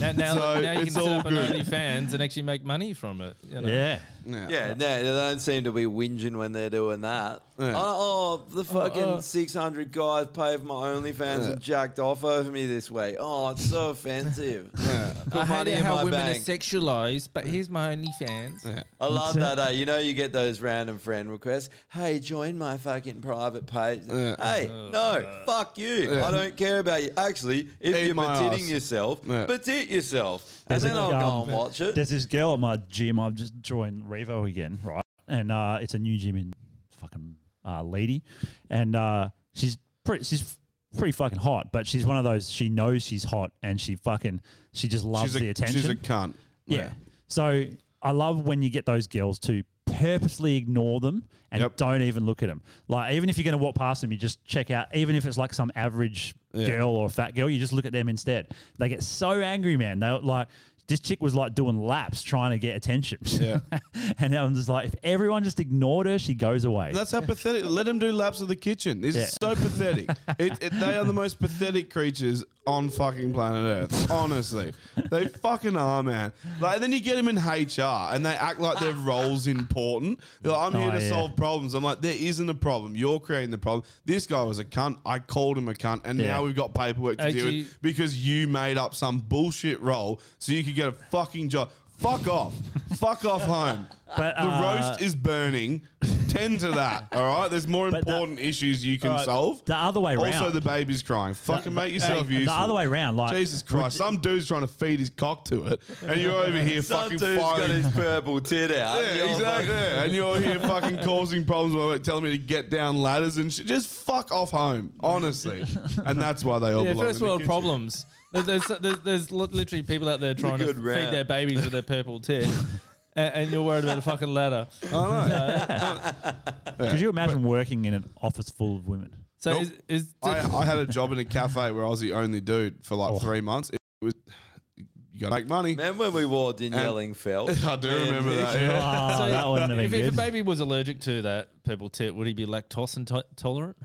Speaker 6: Now, now,
Speaker 2: So,
Speaker 6: now you can
Speaker 2: it's
Speaker 6: set
Speaker 2: all
Speaker 6: up an
Speaker 2: good.
Speaker 6: OnlyFans and actually make money from it. You know?
Speaker 3: Yeah.
Speaker 2: Mm.
Speaker 4: Yeah, no, they don't seem to be whinging when they're doing that.
Speaker 2: Yeah.
Speaker 4: Oh, oh, the fucking 600 guys paid my OnlyFans and jacked off over me this way. Oh, it's so offensive. Put
Speaker 6: I hate
Speaker 4: money
Speaker 6: it
Speaker 4: in
Speaker 6: how
Speaker 4: my
Speaker 6: women
Speaker 4: bank.
Speaker 6: are sexualized, but here's my OnlyFans.
Speaker 4: I love that. Eh? You know, you get those random friend requests. Hey, join my fucking
Speaker 6: Uh,
Speaker 4: private page. Hey, no, fuck you. I don't care about you. Actually, if
Speaker 2: Eat
Speaker 4: you
Speaker 2: my
Speaker 4: start
Speaker 3: ass.
Speaker 4: titting yourself,
Speaker 3: Yeah.
Speaker 4: but tit yourself. And
Speaker 3: There's
Speaker 4: then
Speaker 3: a-
Speaker 4: I'll go
Speaker 3: um,
Speaker 4: and watch it.
Speaker 3: There's this girl at my gym. I'm just drawing Revo again, right? And uh, it's a new gym in fucking uh, Leedy, and uh, she's pretty. She's pretty fucking hot, but she's one of those. She knows she's hot, and she fucking she just loves
Speaker 2: She's a-
Speaker 3: the attention.
Speaker 2: she's a cunt.
Speaker 3: Yeah.
Speaker 2: Yeah.
Speaker 3: So I love when you get those girls to purposely ignore them and don't even look at them. Like even if you're going to walk past them, you just check out. Even if it's like some average
Speaker 2: Yeah.
Speaker 3: girl or fat girl, you just look at them instead. They get so angry, man. They like this chick was like doing laps trying to get attention. Yeah. and I'm just like, if everyone just ignored her, she goes away.
Speaker 2: That's how pathetic. Let them do laps of the kitchen. This is
Speaker 3: Yeah.
Speaker 2: so pathetic. It, it, they are the most pathetic creatures on fucking planet Earth. Honestly, they fucking are, man. Like then you get them in HR and they act like their role's important. They're like, I'm here
Speaker 3: Oh,
Speaker 2: to
Speaker 3: yeah.
Speaker 2: solve problems. I'm like, there isn't a problem. You're creating the problem. This guy was a cunt. I called him a cunt, and
Speaker 3: Yeah.
Speaker 2: now we've got paperwork to deal
Speaker 3: Actually-
Speaker 2: with because you made up some bullshit role so you could get a fucking job. Fuck off. Fuck off home.
Speaker 3: But,
Speaker 2: the
Speaker 3: uh,
Speaker 2: roast is burning. Tend to that. All right. There's more important issues you can
Speaker 3: Alright,
Speaker 2: solve.
Speaker 3: the other way
Speaker 2: Also,
Speaker 3: round.
Speaker 2: the baby's crying. Fucking make yourself
Speaker 3: hey, the
Speaker 2: useful.
Speaker 3: other way round, like-
Speaker 2: Jesus Christ, some dude's trying to feed his cock to it, and you're over here
Speaker 4: Some
Speaker 2: fucking
Speaker 4: dude's got
Speaker 2: firing.
Speaker 4: his purple tit out.
Speaker 2: Yeah,
Speaker 4: You're
Speaker 2: exactly.
Speaker 4: fucking-
Speaker 2: And you're here fucking causing problems while telling me to get down ladders and shit. Just fuck off home, honestly. And that's why they all
Speaker 6: Yeah,
Speaker 2: belong
Speaker 6: first
Speaker 2: in the
Speaker 6: world
Speaker 2: kitchen.
Speaker 6: problems. There's, there's, there's, there's li- literally people out there trying to
Speaker 2: good
Speaker 6: feed
Speaker 2: rant.
Speaker 6: their babies with their purple tit, and, and you're worried about a fucking ladder.
Speaker 2: I
Speaker 3: Could you imagine working in an office full of women?
Speaker 6: So
Speaker 2: Nope.
Speaker 6: is, is
Speaker 2: I, I had a job in a cafe where I was the only dude for
Speaker 3: Oh.
Speaker 2: like three months. It was you gotta make money.
Speaker 4: Remember when we wore Danielle felt?
Speaker 2: I do remember that.
Speaker 3: Oh,
Speaker 2: Yeah.
Speaker 6: So if, if a baby was allergic to that purple tit, would he be lactose intolerant?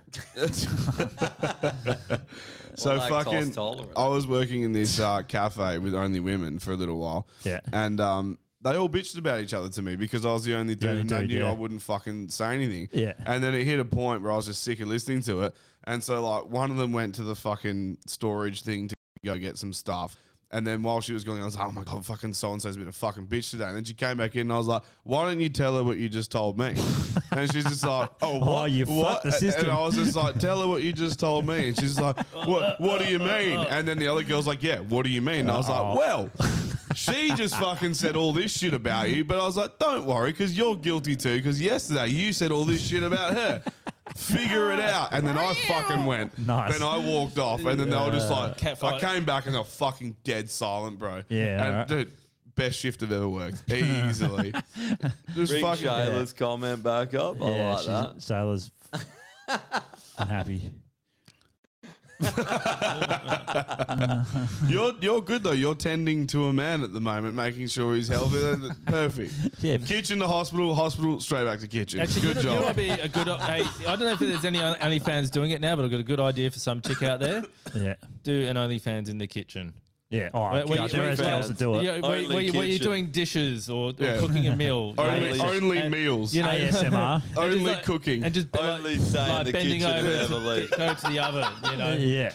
Speaker 2: so
Speaker 6: Well, lactose
Speaker 2: fucking,
Speaker 6: tolerant.
Speaker 2: I was working in this uh, cafe with only women for a little while.
Speaker 3: Yeah.
Speaker 2: and um, they all bitched about each other to me because I was the only dude,
Speaker 3: only
Speaker 2: and they
Speaker 3: dude,
Speaker 2: knew
Speaker 3: yeah.
Speaker 2: I wouldn't fucking say anything.
Speaker 3: Yeah.
Speaker 2: and then it hit a point where I was just sick of listening to it, and so like one of them went to the fucking storage thing to go get some stuff. And then while she was going, I was like, "Oh my god, fucking so and so's been a fucking bitch today." And then she came back in, and I was like, "Why don't you tell her what you just told me?" and she's just like, "Oh,
Speaker 3: Oh,
Speaker 2: what?
Speaker 3: you fucked
Speaker 2: what?"
Speaker 3: the
Speaker 2: And-
Speaker 3: system.
Speaker 2: And I was just like, "Tell her what you just told me." And she's like, "What? What do you mean?" And then the other girl's like, "Yeah, what do you mean?" And I was
Speaker 3: Oh.
Speaker 2: like, "Well." She just fucking said all this shit about you, but I was like, don't worry, because you're guilty too, because yesterday you said all this shit about her. Figure it out. And then I fucking went.
Speaker 3: Nice.
Speaker 2: Then I walked off, and then they were just
Speaker 3: Yeah.
Speaker 2: like,
Speaker 3: Cat
Speaker 2: I
Speaker 3: fight.
Speaker 2: came back and they're fucking dead silent, bro.
Speaker 3: Yeah,
Speaker 2: And
Speaker 3: alright.
Speaker 2: dude, best shift I've ever worked. Easily. Just
Speaker 4: Bring
Speaker 2: fucking-
Speaker 4: Shayla's comment back up. I
Speaker 3: yeah,
Speaker 4: like that.
Speaker 3: she's- Shayla's unhappy.
Speaker 2: you're you're good though. You're tending to a man at the moment, making sure he's healthy. Perfect.
Speaker 3: Yeah.
Speaker 2: Kitchen to hospital, hospital straight back to kitchen.
Speaker 6: Actually,
Speaker 2: good
Speaker 6: you know- you know
Speaker 2: job.
Speaker 6: what'd be a good. Hey, I don't know if there's any OnlyFans doing it now, but I've got a good idea for some chick out there.
Speaker 3: Yeah.
Speaker 6: Do an OnlyFans in the kitchen.
Speaker 3: Yeah, all right.
Speaker 6: Where- where-
Speaker 3: There is
Speaker 6: where-
Speaker 3: girls that do it.
Speaker 6: Yeah, where- where,
Speaker 3: Only
Speaker 6: you- where you're
Speaker 3: kitchen.
Speaker 6: doing dishes or, or
Speaker 3: Yeah.
Speaker 6: cooking a meal. you
Speaker 2: Only-
Speaker 6: know, and-
Speaker 2: only
Speaker 6: and,
Speaker 2: meals.
Speaker 6: You know,
Speaker 3: ASMR.
Speaker 6: and just
Speaker 2: Only
Speaker 6: like-
Speaker 2: cooking.
Speaker 6: And just be
Speaker 4: Only
Speaker 6: like,
Speaker 4: stay in
Speaker 6: like
Speaker 4: the
Speaker 6: bending
Speaker 4: kitchen
Speaker 6: over,
Speaker 4: and never leave.
Speaker 6: go to the oven. You
Speaker 2: Um,
Speaker 6: know.
Speaker 3: Yeah.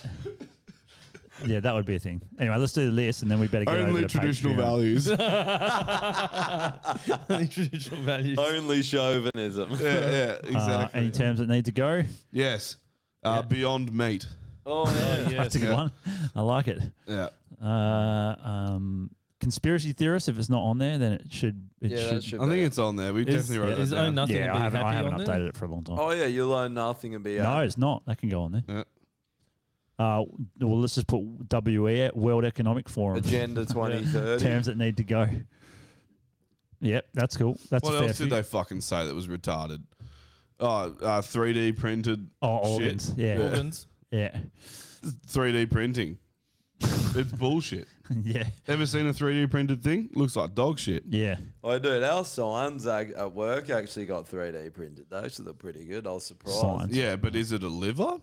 Speaker 3: Yeah, that would be a thing. Anyway, let's do the list and then we better get over
Speaker 2: Only
Speaker 3: to
Speaker 2: traditional
Speaker 3: Patreon.
Speaker 2: values.
Speaker 6: traditional values.
Speaker 4: Only chauvinism.
Speaker 2: yeah,
Speaker 3: Uh, any terms that need to go?
Speaker 2: Yes. Uh, Beyond meat.
Speaker 4: Oh, yeah.
Speaker 3: That's a good
Speaker 2: Yeah.
Speaker 3: one. I like it.
Speaker 2: Yeah.
Speaker 3: Uh, um, conspiracy theorists, if it's not on there, then it should. It
Speaker 4: Yeah, that
Speaker 3: should,
Speaker 4: should
Speaker 2: I think it's on there. We
Speaker 3: Is-
Speaker 2: definitely wrote
Speaker 3: is
Speaker 2: that down.
Speaker 3: Own Nothing Yeah, and I Be haven't- I Happy haven't on there? updated it for a long time.
Speaker 4: Oh yeah, you'll own nothing and be
Speaker 3: No,
Speaker 4: happy.
Speaker 3: it's not. That can go on there. Uh, well, let's just put WE at World Economic Forum.
Speaker 4: Agenda 2030.
Speaker 3: terms that need to go. Yep, that's cool. That's
Speaker 2: what
Speaker 3: a fair
Speaker 2: else
Speaker 3: few.
Speaker 2: did they fucking say that was retarded? Oh, uh, 3D printed.
Speaker 3: Oh,
Speaker 2: shit.
Speaker 3: organs. Yeah. Organs. Yeah.
Speaker 2: 3D printing. it's bullshit.
Speaker 3: Yeah.
Speaker 2: Ever seen a 3D printed thing? Looks like dog shit.
Speaker 3: Yeah.
Speaker 4: Oh, dude, our signs ac- at work actually got 3D printed. They actually look pretty good. I was surprised.
Speaker 2: Yeah, but is it a
Speaker 3: Uh,
Speaker 2: liver?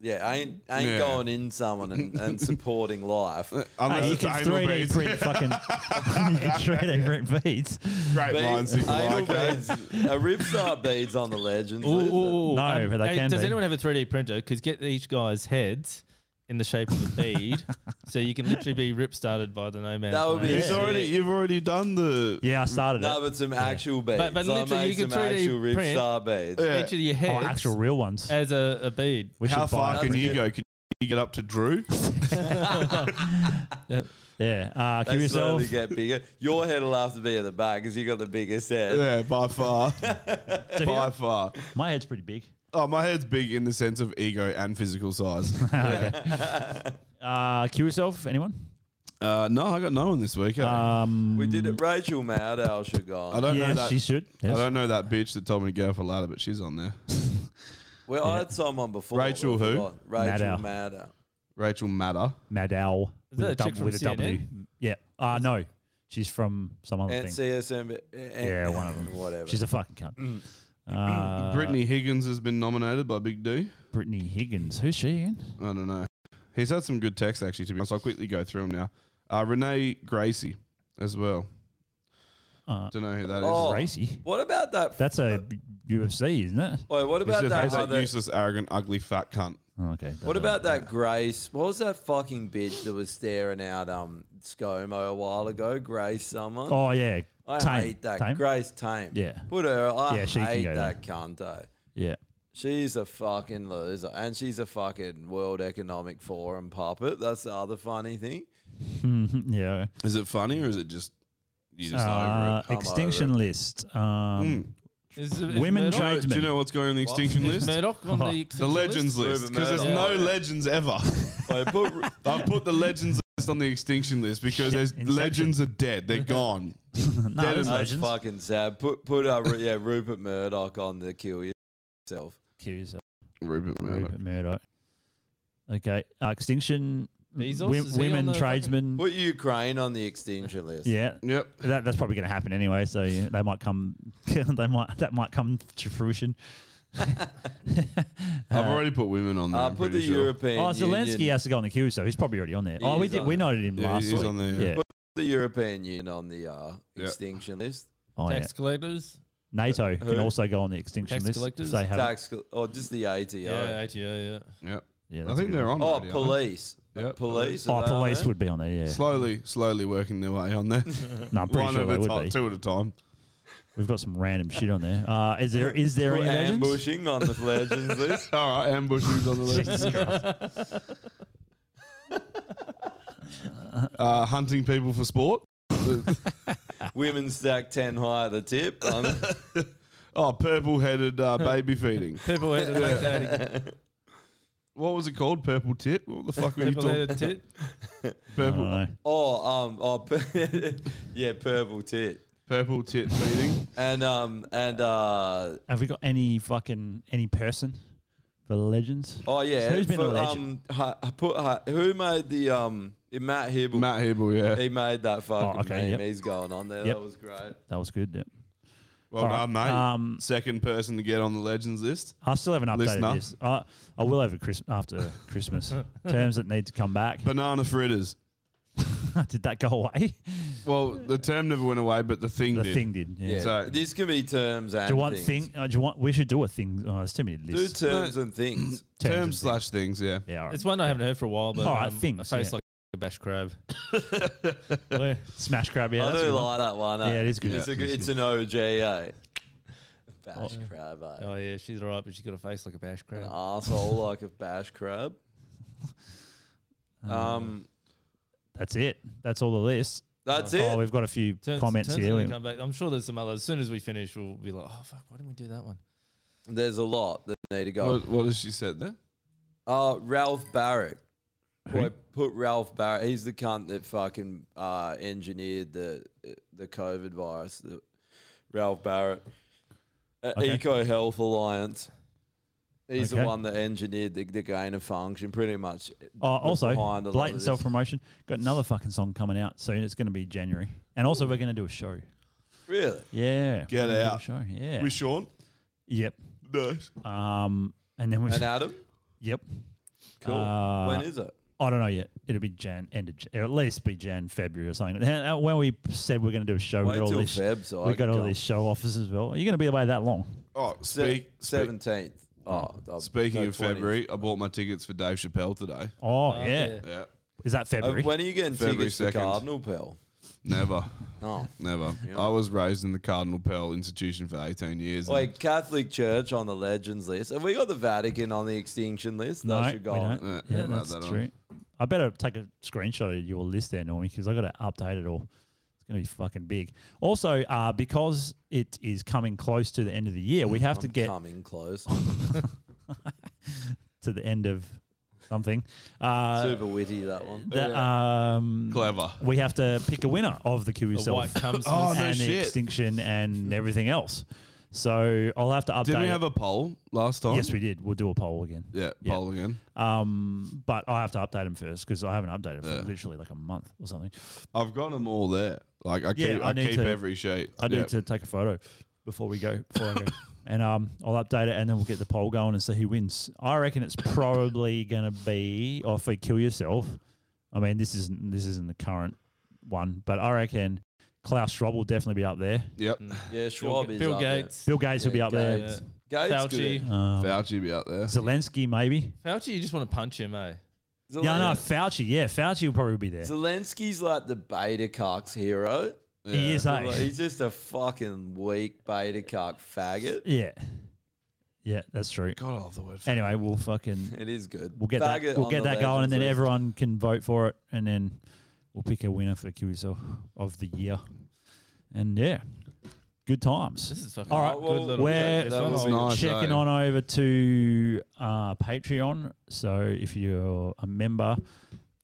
Speaker 4: Yeah, ain't ain't
Speaker 2: Yeah.
Speaker 4: going in someone and, and supporting life.
Speaker 2: Unless
Speaker 3: Hey, you
Speaker 2: it's
Speaker 3: can
Speaker 2: anal
Speaker 3: 3D
Speaker 2: beads.
Speaker 3: print fucking. you can 3D print beats.
Speaker 2: Great
Speaker 4: Beads-
Speaker 2: minds think
Speaker 4: anal
Speaker 2: alike. eh?
Speaker 4: beads, a ripstar beads on the legends. isn't it?
Speaker 6: Um, hey, Does anyone have a 3D printer? Because get each guy's heads in the shape of a bead, so you can literally be rip started by the no man's
Speaker 4: That would be
Speaker 6: Land.
Speaker 2: He's already, you've already done the.
Speaker 3: Yeah, I started
Speaker 4: No, but some actual beads.
Speaker 6: But, but
Speaker 4: I
Speaker 6: literally, you
Speaker 4: made
Speaker 6: can
Speaker 4: some
Speaker 6: 3D
Speaker 4: actual
Speaker 6: print
Speaker 4: ripstar beads.
Speaker 6: each of your heads
Speaker 3: actual Oh, real ones.
Speaker 6: as a, a bead.
Speaker 3: We
Speaker 2: How far can you go? Can you get up to Drew?
Speaker 3: yeah. Uh,
Speaker 4: They slowly get bigger. Your head will have to be at the back because you got the biggest head.
Speaker 2: Yeah, by far. by far.
Speaker 3: My head's pretty big.
Speaker 2: Oh, my head's big in the sense of ego and physical size.
Speaker 3: uh, cue yourself, anyone?
Speaker 2: Uh, no, I got no one this week.
Speaker 3: Um,
Speaker 4: we did it. Rachel Maddow should go.
Speaker 2: I don't know that.
Speaker 4: Yes.
Speaker 2: I don't know that bitch that told me to go for ladder, but she's on there.
Speaker 4: Well, I had someone before.
Speaker 2: Rachel
Speaker 4: but I
Speaker 2: who?
Speaker 4: forgot. Rachel
Speaker 3: Maddow.
Speaker 4: Maddow.
Speaker 2: Rachel Maddow.
Speaker 3: Maddow.
Speaker 4: Is that
Speaker 3: with
Speaker 4: a chick
Speaker 3: dub-
Speaker 4: from
Speaker 3: with W.
Speaker 4: CNN?
Speaker 3: Yeah. Uh, no. She's from some other
Speaker 4: And
Speaker 3: thing.
Speaker 4: CSM.
Speaker 3: yeah, one of them.
Speaker 4: eh, Whatever. Mm.
Speaker 3: She's a fucking cunt. Uh,
Speaker 2: Brittany Higgins has been nominated by Big D.
Speaker 3: Brittany Higgins. Who's she again?
Speaker 2: I don't know. He's had some good texts, actually, to be honest. I'll quickly go through them now. Uh, Renee Gracie as well.
Speaker 3: Uh,
Speaker 2: don't know who that is.
Speaker 4: Oh, What about that?
Speaker 3: That's a UFC, isn't it?
Speaker 4: Wait, what
Speaker 2: He's
Speaker 4: about
Speaker 2: just-
Speaker 4: that
Speaker 2: he's
Speaker 4: other-
Speaker 2: useless, arrogant, ugly, fat cunt.
Speaker 3: Oh, okay.
Speaker 4: What about that Grace? What was that fucking bitch that was staring out um ScoMo a while ago? Grace Summer.
Speaker 3: Oh, yeah.
Speaker 4: I
Speaker 3: Tame.
Speaker 4: hate that
Speaker 3: Tame?
Speaker 4: Grace Tame.
Speaker 3: Yeah.
Speaker 4: Put her. I
Speaker 3: Yeah, she can
Speaker 4: hate
Speaker 3: go there.
Speaker 4: that cunto.
Speaker 3: Yeah.
Speaker 4: She's a fucking loser, and she's a fucking World Economic Forum puppet. That's the other funny thing.
Speaker 3: yeah.
Speaker 2: Is it funny or is it just. You just
Speaker 3: Uh,
Speaker 2: over it?
Speaker 3: extinction list. Um,
Speaker 2: Is
Speaker 6: it- is
Speaker 3: women
Speaker 6: Murdoch-
Speaker 3: tradesmen. Oh.
Speaker 2: Do you know what's going on the extinction
Speaker 6: Is
Speaker 2: list?
Speaker 6: Murdoch on the extinction
Speaker 2: legends
Speaker 6: list?
Speaker 2: list because there's
Speaker 6: Ruben
Speaker 2: no
Speaker 6: Murdoch.
Speaker 2: legends ever. I've put the legends list on the extinction list because there's legends are dead. They're gone. Dead and-
Speaker 4: that's fucking sad. Put put uh, Ru- yeah Rupert Murdoch on the kill yourself.
Speaker 3: Kill yourself.
Speaker 2: Rupert
Speaker 3: Murdoch. Okay. Uh, extinction. wi- women tradesmen.
Speaker 4: Put Ukraine on the extinction list.
Speaker 3: Yeah.
Speaker 2: Yep.
Speaker 3: That, that's probably going to happen anyway. So yeah, they might come. they might that might come to fruition.
Speaker 2: I've already put women on there.
Speaker 4: Uh,
Speaker 2: I'm
Speaker 4: put
Speaker 2: pretty
Speaker 4: the
Speaker 2: sure.
Speaker 4: European
Speaker 3: Oh, Zelensky has to go on the queue, so he's probably already on there. oh, we
Speaker 4: He's
Speaker 3: did.
Speaker 4: on
Speaker 3: We
Speaker 4: it.
Speaker 3: noted him last week. yeah.
Speaker 4: Put the European Union on the uh, extinction list.
Speaker 3: Oh, yeah.
Speaker 6: Tax collectors.
Speaker 3: NATO can
Speaker 4: Who?
Speaker 3: also go on the extinction
Speaker 6: Tax
Speaker 3: list. if
Speaker 6: collectors?
Speaker 3: They have
Speaker 4: Tax, co- or just the ATO.
Speaker 6: Yeah, ATO,
Speaker 2: yeah. Yep.
Speaker 3: Yeah,
Speaker 2: I think they're on.
Speaker 4: Oh,
Speaker 2: already, aren't they?
Speaker 4: police. Police.
Speaker 3: Oh,
Speaker 4: are they on
Speaker 3: police
Speaker 4: there?
Speaker 3: would be on there. Yeah.
Speaker 2: Slowly, slowly working their way on there.
Speaker 3: No, I'm pretty
Speaker 2: One
Speaker 3: sure
Speaker 2: at
Speaker 3: they
Speaker 2: a
Speaker 3: would
Speaker 2: ti-
Speaker 3: be.
Speaker 2: Two at a time.
Speaker 3: We've got some random shit on there. Uh, is there is there
Speaker 4: Put
Speaker 3: any legends?
Speaker 4: ambushing on the legends list.
Speaker 2: All right, ambushing's on the
Speaker 3: Jesus
Speaker 2: list. uh, hunting people for sport.
Speaker 4: Women stack 10 high at the tip. Um,
Speaker 2: Oh, purple-headed uh, baby feeding.
Speaker 6: Purple-headed lactating.
Speaker 2: What was it called? Purple tit? What the fuck were you talking?
Speaker 6: Purple-headed
Speaker 2: Purple.
Speaker 4: oh, um, oh, yeah, purple tit.
Speaker 2: Purple tit feeding.
Speaker 4: And, um, and, uh,
Speaker 3: Have we got any fucking any person for the legends?
Speaker 4: oh, yeah.
Speaker 3: who's been
Speaker 4: for,
Speaker 3: a legend?
Speaker 4: Um, hi, I put, hi, who made the, um, Matt Hibble.
Speaker 2: Matt Hibble, yeah.
Speaker 4: He made that fucking
Speaker 3: Oh, okay,
Speaker 4: meme.
Speaker 3: yep.
Speaker 4: He's going on there.
Speaker 3: Yep.
Speaker 4: That was great.
Speaker 3: that was good. Yeah.
Speaker 2: Well
Speaker 3: All right, um,
Speaker 2: done, mate. Second person to get on the legends list.
Speaker 3: I still haven't updated
Speaker 2: Listener.
Speaker 3: this. I, I will over Christ- after Christmas. Terms that need to come back.
Speaker 2: Banana fritters.
Speaker 3: Did that go away?
Speaker 2: Well, the term never went away, but the thing
Speaker 3: The
Speaker 2: did.
Speaker 3: thing did, yeah.
Speaker 4: Yeah.
Speaker 2: So
Speaker 4: These can be terms and
Speaker 3: do you want
Speaker 4: things.
Speaker 3: thing? Uh, do you want? We should do a thing. Oh, there's too many
Speaker 4: Do
Speaker 3: lists.
Speaker 4: terms and things.
Speaker 3: Terms
Speaker 2: term
Speaker 3: and
Speaker 2: slash things, yeah.
Speaker 3: Yeah, all right.
Speaker 6: It's one I haven't heard for a while, but
Speaker 3: All right,
Speaker 6: um,
Speaker 3: things,
Speaker 6: I face
Speaker 3: yeah.
Speaker 6: like a bash crab.
Speaker 3: Smash grab. Yeah,
Speaker 4: I
Speaker 3: that's a
Speaker 4: do
Speaker 3: good one.
Speaker 4: like that one. eh?
Speaker 3: Yeah, it is good.
Speaker 4: It's, a
Speaker 3: Yeah.
Speaker 4: good,
Speaker 3: It's
Speaker 4: it's an OG, eh? Bash crab, eh?
Speaker 6: Oh yeah, she's alright, but she's got a face like a bash crab.
Speaker 4: An asshole like a bash crab. Um,
Speaker 3: That's it. That's all the lists.
Speaker 4: That's
Speaker 3: Oh,
Speaker 4: it.
Speaker 3: we've got a few
Speaker 6: Turns-
Speaker 3: comments
Speaker 6: turns
Speaker 3: here.
Speaker 6: when we come back. I'm sure there's some others. As soon as we finish, we'll be like, oh fuck, why didn't we do that one?
Speaker 4: there's a lot that need to go.
Speaker 2: What, what has she said there?
Speaker 4: Uh, Ralph Barrick. Boy, put Ralph Barrick. He's the cunt that fucking uh, engineered the the COVID virus. The, Ralph Barrett, uh,
Speaker 1: Okay.
Speaker 4: Eco Health Alliance. He's
Speaker 3: Okay.
Speaker 4: the one that engineered the, the gain of function, pretty much.
Speaker 3: Oh,
Speaker 4: was
Speaker 3: also,
Speaker 4: behind a lot of
Speaker 3: blatant
Speaker 4: this.
Speaker 3: self promotion. Got another fucking song coming out soon. It's going to be January. And also, we're going to do a show.
Speaker 4: Really?
Speaker 3: Yeah. we're
Speaker 2: Get
Speaker 3: gonna do a
Speaker 2: out.
Speaker 3: Show. Yeah.
Speaker 2: With Sean?
Speaker 3: Yep.
Speaker 2: Nice.
Speaker 3: Um, and then we
Speaker 4: And Adam?
Speaker 3: Yep.
Speaker 4: Cool.
Speaker 3: Uh,
Speaker 4: When is it?
Speaker 3: I don't know yet. It'll be Jan, end of Jan, or at least be Jan, February or something. Uh, When we said we're going to do a show,
Speaker 4: Wait
Speaker 3: we got all
Speaker 4: till
Speaker 3: this.
Speaker 4: Feb so
Speaker 3: we
Speaker 4: I
Speaker 3: got
Speaker 4: can
Speaker 3: all
Speaker 4: come.
Speaker 3: these show offers as well. Are you going to be away that long?
Speaker 2: Oh,
Speaker 4: Se-
Speaker 2: speak. speak-
Speaker 4: 17th. Oh, I'll-
Speaker 2: Speaking
Speaker 4: no,
Speaker 2: of
Speaker 4: 20th.
Speaker 2: February, I bought my tickets for Dave Chappelle today.
Speaker 3: Oh, yeah.
Speaker 2: Yeah.
Speaker 3: Is that
Speaker 4: Uh,
Speaker 3: February?
Speaker 4: when are you getting
Speaker 2: February
Speaker 4: tickets to
Speaker 2: 2nd.
Speaker 4: Cardinal, Oh. pal?
Speaker 2: Never.
Speaker 4: No.
Speaker 2: Never.
Speaker 4: Yeah.
Speaker 2: I was raised in the Cardinal Pell institution for 18 years. and-
Speaker 4: Wait, Catholic Church on the legends list. Have we got the Vatican on the extinction list?
Speaker 3: No,
Speaker 4: They
Speaker 3: we
Speaker 4: should go on.
Speaker 3: don't. Yeah, that's true. I better take a screenshot of your list there, Normie, because I got to update it all. It's going to be fucking big. Also, uh, because it is coming close to the end of the year, we have to
Speaker 4: I'm
Speaker 3: get uh,
Speaker 4: coming close.
Speaker 3: to the end of something. Uh,
Speaker 4: Super witty that one.
Speaker 3: that, um,
Speaker 2: Clever.
Speaker 3: We have to pick a winner of the Kiwi
Speaker 4: The
Speaker 3: Self
Speaker 4: White Cumsmith.
Speaker 2: Oh, no
Speaker 3: and the
Speaker 2: shit.
Speaker 3: extinction and everything else. So I'll have to update.
Speaker 2: Did we have
Speaker 3: it.
Speaker 2: a poll last time?
Speaker 3: Yes, we did. We'll do a poll again.
Speaker 2: Yeah, poll again.
Speaker 3: Um, but I have to update them first because I haven't updated for literally like a month or something.
Speaker 2: I've got them all there. Like I
Speaker 3: Yeah,
Speaker 2: keep,
Speaker 3: I
Speaker 2: I
Speaker 3: need
Speaker 2: keep
Speaker 3: to-
Speaker 2: every sheet.
Speaker 3: I need
Speaker 2: Yep.
Speaker 3: to take a photo before we go. Before I go. And um, I'll update it, and then we'll get the poll going and see who wins. I reckon it's probably gonna be or for kill yourself. I mean, this isn't this isn't the current one, but I reckon Klaus Schwab will definitely be up there.
Speaker 2: Yep.
Speaker 4: Yeah, Schwab is
Speaker 6: Bill
Speaker 4: up there.
Speaker 6: Gates.
Speaker 3: Bill Gates will be up
Speaker 6: Gates.
Speaker 4: Yeah.
Speaker 3: there.
Speaker 4: Gates
Speaker 6: Fauci.
Speaker 4: good.
Speaker 3: Um,
Speaker 2: Fauci be up there.
Speaker 3: Zelensky maybe.
Speaker 6: Fauci, you just want to punch him, eh?
Speaker 3: Yeah, no, Fauci. Yeah, Fauci will probably be there.
Speaker 4: Zelensky's like the beta cucks hero.
Speaker 3: He is, eh?
Speaker 4: Like, he's just a fucking weak beta cuck faggot.
Speaker 3: Yeah. Yeah, that's true.
Speaker 2: God, I love the word.
Speaker 3: Anyway, we'll fucking.
Speaker 4: It is good.
Speaker 3: We'll get that.
Speaker 4: Faggot
Speaker 3: We'll
Speaker 4: on
Speaker 3: get
Speaker 4: the
Speaker 3: that going, and then
Speaker 4: legends list.
Speaker 3: everyone can vote for it, and then we'll pick a winner for QSL of the year. And yeah, good times. This
Speaker 6: is fucking
Speaker 3: all
Speaker 6: a
Speaker 3: right.
Speaker 6: good little
Speaker 3: we're
Speaker 6: break. That was nice,
Speaker 3: checking
Speaker 6: eh?
Speaker 3: on over to uh, Patreon. So if you're a member,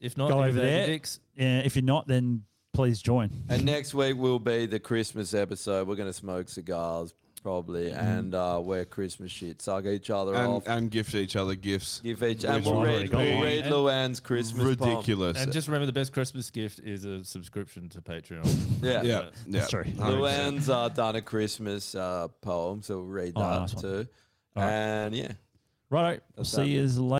Speaker 6: If not,
Speaker 3: go
Speaker 6: give
Speaker 3: over
Speaker 6: it to
Speaker 3: there.
Speaker 6: Dix.
Speaker 3: Yeah, if you're not, then please join.
Speaker 4: And next week will be the Christmas episode. We're going to smoke cigars probably and uh, wear Christmas shit, suck each other
Speaker 2: And,
Speaker 4: off.
Speaker 2: and gift each other gifts.
Speaker 4: Give each, and
Speaker 2: Which
Speaker 4: we'll
Speaker 2: would
Speaker 4: read,
Speaker 2: be
Speaker 4: we'll read Luann's Christmas poem.
Speaker 2: ridiculous.
Speaker 6: And just remember, the best Christmas gift is a subscription to Patreon.
Speaker 4: Yeah,
Speaker 2: Yeah, yeah.
Speaker 4: Luann's uh, done a Christmas uh, poem, so we'll read
Speaker 3: Oh,
Speaker 4: that
Speaker 3: nice one.
Speaker 4: too.
Speaker 3: All right.
Speaker 4: And yeah,
Speaker 3: Righto.
Speaker 4: That's
Speaker 3: see
Speaker 4: that.
Speaker 3: you later.